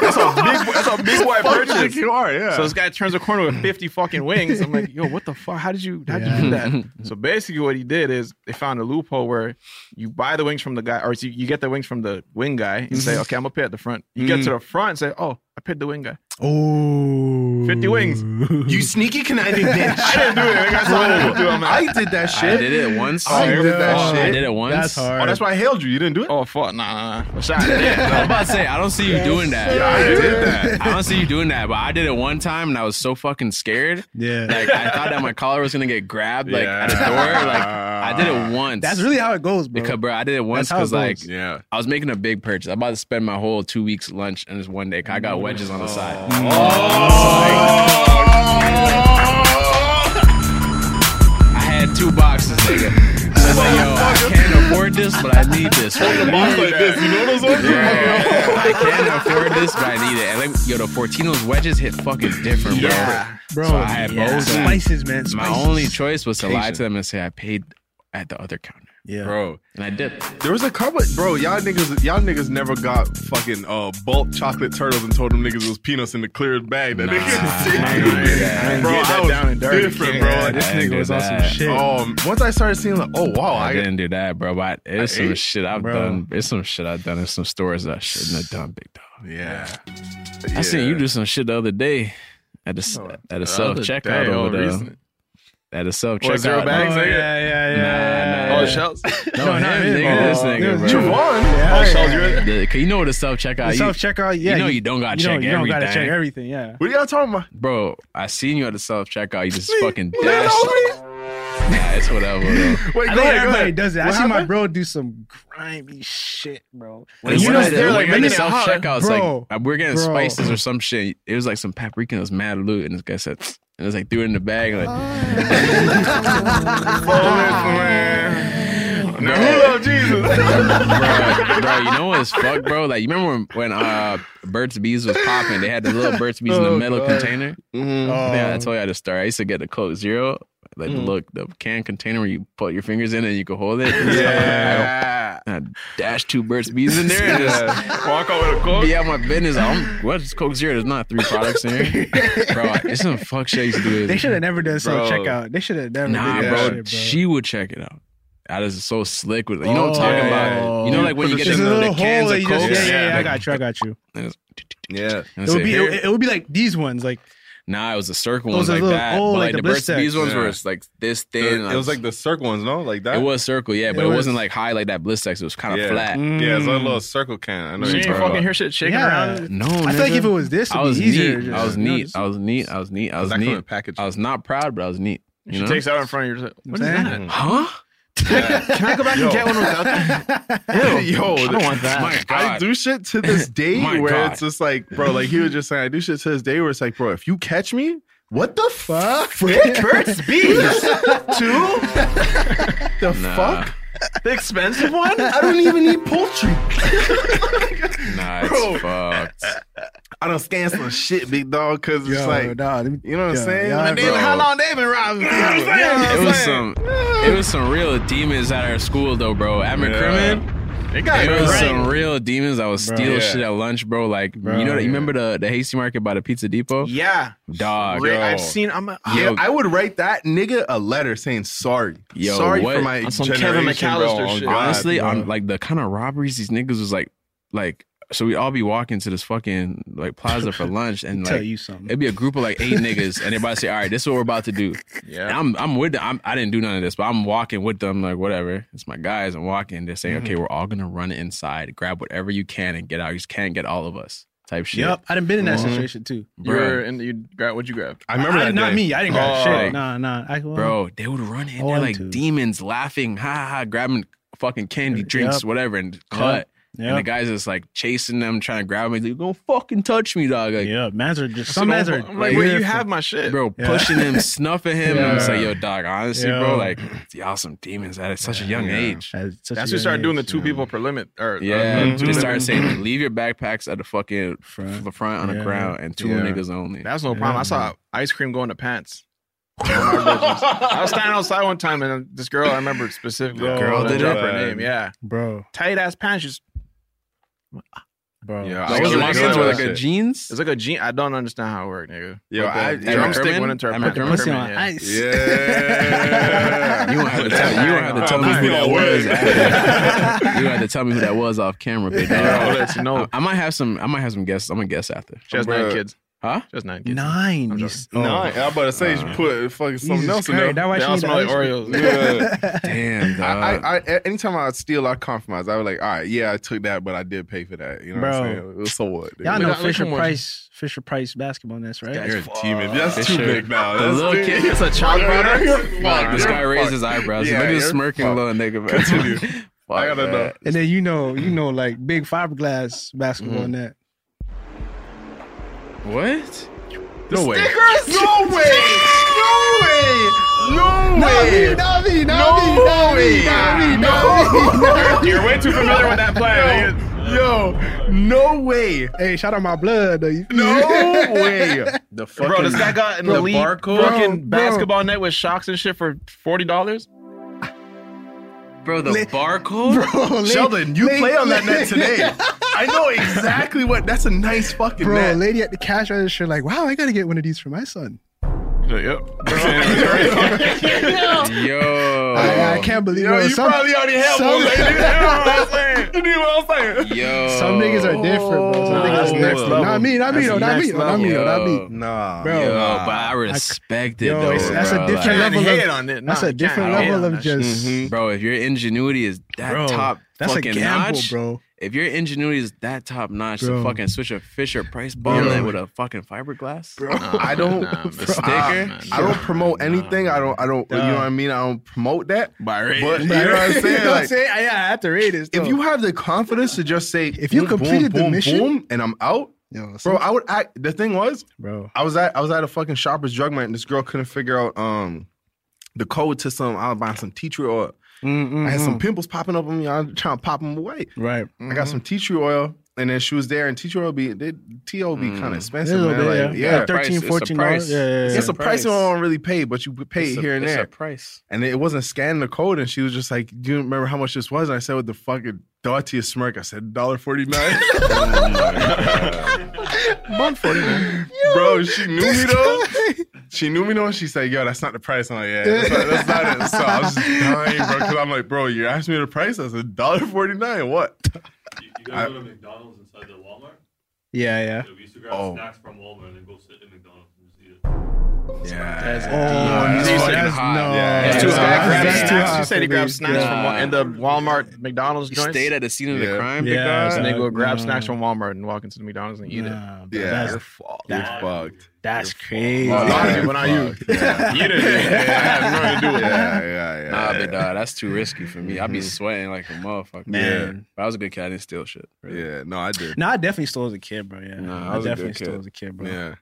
Speaker 3: that's a big white
Speaker 5: Fuck, like
Speaker 3: purchase.
Speaker 5: you are, yeah.
Speaker 3: So this guy turns a corner with 50 fucking wings. I'm like, yo, what the fuck? How did you, how did you
Speaker 5: <laughs>
Speaker 3: do that? So basically, what he did is they found a loophole where you buy the wings from the guy, or you, you get the wings from the wing guy and say,
Speaker 5: Mm-hmm.
Speaker 4: Mhm.
Speaker 3: okay, I'm gonna pay at the front. You get to
Speaker 4: Mm.
Speaker 3: the front and say, oh, I paid the wing guy.
Speaker 4: Oh.
Speaker 3: 50 wings.
Speaker 5: You sneaky conniving <laughs> bitch.
Speaker 3: I didn't do it. nigga. That's all I didn't do. I'm like,
Speaker 5: I oh, did that shit.
Speaker 8: did it once.
Speaker 5: I
Speaker 8: Oh,
Speaker 5: did that
Speaker 8: I
Speaker 5: shit.
Speaker 8: did it once. That's hard.
Speaker 5: Oh, that's why I hailed you. You didn't do it?
Speaker 3: Oh, fuck. Nah, nah, nah.
Speaker 5: <laughs>
Speaker 3: Shot
Speaker 8: I was about to say, I don't see you doing that.
Speaker 5: Yeah, I did that.
Speaker 8: I don't see you doing that, but I did it one time and I was so fucking scared.
Speaker 4: Yeah.
Speaker 8: Like I thought that my collar was gonna get grabbed like at a door. Like I
Speaker 4: <laughs>
Speaker 8: did it once.
Speaker 4: That's really how it goes, bro.
Speaker 8: because bro, I did it once
Speaker 4: That's how it
Speaker 8: because like
Speaker 4: goes.
Speaker 8: yeah. I was making a big purchase. I'm about to spend my whole two weeks lunch and just one day. 'cause I got wedges on the side.
Speaker 4: Oh.
Speaker 5: Oh.
Speaker 8: Oh. I had two boxes, nigga. So I was like, yo, I can't afford this, but I need this.
Speaker 5: Box like this, you know those ones?
Speaker 8: Yeah. I can't afford this, but I need it. And like, yo, the Fortino's wedges hit fucking different, bro.
Speaker 4: Yeah. Bro,
Speaker 8: So I had
Speaker 4: yeah.
Speaker 8: both.
Speaker 4: Spices, man,
Speaker 8: My
Speaker 4: spices.
Speaker 8: only choice was to lie
Speaker 5: Patient.
Speaker 8: to them and say I paid at the other counter.
Speaker 4: Yeah.
Speaker 5: Bro.
Speaker 8: And I did.
Speaker 5: There was a couple, bro. Y'all niggas, y'all niggas never got fucking uh, bulk chocolate turtles and told them niggas it was peanuts in the clearest bag. That
Speaker 8: Nah,
Speaker 5: niggas
Speaker 8: I
Speaker 5: did.
Speaker 8: ain't do that. I ain't
Speaker 5: Bro,
Speaker 8: get
Speaker 5: I
Speaker 8: that
Speaker 5: was
Speaker 8: down and dirty,
Speaker 5: different,
Speaker 8: kid.
Speaker 5: bro.
Speaker 8: Yeah,
Speaker 5: this
Speaker 8: I ain't
Speaker 5: nigga
Speaker 8: do
Speaker 5: was on some
Speaker 8: that.
Speaker 5: shit. Um, once I started seeing like, oh wow,
Speaker 8: I
Speaker 5: I,
Speaker 8: didn't do that, bro. But it's some
Speaker 5: ate-
Speaker 8: shit I've
Speaker 5: bro.
Speaker 8: done. It's some shit I've done. It's some stores that I shouldn't have done, big dog.
Speaker 5: Yeah.
Speaker 8: I seen you do some shit the other day at the s- at
Speaker 3: the
Speaker 8: a self
Speaker 3: other
Speaker 8: checkout
Speaker 3: day, oh,
Speaker 8: over there.
Speaker 3: recent.
Speaker 8: At a self
Speaker 3: What,
Speaker 8: checkout.
Speaker 3: zero bags, nigga?
Speaker 8: yeah,
Speaker 3: yeah,
Speaker 8: Nah, nah,
Speaker 3: yeah.
Speaker 8: yeah.
Speaker 3: Shells? <laughs>
Speaker 8: No,
Speaker 3: No,
Speaker 8: him,
Speaker 3: not him.
Speaker 8: nigga. this
Speaker 3: Oh,
Speaker 8: nigga, bro.
Speaker 3: there's Javon? Oh, Shells, you really-
Speaker 8: The- 'cause Uh, you know what a self checkout.
Speaker 4: Self checkout, yeah.
Speaker 8: You know you don't gotta
Speaker 4: you
Speaker 8: check
Speaker 4: don't, You don't
Speaker 8: everything.
Speaker 4: gotta check everything, yeah.
Speaker 5: What are y'all talking about?
Speaker 8: Bro, I seen you at the self checkout. You just fucking dashed. Nah, it's whatever. Though.
Speaker 5: <laughs> Wait, go ahead,
Speaker 4: I think
Speaker 5: go
Speaker 4: everybody
Speaker 5: ahead.
Speaker 4: does it. I
Speaker 5: What
Speaker 4: see my
Speaker 5: happened?
Speaker 4: bro do some grimy shit, bro.
Speaker 8: When you
Speaker 4: know
Speaker 8: know they're like making
Speaker 4: it
Speaker 8: self
Speaker 4: hot.
Speaker 8: checkouts,
Speaker 4: Bro,
Speaker 8: like uh, we're getting
Speaker 4: bro.
Speaker 8: spices or some shit. It was like some paprika. It was mad loot, and this guy said, and it's like threw it in the bag. <laughs> Like,
Speaker 5: Now, who love Oh,
Speaker 3: <laughs>
Speaker 5: Jesus?
Speaker 8: bro, bro, you know what's fuck, bro? Like, you remember when, when uh Burt's Bees was popping? They had the little Burt's Bees in the
Speaker 5: Oh,
Speaker 8: metal
Speaker 5: God.
Speaker 8: container.
Speaker 5: Mhm.
Speaker 8: Yeah, I
Speaker 5: Oh.
Speaker 8: told you I had to start. I used to get the Coke Zero, like
Speaker 5: Mhm.
Speaker 8: look the can container where you put your fingers in and you can hold it.
Speaker 5: <laughs> Yeah.
Speaker 8: I dash two Burt's Bees in there and just
Speaker 3: walk out with a Coke.
Speaker 8: Be out my business. I'm, what is Coke Zero? There's not three products in here, bro. It's some fuck shit I used to do.
Speaker 4: They should have never done
Speaker 8: Bro.
Speaker 4: self checkout. They should have never
Speaker 8: Nah,
Speaker 4: did that
Speaker 8: bro,
Speaker 4: shit, bro.
Speaker 8: She would check it out. I just so slick with it. You know what I'm
Speaker 4: Oh.
Speaker 8: talking about. You know, like when you get
Speaker 4: There's
Speaker 8: them,
Speaker 4: a
Speaker 8: the
Speaker 4: little
Speaker 8: cans
Speaker 4: hole that
Speaker 8: of
Speaker 4: you
Speaker 8: Coke.
Speaker 4: just- yeah, yeah, yeah, I
Speaker 8: like,
Speaker 4: got you, I got you.
Speaker 5: Yeah.
Speaker 4: It would be it, it would be like these ones, like
Speaker 8: Nah, it was the circle
Speaker 4: Those
Speaker 8: ones
Speaker 4: are
Speaker 8: like
Speaker 4: little-
Speaker 8: that.
Speaker 4: oh, like
Speaker 8: but like
Speaker 4: the
Speaker 8: the
Speaker 4: bliss
Speaker 8: Burt's Bees
Speaker 4: sets.
Speaker 8: ones were
Speaker 4: Yeah.
Speaker 8: it's like this
Speaker 5: It
Speaker 8: thin.
Speaker 5: was like the circle ones, no? Like that?
Speaker 8: it was circle, yeah, but
Speaker 5: It
Speaker 8: it,
Speaker 5: was-
Speaker 8: was, not like high like that bliss sex. It was kind of
Speaker 5: yeah.
Speaker 8: flat.
Speaker 3: Mm.
Speaker 5: Yeah, it's like a little circle can. I know
Speaker 3: She
Speaker 5: you're
Speaker 3: ain't
Speaker 5: talking
Speaker 3: fucking
Speaker 5: about.
Speaker 3: hear shit shaking
Speaker 4: Yeah.
Speaker 3: around.
Speaker 8: No,
Speaker 4: I feel like
Speaker 8: nigga.
Speaker 4: if it was this, it'd
Speaker 8: I
Speaker 4: be
Speaker 8: was
Speaker 4: easier to
Speaker 8: neat.
Speaker 4: just-
Speaker 8: I was
Speaker 4: you know,
Speaker 8: neat.
Speaker 4: just-
Speaker 8: I was neat. I was neat. Uh, I was
Speaker 5: that come in a
Speaker 8: neat. I was not proud, but I was neat. You
Speaker 3: She
Speaker 8: know?
Speaker 3: takes it out in front of you. What is
Speaker 4: Damn.
Speaker 3: that?
Speaker 8: Huh?
Speaker 5: <laughs> Can I go back and get one without
Speaker 3: <laughs>
Speaker 5: that? Ew. Yo,
Speaker 7: I don't want that.
Speaker 5: My
Speaker 7: God.
Speaker 5: I do shit to
Speaker 8: <laughs>
Speaker 5: this day
Speaker 7: My
Speaker 5: where
Speaker 7: God.
Speaker 5: it's just like, bro, like he was just saying, I do shit to this day where it's like, bro, if you catch me, what the fuck?
Speaker 3: Frick?
Speaker 8: <laughs>
Speaker 3: Burt's Bees?
Speaker 5: Two? The
Speaker 8: Nah.
Speaker 5: fuck?
Speaker 3: The expensive one?
Speaker 5: I don't even eat poultry.
Speaker 8: Nah, it's
Speaker 5: Bro.
Speaker 8: fucked.
Speaker 5: I don't scan some shit, big dog, because it's like, you know what I'm saying?
Speaker 3: And then how long they been robbing? people? You know what I'm
Speaker 8: It was
Speaker 3: saying?
Speaker 8: some, it was some real demons at our school though, bro. At McCrimmon,
Speaker 3: They got
Speaker 8: it
Speaker 3: it
Speaker 8: was
Speaker 3: right.
Speaker 8: some real demons that was
Speaker 3: Bro.
Speaker 8: steal
Speaker 3: Yeah.
Speaker 8: shit at lunch, bro. Like you know, that, you remember the the Hasty Market by the Pizza Depot?
Speaker 3: Yeah,
Speaker 8: dog.
Speaker 5: Rick,
Speaker 8: yo.
Speaker 5: I've seen. I'm a,
Speaker 8: Yo.
Speaker 5: I, I would write that nigga a letter saying sorry.
Speaker 8: Yo,
Speaker 5: sorry
Speaker 8: what?
Speaker 5: for my
Speaker 8: On
Speaker 5: generation,
Speaker 8: some Kevin
Speaker 5: bro. Oh, God,
Speaker 8: Honestly,
Speaker 5: bro.
Speaker 8: on like the kind of robberies these niggas was like, like. So we'd all be walking to this fucking like plaza for lunch, and like
Speaker 4: Tell you something.
Speaker 8: it'd be a group of like eight niggas, and everybody say, "All right, this is what we're about to do."
Speaker 3: Yeah,
Speaker 8: And I'm I'm with them. I'm, I didn't do none of this, but I'm walking with them. Like whatever, it's my guys. I'm walking. They're saying,
Speaker 4: Mhm.
Speaker 8: "Okay, we're all gonna run inside, grab whatever you can, and get out. You just can't get all of us." Type shit.
Speaker 4: Yep, I done been in that
Speaker 8: Mhm.
Speaker 4: situation too.
Speaker 8: Bruh.
Speaker 3: you were in. You gra- What'd you grab?
Speaker 5: I
Speaker 4: I, not me. I didn't grab
Speaker 8: Oh.
Speaker 4: shit. Nah, nah. I, well,
Speaker 8: bro. They would run in
Speaker 4: I
Speaker 8: there
Speaker 4: want
Speaker 8: like demons, laughing, ha ha, grabbing fucking candy, drinks,
Speaker 4: Yep.
Speaker 8: whatever, and cut. And the
Speaker 4: Yep.
Speaker 8: guys is like chasing them, trying to grab me. Like, don't fucking touch me, dog. Like,
Speaker 4: yeah, mans are just some mans are.
Speaker 3: I'm like, wait, you have my shit,
Speaker 8: bro,
Speaker 5: <laughs>
Speaker 8: pushing him, snuffing him. And I'm just like,
Speaker 3: Yeah.
Speaker 8: yo, dog, honestly,
Speaker 3: Yeah.
Speaker 8: bro, like, y'all some demons at such a young
Speaker 3: Yeah.
Speaker 8: age.
Speaker 3: That's when you start doing the two people per limit. Or
Speaker 8: Yeah,
Speaker 5: Mm-hmm.
Speaker 3: uh, two
Speaker 8: they
Speaker 3: limit.
Speaker 8: started saying leave your backpacks at the fucking front, the front on the
Speaker 3: Yeah.
Speaker 8: ground and two
Speaker 3: Yeah.
Speaker 8: niggas only.
Speaker 3: That's no problem. I saw ice cream going to pants. I was standing outside one time and this girl, I remember specifically,
Speaker 8: Yo,
Speaker 3: I don't
Speaker 8: did
Speaker 3: drop
Speaker 8: it?
Speaker 3: her name. Yeah,
Speaker 4: bro,
Speaker 3: tight ass pants. She's
Speaker 4: bro.
Speaker 3: yeah,
Speaker 8: That was like- that was like a jeans.
Speaker 3: It's like a jean. I don't understand how it worked, nigga.
Speaker 5: Yo,
Speaker 3: But the
Speaker 5: I- yeah.
Speaker 3: drumstick
Speaker 8: Kerman?
Speaker 3: went into her
Speaker 8: At
Speaker 3: pants.
Speaker 8: McKerman?
Speaker 3: Kerman,
Speaker 8: Pussy
Speaker 5: <laughs>
Speaker 8: on ice.
Speaker 5: Yeah. <laughs>
Speaker 8: You don't have to tell. You don't have to tell me who that was. after. <laughs> You don't have to tell me who that was off
Speaker 5: <laughs>
Speaker 8: camera, big dog.
Speaker 3: Yeah, I'll let you know.
Speaker 8: I, I might have some. I might have some guesses. I'm gonna guess after.
Speaker 3: She has nine
Speaker 5: Bruh.
Speaker 3: kids.
Speaker 8: Huh?
Speaker 3: She has nine kids.
Speaker 4: Nine. you s-
Speaker 5: No, <laughs>
Speaker 4: oh.
Speaker 5: I- I'm about to say you
Speaker 8: Uh,
Speaker 5: should put fucking something
Speaker 4: Jesus
Speaker 5: else in there.
Speaker 4: Christ, that why
Speaker 3: They
Speaker 4: she
Speaker 3: all
Speaker 4: need
Speaker 3: smell like
Speaker 4: ice cream.
Speaker 3: Oreos.
Speaker 5: <laughs>
Speaker 4: <laughs>
Speaker 5: Yeah.
Speaker 8: Damn, <laughs> dog.
Speaker 5: I, I, I, anytime I steal, I compromise. I was like, all right, yeah, I took that, but I did pay for that. You know what I'm
Speaker 4: Bro.
Speaker 5: saying? So what? dude?
Speaker 4: Y'all
Speaker 5: Look
Speaker 4: know
Speaker 5: how- look
Speaker 4: Fisher
Speaker 5: how much-
Speaker 4: Price, Fisher Price basketball nets, right?
Speaker 5: You're a demon. That's too
Speaker 8: Fisher.
Speaker 5: big now.
Speaker 8: The
Speaker 5: That's
Speaker 8: little
Speaker 5: too-
Speaker 8: kid-
Speaker 3: It's a child
Speaker 5: You're-
Speaker 3: product?
Speaker 5: you're
Speaker 8: Fuck,
Speaker 5: fucked.
Speaker 8: this
Speaker 5: You're
Speaker 8: guy raised
Speaker 5: fucked.
Speaker 8: his eyebrows.
Speaker 5: Yeah,
Speaker 8: Yeah,
Speaker 5: you're
Speaker 8: Nigga smirking,
Speaker 5: fucked.
Speaker 8: little nigga. man.
Speaker 5: Continue.
Speaker 8: <laughs> Fuck
Speaker 5: I gotta
Speaker 8: that.
Speaker 5: know.
Speaker 4: And then you know, you know, like big fiberglass basketball net.
Speaker 8: What? No way.
Speaker 5: Stickers? No way! No way! No way!
Speaker 4: Not me,
Speaker 5: No way! No!
Speaker 3: You're way too familiar with that player. nigga.
Speaker 5: Yo, no way!
Speaker 4: Hey, shout out my blood. though.
Speaker 5: No <laughs> way! The fucking
Speaker 3: Bro, this guy got in
Speaker 5: the
Speaker 3: the league
Speaker 5: barcode?
Speaker 3: fucking
Speaker 4: Bro, bro.
Speaker 3: basketball net with shocks and shit for forty dollars.
Speaker 8: Bro, the
Speaker 4: Li-
Speaker 8: barcode?
Speaker 4: Bro,
Speaker 5: Sheldon, you play on that net today. I know exactly what. That's a nice fucking
Speaker 4: Bro,
Speaker 5: net.
Speaker 4: lady at the cash register, like, wow, I gotta get one of these for my son.
Speaker 5: Uh, <laughs>
Speaker 8: Oh, Yo.
Speaker 4: I, I can't believe.
Speaker 5: Yo,
Speaker 4: bro,
Speaker 5: you probably already have
Speaker 4: some-
Speaker 5: one. Like,
Speaker 8: <laughs>
Speaker 5: you know what I'm saying? You know what I'm saying?
Speaker 8: Yo.
Speaker 4: Some niggas are different, bro. Some
Speaker 5: Oh.
Speaker 4: niggas
Speaker 5: That's
Speaker 4: are
Speaker 5: next
Speaker 4: different.
Speaker 5: level.
Speaker 4: Not me, not me,
Speaker 5: That's
Speaker 4: though. Not me,
Speaker 5: next
Speaker 4: though. Not me, though. Not
Speaker 8: level.
Speaker 4: me.
Speaker 5: Nah,
Speaker 4: Bro.
Speaker 8: Yo,
Speaker 5: Nah.
Speaker 8: but I respect it
Speaker 4: Yo,
Speaker 8: though.
Speaker 4: it's- that's a
Speaker 8: bro.
Speaker 4: different
Speaker 8: Like,
Speaker 4: level
Speaker 3: hate
Speaker 4: of-
Speaker 3: on it.
Speaker 4: that's
Speaker 3: Nah,
Speaker 4: a
Speaker 3: you
Speaker 4: different
Speaker 3: can't hate
Speaker 4: level
Speaker 3: on
Speaker 4: of
Speaker 3: that shit.
Speaker 4: just.
Speaker 5: Mm-hmm.
Speaker 8: Bro, if your ingenuity is that
Speaker 4: Bro,
Speaker 8: top
Speaker 4: that's a
Speaker 8: fucking
Speaker 4: gamble,
Speaker 8: notch,
Speaker 4: bro.
Speaker 8: If your ingenuity is that top notch to
Speaker 4: Bro.
Speaker 8: fucking switch a Fisher Price ball
Speaker 5: Bro.
Speaker 8: net with a fucking fiberglass,
Speaker 5: Bro, I don't.
Speaker 3: nah, man.
Speaker 5: bro,
Speaker 8: Sticker?
Speaker 5: I, I don't promote anything. I don't. I don't. You know what I mean? I don't promote that. But you know what I'm saying? Like,
Speaker 4: Yeah, I have to rate it.
Speaker 5: if you have the confidence to just say,
Speaker 4: If you
Speaker 5: boom, boom,
Speaker 4: completed the
Speaker 5: boom,
Speaker 4: mission-
Speaker 5: boom, and I'm out,
Speaker 4: Yo,
Speaker 5: bro,
Speaker 4: some-
Speaker 5: I would act. The thing was,
Speaker 4: bro,
Speaker 5: I was at I was at a fucking Shoppers Drug Mart, and this girl couldn't figure out um the code to some. I was buying some tea tree oil. I had some pimples popping up on me. I was trying to pop them away.
Speaker 4: right.
Speaker 5: I got some tea tree oil, and then she was there, and tea tree oil be they, tea oil be kind of expensive, man. like, yeah,
Speaker 4: Like 13,
Speaker 8: Price, it's a
Speaker 4: 14
Speaker 8: price.
Speaker 4: dollars. Yeah, yeah, yeah.
Speaker 5: it's a price you
Speaker 8: price.
Speaker 5: don't really pay, but you pay it here and there.
Speaker 8: price.
Speaker 5: And it wasn't scanning the code, and she was just like, "Do you remember how much this was?" And I said with the fucking dirtiest smirk, I said dollar forty <laughs> nine. Oh forty nine. Bro, she knew me though. She knew me though. and She's like, "Yo, that's not the price." I'm like, "Yeah, that's not, that's not it." So I was <laughs> just dying, bro, because I'm like, "Bro, you asked me the price." I said dollar forty nine. What?
Speaker 14: You, you guys go to McDonald's inside the Walmart?
Speaker 4: yeah, yeah.
Speaker 14: So we used to grab
Speaker 5: Oh.
Speaker 14: snacks from Walmart and then go sit in McDonald's and just eat it.
Speaker 8: Yeah.
Speaker 3: That's
Speaker 8: oh,
Speaker 3: deep.
Speaker 8: no,
Speaker 3: He said-
Speaker 8: that's- no.
Speaker 3: Yeah,
Speaker 8: That's
Speaker 3: he
Speaker 8: too
Speaker 3: said
Speaker 8: hot.
Speaker 3: he grabbed
Speaker 8: That's
Speaker 3: snacks.
Speaker 8: too hot
Speaker 3: He said he
Speaker 8: for me.
Speaker 3: grabbed snacks from
Speaker 8: Nah.
Speaker 3: Wa- in the Walmart McDonald's.
Speaker 8: You
Speaker 3: joints.
Speaker 8: stayed at the scene of the crime, big
Speaker 3: Yeah,
Speaker 8: dog?
Speaker 3: this nigga will grab
Speaker 8: Nah.
Speaker 3: snacks from Walmart and walk into the McDonald's and eat it.
Speaker 8: bro, Yeah. that's-
Speaker 3: you're fucked.
Speaker 8: that's-
Speaker 3: You're
Speaker 5: fucked.
Speaker 3: That's
Speaker 8: crazy.
Speaker 4: <laughs>
Speaker 3: A lot of people, not you.
Speaker 8: Fucked, yeah.
Speaker 3: You didn't.
Speaker 5: <laughs>
Speaker 3: do it.
Speaker 8: Yeah, I have nothing to do with
Speaker 5: Yeah,
Speaker 8: that.
Speaker 5: yeah, yeah.
Speaker 8: Nah, but dog, that's too risky for me. I'd be sweating like a motherfucker.
Speaker 4: Mm-hmm. Man.
Speaker 8: Yeah. But I was a good kid. I didn't steal shit.
Speaker 5: Yeah, no, I did.
Speaker 4: No, I definitely stole as a kid, bro. Yeah,
Speaker 8: Nah, I
Speaker 4: I,
Speaker 8: was a
Speaker 4: definitely
Speaker 8: good kid.
Speaker 4: stole as a kid, bro.
Speaker 5: Yeah.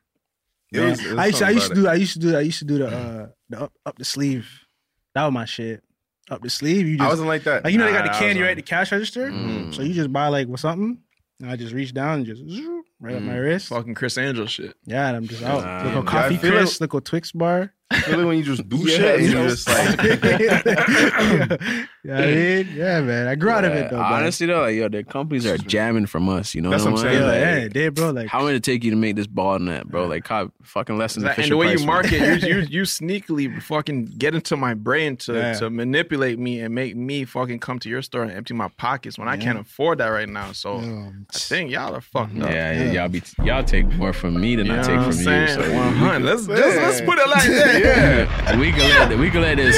Speaker 4: Yeah.
Speaker 5: It was- it was
Speaker 4: I used, to- I
Speaker 5: something
Speaker 4: used to
Speaker 5: about
Speaker 4: do. I used to do. I used to do the uh, the up, up the sleeve. That was my shit. Up the sleeve. You
Speaker 5: I
Speaker 4: just,
Speaker 5: wasn't like that.
Speaker 4: Like you know, they got
Speaker 5: Nah, I
Speaker 4: the candy
Speaker 5: wasn't.
Speaker 4: right at the cash register.
Speaker 8: Mm-hmm.
Speaker 5: Mm.
Speaker 4: Mm-hmm. So you just buy like what something, and I just reach down and just zoop, right up my wrist.
Speaker 3: <laughs> Fucking Chris Angel shit.
Speaker 4: Yeah, and I'm just out.
Speaker 3: Nah.
Speaker 4: Look
Speaker 3: Yeah,
Speaker 4: on
Speaker 3: I
Speaker 4: coffee
Speaker 3: feel
Speaker 4: crisp. Look on Twix bar. <laughs>
Speaker 5: Really, when you just do
Speaker 4: Yeah,
Speaker 5: shit, and
Speaker 4: you
Speaker 5: you
Speaker 4: know.
Speaker 5: just like, <laughs>
Speaker 4: Yeah, I mean, yeah, man. I grew out of
Speaker 8: Yeah,
Speaker 4: it though. bro.
Speaker 8: Honestly though, like, yo, the companies are jamming from us. You know
Speaker 4: That's
Speaker 8: what
Speaker 4: what
Speaker 8: I'm
Speaker 4: I'm
Speaker 8: saying?
Speaker 4: saying,
Speaker 8: Like,
Speaker 4: yeah, they, bro. Like,
Speaker 8: how long did it take you to make this ball net, bro? Like, cop, fucking less than the
Speaker 3: That- and
Speaker 8: Fisher
Speaker 3: the way
Speaker 8: Price
Speaker 3: you
Speaker 8: one.
Speaker 3: market, you, you
Speaker 8: <laughs>
Speaker 3: you sneakily fucking get into my brain to
Speaker 8: Yeah.
Speaker 3: to manipulate me and make me fucking come to your store and empty my pockets when I
Speaker 8: Yeah. Mm-hmm.
Speaker 3: can't afford that right now. So I think y'all are fucked up.
Speaker 8: Yeah, yeah, y'all be y'all take more from me than
Speaker 3: You
Speaker 8: I
Speaker 3: know
Speaker 8: take
Speaker 3: what I'm
Speaker 8: from you.
Speaker 3: saying?
Speaker 8: So <laughs>
Speaker 3: 100. Let's- let's- let's put it like that, yeah.
Speaker 8: we can let we can let this.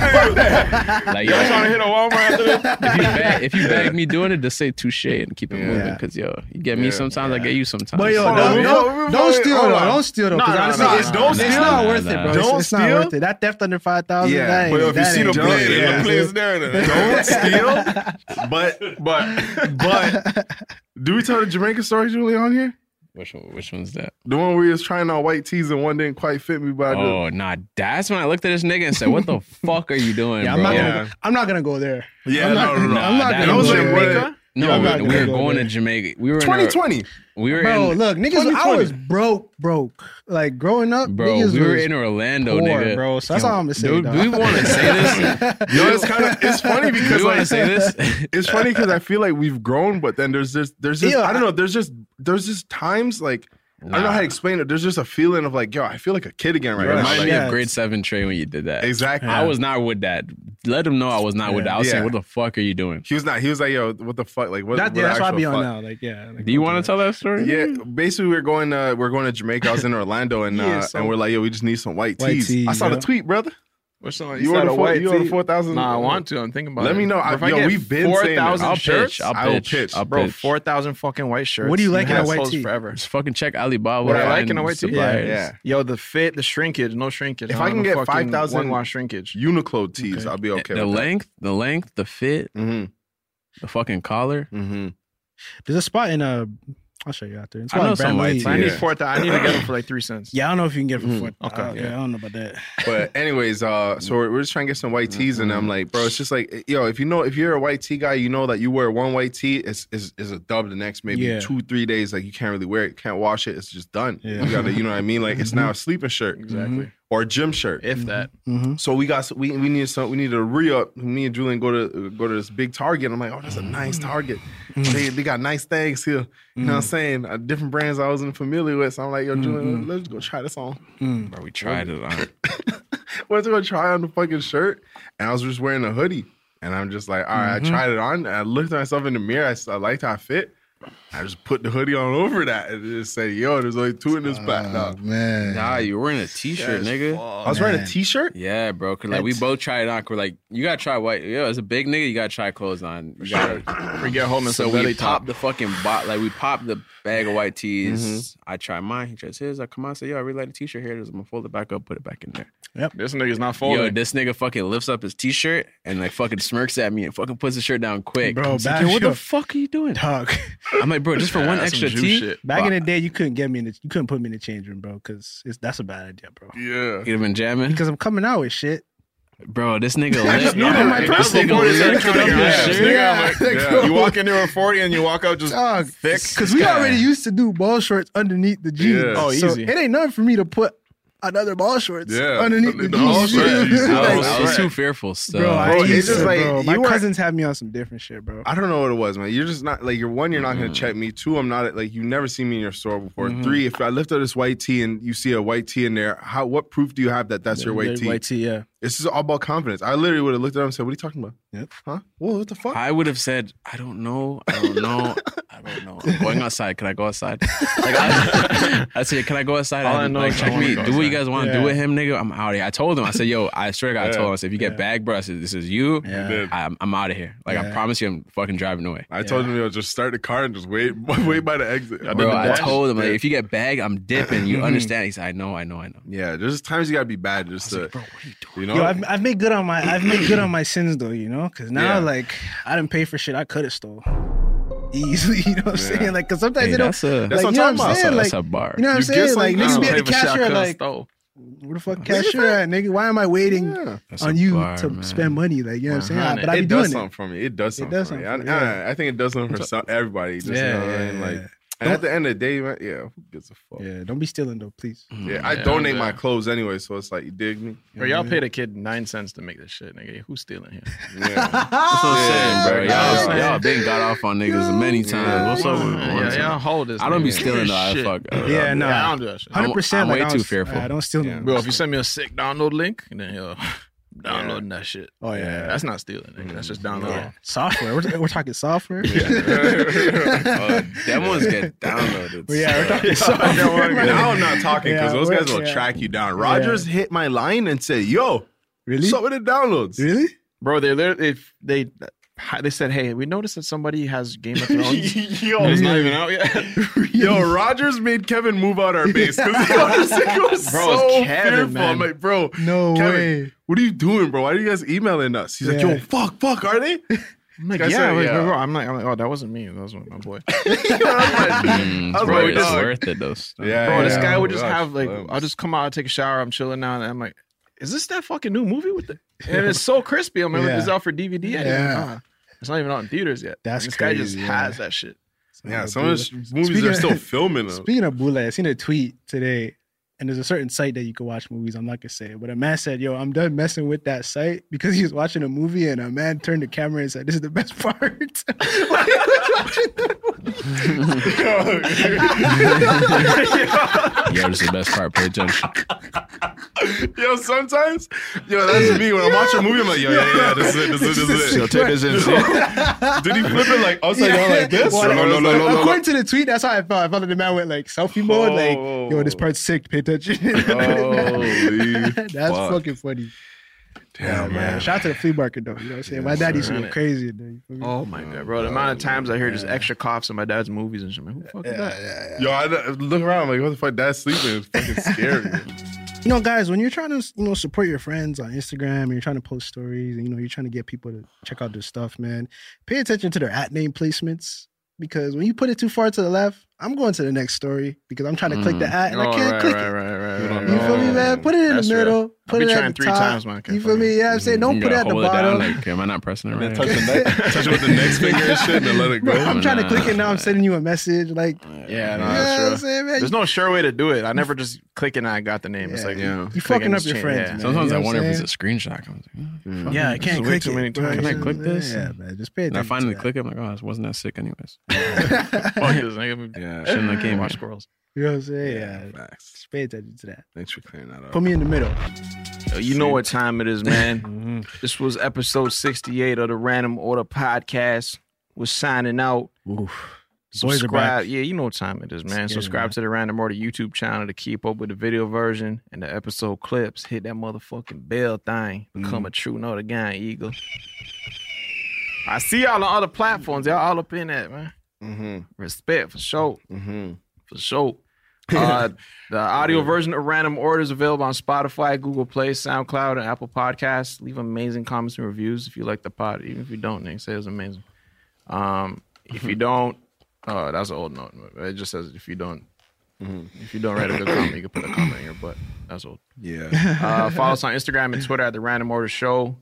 Speaker 8: Like, yo,
Speaker 3: Y'all trying to hit a Walmart after this?
Speaker 8: if you bag, if you bag me doing it, just say touche and keep it moving. Cause yo, you get me
Speaker 4: Yeah.
Speaker 8: sometimes, I get you sometimes.
Speaker 4: But yo,
Speaker 8: So-
Speaker 4: don't, don't,
Speaker 3: no,
Speaker 4: don't steal
Speaker 3: hold
Speaker 4: though.
Speaker 3: on.
Speaker 4: Don't steal though.
Speaker 3: No,
Speaker 4: Because honestly,
Speaker 3: no, no,
Speaker 4: it's,
Speaker 3: no, no,
Speaker 4: it's
Speaker 3: no,
Speaker 4: not
Speaker 3: no,
Speaker 4: worth it,
Speaker 3: no.
Speaker 4: bro.
Speaker 3: Don't
Speaker 4: it's, it's not
Speaker 3: steal?
Speaker 4: worth it. That theft under five thousand.
Speaker 5: Yeah.
Speaker 4: that ain't,
Speaker 5: But if you
Speaker 4: that
Speaker 5: see
Speaker 4: ain't
Speaker 5: the
Speaker 4: done.
Speaker 5: blade,
Speaker 4: Yeah.
Speaker 5: the blade's there, then don't steal. But
Speaker 3: but
Speaker 5: but do we tell the Jamaica story, Julie, on here?
Speaker 8: Which one, which one's that?
Speaker 5: The one where he was trying on white tees and one didn't quite fit me, but I
Speaker 8: Oh,
Speaker 5: did.
Speaker 8: nah, that's when I looked at this nigga and said,
Speaker 4: <laughs>
Speaker 8: "What the fuck are you doing,
Speaker 4: Yeah, I'm
Speaker 8: bro?"
Speaker 4: not gonna. Go, I'm not gonna go there.
Speaker 5: Yeah,
Speaker 4: I'm not,
Speaker 8: no, no, no.
Speaker 4: I'm
Speaker 8: Nah,
Speaker 4: not
Speaker 8: that
Speaker 4: gonna
Speaker 8: was
Speaker 4: go
Speaker 8: like
Speaker 4: there.
Speaker 8: what- No,
Speaker 4: I'm not
Speaker 8: we, we
Speaker 4: gonna
Speaker 8: were
Speaker 4: go
Speaker 8: going
Speaker 4: there.
Speaker 8: to Jamaica. We were in a-
Speaker 5: 2020.
Speaker 8: we were
Speaker 4: Bro,
Speaker 8: in,
Speaker 4: look, niggas. I
Speaker 5: 2020.
Speaker 4: was broke, broke. Like growing up,
Speaker 8: bro.
Speaker 4: niggas
Speaker 8: We were
Speaker 4: was
Speaker 8: in Orlando,
Speaker 4: poor,
Speaker 8: nigga.
Speaker 4: Bro, so that's
Speaker 8: Yo,
Speaker 4: all I'm gonna say.
Speaker 8: dude,
Speaker 4: dog.
Speaker 8: do we want to say this?
Speaker 5: No, it's kind of it's funny because
Speaker 8: You wanna
Speaker 5: like-
Speaker 8: say <laughs> this?
Speaker 5: It's funny because I feel like we've grown, but then there's this there's this
Speaker 4: Yeah,
Speaker 5: I don't know there's just there's just times like I don't know how to explain it. There's just a feeling of like yo, I feel like a kid again right
Speaker 8: It
Speaker 5: now.
Speaker 8: reminded
Speaker 5: Like,
Speaker 8: me of grade seven Trey when you did that.
Speaker 5: Exactly.
Speaker 8: I was not with that. Let him know I was not with that. I was
Speaker 5: Yeah.
Speaker 8: saying, "What the fuck are you doing?"
Speaker 5: He was not. He was like yo, what the fuck? Like what?
Speaker 4: That,
Speaker 5: what
Speaker 4: yeah, that's why I
Speaker 5: actual
Speaker 4: be on
Speaker 5: fuck?
Speaker 4: now. Like, yeah. like,
Speaker 8: Do you want to tell that story?
Speaker 5: Yeah, basically we are going uh we are going to Jamaica. I was in Orlando
Speaker 4: <laughs>
Speaker 5: and uh,
Speaker 3: Yeah, so-
Speaker 5: and we're like, yo, we just need some white tees.
Speaker 4: White tea,
Speaker 5: I saw
Speaker 4: yeah.
Speaker 5: the tweet, brother.
Speaker 3: What's on?
Speaker 5: You order four- you order 4,000?
Speaker 3: Nah, I want to. I'm thinking about it.
Speaker 5: Let me know. I-
Speaker 3: If I
Speaker 5: yo,
Speaker 3: get
Speaker 5: we've been saying that.
Speaker 3: 4,000
Speaker 5: I'll pitch.
Speaker 3: shirts,
Speaker 5: I'll
Speaker 3: I will
Speaker 5: pitch. I'll
Speaker 3: Bro,
Speaker 8: pitch.
Speaker 3: 4,000 fucking white shirts.
Speaker 4: What do you like in a
Speaker 3: have
Speaker 4: white
Speaker 3: hoes
Speaker 4: tee?
Speaker 3: Forever.
Speaker 8: Just fucking check Alibaba.
Speaker 3: What I like
Speaker 8: and
Speaker 3: in a white tee?
Speaker 8: suppliers.
Speaker 3: Yo, the fit, the shrinkage, no shrinkage.
Speaker 5: If I can
Speaker 3: want
Speaker 5: get
Speaker 3: no fucking
Speaker 5: 5,000
Speaker 3: one wash shrinkage.
Speaker 5: Uniqlo tees, I'll be okay.
Speaker 8: The
Speaker 5: with that.
Speaker 8: length, the length, the fit, the fucking collar.
Speaker 5: Mm-hmm.
Speaker 4: There's a spot in uh, I'll show you out there. It's
Speaker 8: I know
Speaker 4: called
Speaker 8: some
Speaker 4: Bradley.
Speaker 8: white tea.
Speaker 3: I need
Speaker 8: Yeah.
Speaker 3: four thousand. I need to get them for like three cents.
Speaker 4: Yeah, I don't know if you can get it for
Speaker 5: Mhm.
Speaker 4: foot.
Speaker 3: Okay,
Speaker 4: Okay,
Speaker 3: yeah.
Speaker 4: I don't know about that.
Speaker 5: But anyways, uh, so we're, we're just trying to get some white tees, and
Speaker 4: Mm-hmm.
Speaker 5: I'm like, bro, it's just like, yo, if you know, if you're a white tee guy, you know that you wear one white tee, it's is is a dub the next maybe
Speaker 4: Yeah.
Speaker 5: two three days, like you can't really wear it, can't wash it, it's just done.
Speaker 4: Yeah. Mm-hmm.
Speaker 5: You gotta, you know what I mean? Like it's now a sleeping shirt,
Speaker 3: Exactly.
Speaker 5: or a gym shirt.
Speaker 3: If that.
Speaker 5: So we got we we need some we need to re up. Me and Julian go to go to this big Target. I'm like, oh, that's a nice
Speaker 4: Mm-hmm.
Speaker 5: Target. They, they got nice things here. You know what I'm saying? Uh, different brands I wasn't familiar with. So I'm like, yo,
Speaker 4: Mm-hmm.
Speaker 5: Julian, let's go try this on.
Speaker 8: Bro, we tried it on.
Speaker 5: went to go try on the fucking shirt, and I was just wearing a hoodie. And I'm just like, all right, I tried it on. and I looked at myself in the mirror. I, s- I liked how I fit. I just put the hoodie on over that and just say, yo, there's only two in this pack. Nah.
Speaker 4: man.
Speaker 8: <clears throat> Nah, you were in a t-shirt, nigga.
Speaker 5: I was wearing a t-shirt.
Speaker 8: Yeah, bro. Cause like we both tried it on. 'cause We're like, you gotta try white. Yo, as a big nigga, you gotta try clothes on. You gotta.
Speaker 3: We get home and
Speaker 8: <laughs> So
Speaker 3: some
Speaker 8: we
Speaker 3: belly top.
Speaker 8: popped the fucking bot. Like we popped the bag of white tees. I tried mine. He tries his. I come out. and Say, yo, I really like the t-shirt here. I'm gonna fold it back up, put it back in there.
Speaker 3: This nigga's not
Speaker 8: Yo,
Speaker 3: folding.
Speaker 8: this nigga fucking lifts up his t-shirt and like fucking smirks at me and fucking puts the shirt down quick.
Speaker 4: Bro,
Speaker 8: I'm just like,
Speaker 4: back
Speaker 8: yo, what the
Speaker 4: up.
Speaker 8: fuck are you
Speaker 4: <laughs>
Speaker 8: doing?
Speaker 4: Dog.
Speaker 8: I'm like, bro, just for
Speaker 3: Yeah,
Speaker 8: one
Speaker 3: that's some Jew
Speaker 8: extra tee.
Speaker 3: shit.
Speaker 4: Back in the
Speaker 8: Fuck.
Speaker 4: day, you couldn't get me in. The, you couldn't put me in the change room, bro, because that's a bad idea, bro.
Speaker 5: Yeah.
Speaker 8: You'd have been jamming,
Speaker 4: Because I'm coming out with shit.
Speaker 8: bro. This nigga
Speaker 3: I
Speaker 8: lit.
Speaker 3: just knew that my
Speaker 8: this
Speaker 3: personal
Speaker 8: nigga
Speaker 3: board is gonna
Speaker 8: lifted
Speaker 3: count
Speaker 8: up
Speaker 3: your
Speaker 8: his
Speaker 3: ass.
Speaker 8: shirt.
Speaker 3: Nigga, I'm like,
Speaker 5: Yeah.
Speaker 3: You walk into a 40 and you walk out just
Speaker 4: Dog.
Speaker 3: thick.
Speaker 4: Because we
Speaker 3: Sky.
Speaker 4: already used to do ball shorts underneath the jeans.
Speaker 5: Yeah.
Speaker 3: Oh,
Speaker 4: so
Speaker 3: easy.
Speaker 4: It ain't nothing for me to put another ball shorts
Speaker 5: Yeah.
Speaker 4: underneath the,
Speaker 5: The
Speaker 4: jeans.
Speaker 5: ball
Speaker 4: <laughs>
Speaker 5: shorts, you said.
Speaker 8: I
Speaker 5: Like,
Speaker 8: was, I was
Speaker 5: right.
Speaker 8: too fearful. So.
Speaker 4: Bro, I
Speaker 5: Bro, it's
Speaker 4: used
Speaker 5: just
Speaker 4: to,
Speaker 5: like,
Speaker 4: bro. My
Speaker 5: you were-
Speaker 4: cousins had me on some different shit, bro.
Speaker 5: I don't know what it was, man. You're just not like you're one. You're not gonna check me. Two, I'm not like you never seen me in your store before. Three, if I lift up this white tee and you see a white tee in there, how what proof do you have that that's your white tee?
Speaker 4: White tee, yeah.
Speaker 5: This is all about confidence. I literally would have looked at him and said, "What are you talking about?
Speaker 4: Yep.
Speaker 5: Huh? Whoa, what the fuck?
Speaker 8: I would have said, I don't know, I don't know. I don't know. I'm going outside. Can I go outside? Like, I, I said, can I go outside?
Speaker 3: All I
Speaker 8: I
Speaker 3: know
Speaker 8: like,
Speaker 3: is I
Speaker 8: check
Speaker 3: wanna
Speaker 8: me.
Speaker 3: go
Speaker 8: Do what you
Speaker 3: outside.
Speaker 8: guys want to
Speaker 3: Yeah.
Speaker 8: do with him, nigga. I'm out of here. I told him. I said, yo, I swear to God, I
Speaker 3: Yeah.
Speaker 8: told him. I said, if you get back, bro, I said, this is you.
Speaker 5: Yeah.
Speaker 8: I'm, I'm out of here. Like, I
Speaker 5: Yeah.
Speaker 8: promise you, I'm fucking driving away.
Speaker 5: I told him, yo, just start the car and just wait, <laughs> wait by the exit.
Speaker 8: Bro, I told him, like, if you get bagged, I'm dipping. You understand? He said, I know, I know, I know.
Speaker 5: Yeah, there's times you gotta be bad just to, you, know.
Speaker 4: Yo, I've, I've made good on my I've made good on my sins though, you know, because
Speaker 5: Yeah.
Speaker 4: now like I didn't pay for shit I could have stole <laughs> easily. You know what I'm
Speaker 5: Yeah.
Speaker 4: saying? Like, because sometimes
Speaker 8: Hey,
Speaker 4: they don't.
Speaker 8: that's a-
Speaker 4: like,
Speaker 8: that's what
Speaker 4: you know
Speaker 8: I'm talking
Speaker 4: I'm
Speaker 8: about.
Speaker 4: saying?
Speaker 8: That's
Speaker 4: Like,
Speaker 8: a bar.
Speaker 4: You know what I'm
Speaker 8: You get
Speaker 4: saying? Like
Speaker 8: something,
Speaker 4: niggas be
Speaker 8: I
Speaker 4: at the
Speaker 8: don't pay for shit I
Speaker 4: cashier
Speaker 8: could've
Speaker 4: like,
Speaker 3: stole.
Speaker 4: where the fuck cashier at, nigga? Why am I waiting
Speaker 8: That's
Speaker 4: on
Speaker 8: a
Speaker 4: you
Speaker 8: bar,
Speaker 4: to
Speaker 8: man.
Speaker 4: spend money? Like, you know what I'm saying? I-
Speaker 5: 100.
Speaker 4: But I
Speaker 5: it
Speaker 4: be
Speaker 5: does
Speaker 4: doing
Speaker 5: something
Speaker 4: it.
Speaker 5: for me. It does something
Speaker 4: does
Speaker 5: for me.
Speaker 4: something,
Speaker 5: I,
Speaker 4: yeah.
Speaker 5: I, I think it does something for some, everybody. Just,
Speaker 4: Yeah,
Speaker 5: you know, what I
Speaker 4: yeah,
Speaker 5: mean? like,
Speaker 4: yeah.
Speaker 5: and at the end of the day, man, yeah, who gives a fuck?
Speaker 4: Yeah, don't be stealing though, please.
Speaker 5: Yeah, I
Speaker 3: Yeah,
Speaker 5: donate
Speaker 3: yeah.
Speaker 5: my clothes anyway, so it's like you dig
Speaker 4: <laughs>
Speaker 5: me. <laughs>
Speaker 3: Bro, y'all paid a kid nine cents to make this shit, nigga. Who's stealing here?
Speaker 5: Yeah.
Speaker 8: That's what I'm
Speaker 3: Yeah,
Speaker 8: saying, bro.
Speaker 3: you know what I'm
Speaker 8: Y'all,
Speaker 3: saying?
Speaker 8: y'all been got off on niggas many times. What's up with
Speaker 3: Yeah,
Speaker 8: Lawrence?
Speaker 3: y'all hold this.
Speaker 8: I don't be
Speaker 3: nigga.
Speaker 8: stealing though. I
Speaker 3: Shit.
Speaker 8: fuck. I-
Speaker 4: Yeah,
Speaker 8: I-
Speaker 4: nah.
Speaker 3: Yeah, I don't do that shit.
Speaker 4: 100%,
Speaker 8: I'm way
Speaker 4: like, I
Speaker 8: too
Speaker 4: was-
Speaker 8: fearful.
Speaker 4: I don't steal them.
Speaker 3: Bro, if you send me a sick download link, then yo, <laughs> I'm downloading that shit.
Speaker 4: Oh, yeah.
Speaker 3: that's not stealing. Nigga. That's just downloading.
Speaker 4: Yeah. Software. We're, we're talking software.
Speaker 8: Yeah. oh, Them ones get downloaded.
Speaker 4: Well, <laughs> <laughs> yeah, we're talking
Speaker 5: Yeah,
Speaker 4: software.
Speaker 5: don't worry. now I'm not talking
Speaker 4: Yeah,
Speaker 5: because those
Speaker 4: we're-
Speaker 5: guys will
Speaker 4: yeah.
Speaker 5: track you down. Rogers hit my line and said, "Yo,
Speaker 4: really?
Speaker 5: What's up with the downloads?
Speaker 4: Really?
Speaker 3: Bro, they are if they they said, hey, we noticed that somebody has Game of
Speaker 5: <laughs>
Speaker 3: Thrones.
Speaker 5: Yo,
Speaker 3: And it's not even out
Speaker 5: <laughs>
Speaker 3: yet.
Speaker 5: yo, Rogers made Kevin move out our base because he <laughs> was, he was
Speaker 3: Bro, it's
Speaker 5: so
Speaker 3: Kevin,
Speaker 5: fearful.
Speaker 3: man.
Speaker 5: I'm like, bro,
Speaker 4: no
Speaker 5: Kevin, What are you doing, bro? Why are you guys emailing us? He's
Speaker 3: Yeah.
Speaker 5: like, yo, fuck, fuck, are they? <laughs>
Speaker 3: I'm like,
Speaker 5: Guy
Speaker 3: yeah,
Speaker 5: said,
Speaker 3: I'm like,
Speaker 5: yeah.
Speaker 3: bro, I'm like, I'm like, oh, that wasn't me. That was my boy. <laughs>
Speaker 8: Mm,
Speaker 3: I
Speaker 8: it's
Speaker 3: was
Speaker 8: worth,
Speaker 3: like,
Speaker 8: it's
Speaker 3: dog.
Speaker 8: worth it though.
Speaker 5: Yeah,
Speaker 3: bro, this
Speaker 5: yeah.
Speaker 3: guy
Speaker 5: Oh
Speaker 3: would just
Speaker 5: gosh,
Speaker 3: have like, I'll just come out, take a shower, I'm chilling now, and I'm like, is this that fucking new movie with the? And it's so crispy. I'm like,
Speaker 4: Yeah.
Speaker 3: it's out for DVD. yet.
Speaker 4: Yeah.
Speaker 3: Uh, it's not even out in theaters yet.
Speaker 4: That's
Speaker 3: And this guy just
Speaker 4: crazy, yeah.
Speaker 3: has that shit.
Speaker 5: Yeah, some of those movies are still filming them. <laughs>
Speaker 4: Speaking of Boule, I seen a tweet today, and there's a certain site that you can watch movies. I'm not gonna say it, but a man said, "Yo, I'm done messing with that site because he was watching a movie, and a man turned the camera and said, this is the best <laughs> part.'
Speaker 8: Yeah, it's the best part. Pay attention.
Speaker 5: Yo, sometimes, yo, that's me. When I watch a movie, I'm like, yo, yeah, yeah, this is it, this is it, this is it.
Speaker 3: Yo, take this in,
Speaker 5: Did he flip it like upside down like this?
Speaker 4: Well,
Speaker 5: Or
Speaker 4: no,
Speaker 5: was
Speaker 4: no,
Speaker 5: it
Speaker 4: no,
Speaker 5: like-
Speaker 4: According to the tweet, that's how I felt. I felt that the man went like selfie mode, like, "Yo, this part's sick. Pay attention." <laughs>
Speaker 5: Holy
Speaker 4: that's
Speaker 5: Oh. fuck.
Speaker 4: fucking funny.
Speaker 5: Damn,
Speaker 4: Yeah,
Speaker 5: man.
Speaker 4: Shout out to the flea market though. You know what I'm saying? My dad used to go crazy. in there, you feel me?
Speaker 3: Oh my god, bro! The amount of times I hear just extra coughs in my dad's movies and shit. I'm like, who the fuck is that?
Speaker 5: Yo, I I look around, I'm like, what the fuck? Dad's sleeping. It's fucking scary.
Speaker 4: You know, guys, when you're trying to you know support your friends on Instagram and you're trying to post stories and you know you're trying to get people to check out their stuff, man, pay attention to their at name placements because when you put it too far to the left, I'm going to the next story because I'm trying to click the at and I
Speaker 3: Oh,
Speaker 4: can't
Speaker 3: right,
Speaker 4: click
Speaker 3: right,
Speaker 4: it.
Speaker 3: right, right,
Speaker 5: You
Speaker 3: right,
Speaker 5: don't
Speaker 3: right,
Speaker 4: You feel me,
Speaker 3: right.
Speaker 4: man? Put it in
Speaker 3: That's
Speaker 4: the
Speaker 3: real.
Speaker 4: middle.
Speaker 3: I
Speaker 4: Put
Speaker 3: be
Speaker 4: it at
Speaker 3: trying
Speaker 4: the
Speaker 3: three
Speaker 4: top.
Speaker 3: times, man. I can't
Speaker 4: You feel me? Yeah, I'm saying don't
Speaker 8: You
Speaker 4: put it
Speaker 8: gotta
Speaker 4: at the
Speaker 8: hold it down,
Speaker 4: bottom.
Speaker 8: Like, am I not pressing it right?
Speaker 5: touch, the neck, touch it with the next finger and shit, and then let it go.
Speaker 4: Bro,
Speaker 3: <laughs>
Speaker 4: I'm trying to
Speaker 8: Nah.
Speaker 4: click it now. I'm sending you a message. Like,
Speaker 3: Yeah, no,
Speaker 4: Yeah,
Speaker 3: that's
Speaker 4: I'm
Speaker 3: true.
Speaker 4: saying, man,
Speaker 3: There's
Speaker 4: you-
Speaker 3: no sure way to do it. I never just click and I got the name. it's like
Speaker 5: Yeah.
Speaker 4: You
Speaker 3: click
Speaker 4: fucking
Speaker 3: and
Speaker 4: up
Speaker 3: it's
Speaker 4: your
Speaker 3: changed.
Speaker 4: friends,
Speaker 3: Yeah.
Speaker 4: man.
Speaker 8: Sometimes
Speaker 4: You
Speaker 8: I
Speaker 4: know
Speaker 8: wonder
Speaker 4: what
Speaker 8: if
Speaker 4: I'm
Speaker 8: it's a screenshot. I'm like, mm, fuck,
Speaker 4: yeah, I can't
Speaker 3: way
Speaker 4: click
Speaker 3: too
Speaker 4: it,
Speaker 3: many
Speaker 4: bro.
Speaker 3: times.
Speaker 8: Can I
Speaker 4: Yeah,
Speaker 3: <laughs>
Speaker 8: click this?
Speaker 4: Yeah, man. Just pay
Speaker 8: And I
Speaker 4: attention.
Speaker 8: finally
Speaker 4: to that.
Speaker 8: click it. I'm like, oh, this wasn't that sick, anyways.
Speaker 3: Fuck this nigga.
Speaker 5: Yeah.
Speaker 8: <laughs> Shouldn't have came.
Speaker 3: Watch
Speaker 8: here.
Speaker 3: squirrels.
Speaker 4: You know what I'm saying? Yeah.
Speaker 5: Facts.
Speaker 4: Just pay attention to that.
Speaker 5: Thanks for clearing that up.
Speaker 4: Put me in the middle.
Speaker 3: Yo, You know what time it is, man. this was episode 68 of the Random Order Podcast. We're signing out.
Speaker 4: Boys are
Speaker 3: Subscribe.
Speaker 4: back.
Speaker 3: Yeah, you know what time it is, man.
Speaker 4: Scary,
Speaker 3: Subscribe
Speaker 4: man.
Speaker 3: to the Random Order YouTube channel to keep up with the video version and the episode clips. Hit that motherfucking bell thing. Become a
Speaker 4: Mm.
Speaker 3: true Notre Dame Eagle. I see y'all on other platforms. Y'all all up in that, man.
Speaker 4: Mm-hmm.
Speaker 3: Respect for sure. For
Speaker 4: <laughs>
Speaker 3: sure. Uh, the audio version of Random Order is available on Spotify, Google Play, SoundCloud, and Apple Podcasts. Leave amazing comments and reviews if you like the pod. Even if you don't, nigga, say it's amazing. Um,
Speaker 4: <laughs>
Speaker 3: if you don't, uh, that's an old note. It just says if you don't, if you don't write a good comment, you can put a comment in your butt. That's old.
Speaker 5: Yeah.
Speaker 3: Uh, follow us on Instagram and Twitter at the Random Order Show.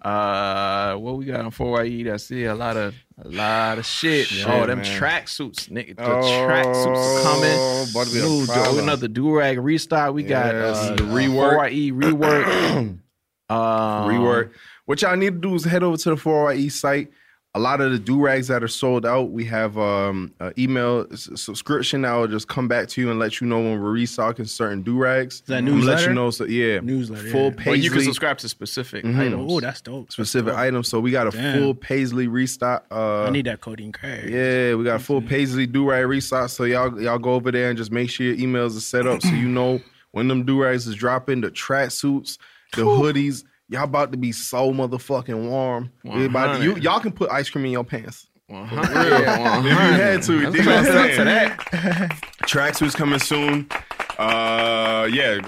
Speaker 3: Uh, what we got on 4YE? I see a lot of a lot of shit. oh, them
Speaker 5: man.
Speaker 3: tracksuits, nigga. The
Speaker 5: Oh,
Speaker 3: tracksuits are coming.
Speaker 5: about to be a
Speaker 3: New,
Speaker 5: problem.
Speaker 3: do- another do rag restock. We got
Speaker 5: Yes,
Speaker 3: uh,
Speaker 5: the rework.
Speaker 3: 4YE rework. um,
Speaker 5: <clears throat> Um, rework. What y'all need to do is head over to the 4YE oh site, a lot of the do rags that are sold out, we have um, an email s- subscription that will just come back to you and let you know when we're restocking certain do rags.
Speaker 3: that
Speaker 5: Let
Speaker 3: newsletter?
Speaker 5: you know, so yeah,
Speaker 4: newsletter.
Speaker 5: Full
Speaker 3: yeah.
Speaker 5: page.
Speaker 3: But you can subscribe to specific
Speaker 5: Mm-hmm.
Speaker 3: items.
Speaker 4: Oh, that's dope.
Speaker 5: specific items. So we got a
Speaker 4: Damn.
Speaker 5: full Paisley restock. Uh,
Speaker 4: I need that Cody and Craig.
Speaker 5: Yeah, we got full Paisley do right restock. So y'all y'all go over there and just make sure your emails are set up so you know when them do rags is dropping, the tracksuits, the hoodies. Y'all about to be so motherfucking warm. We about to- you,
Speaker 3: 100.
Speaker 5: y'all can put ice cream in your pants.
Speaker 4: <laughs>
Speaker 3: For
Speaker 5: real. If you had to, you dig what I'm saying?
Speaker 3: to that.
Speaker 5: Tracksuits coming soon. Uh, yeah,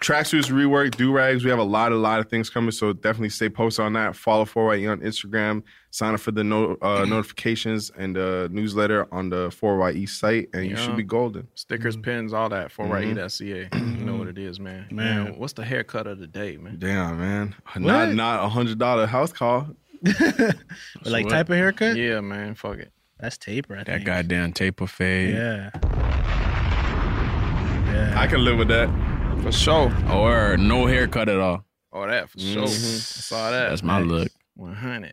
Speaker 5: tracksuits rework do rags. We have a lot, a lot of things coming. So definitely stay posted on that. Follow Four White E on Instagram. Sign up for the no, uh, notifications and the newsletter on the Four White East site, and you
Speaker 3: Yeah.
Speaker 5: should be golden.
Speaker 8: Mm-hmm.
Speaker 3: Stickers, pins, all that for right E
Speaker 5: Mhm.
Speaker 8: <clears throat>
Speaker 3: E.ca. You know what it is, man.
Speaker 5: Man.
Speaker 3: what's the haircut of the day, man?
Speaker 5: Damn, man,
Speaker 3: What?
Speaker 5: not not a hundred dollar house call.
Speaker 4: like
Speaker 3: What?
Speaker 4: type of haircut?
Speaker 3: Yeah, man. Fuck it.
Speaker 4: That's taper. I
Speaker 8: That
Speaker 4: think.
Speaker 8: goddamn taper fade.
Speaker 4: Yeah.
Speaker 5: I can live with that.
Speaker 3: For sure.
Speaker 8: Or no haircut at all.
Speaker 3: Oh, that for sure.
Speaker 8: Mhm.
Speaker 3: I saw that.
Speaker 8: That's my look.
Speaker 3: 100.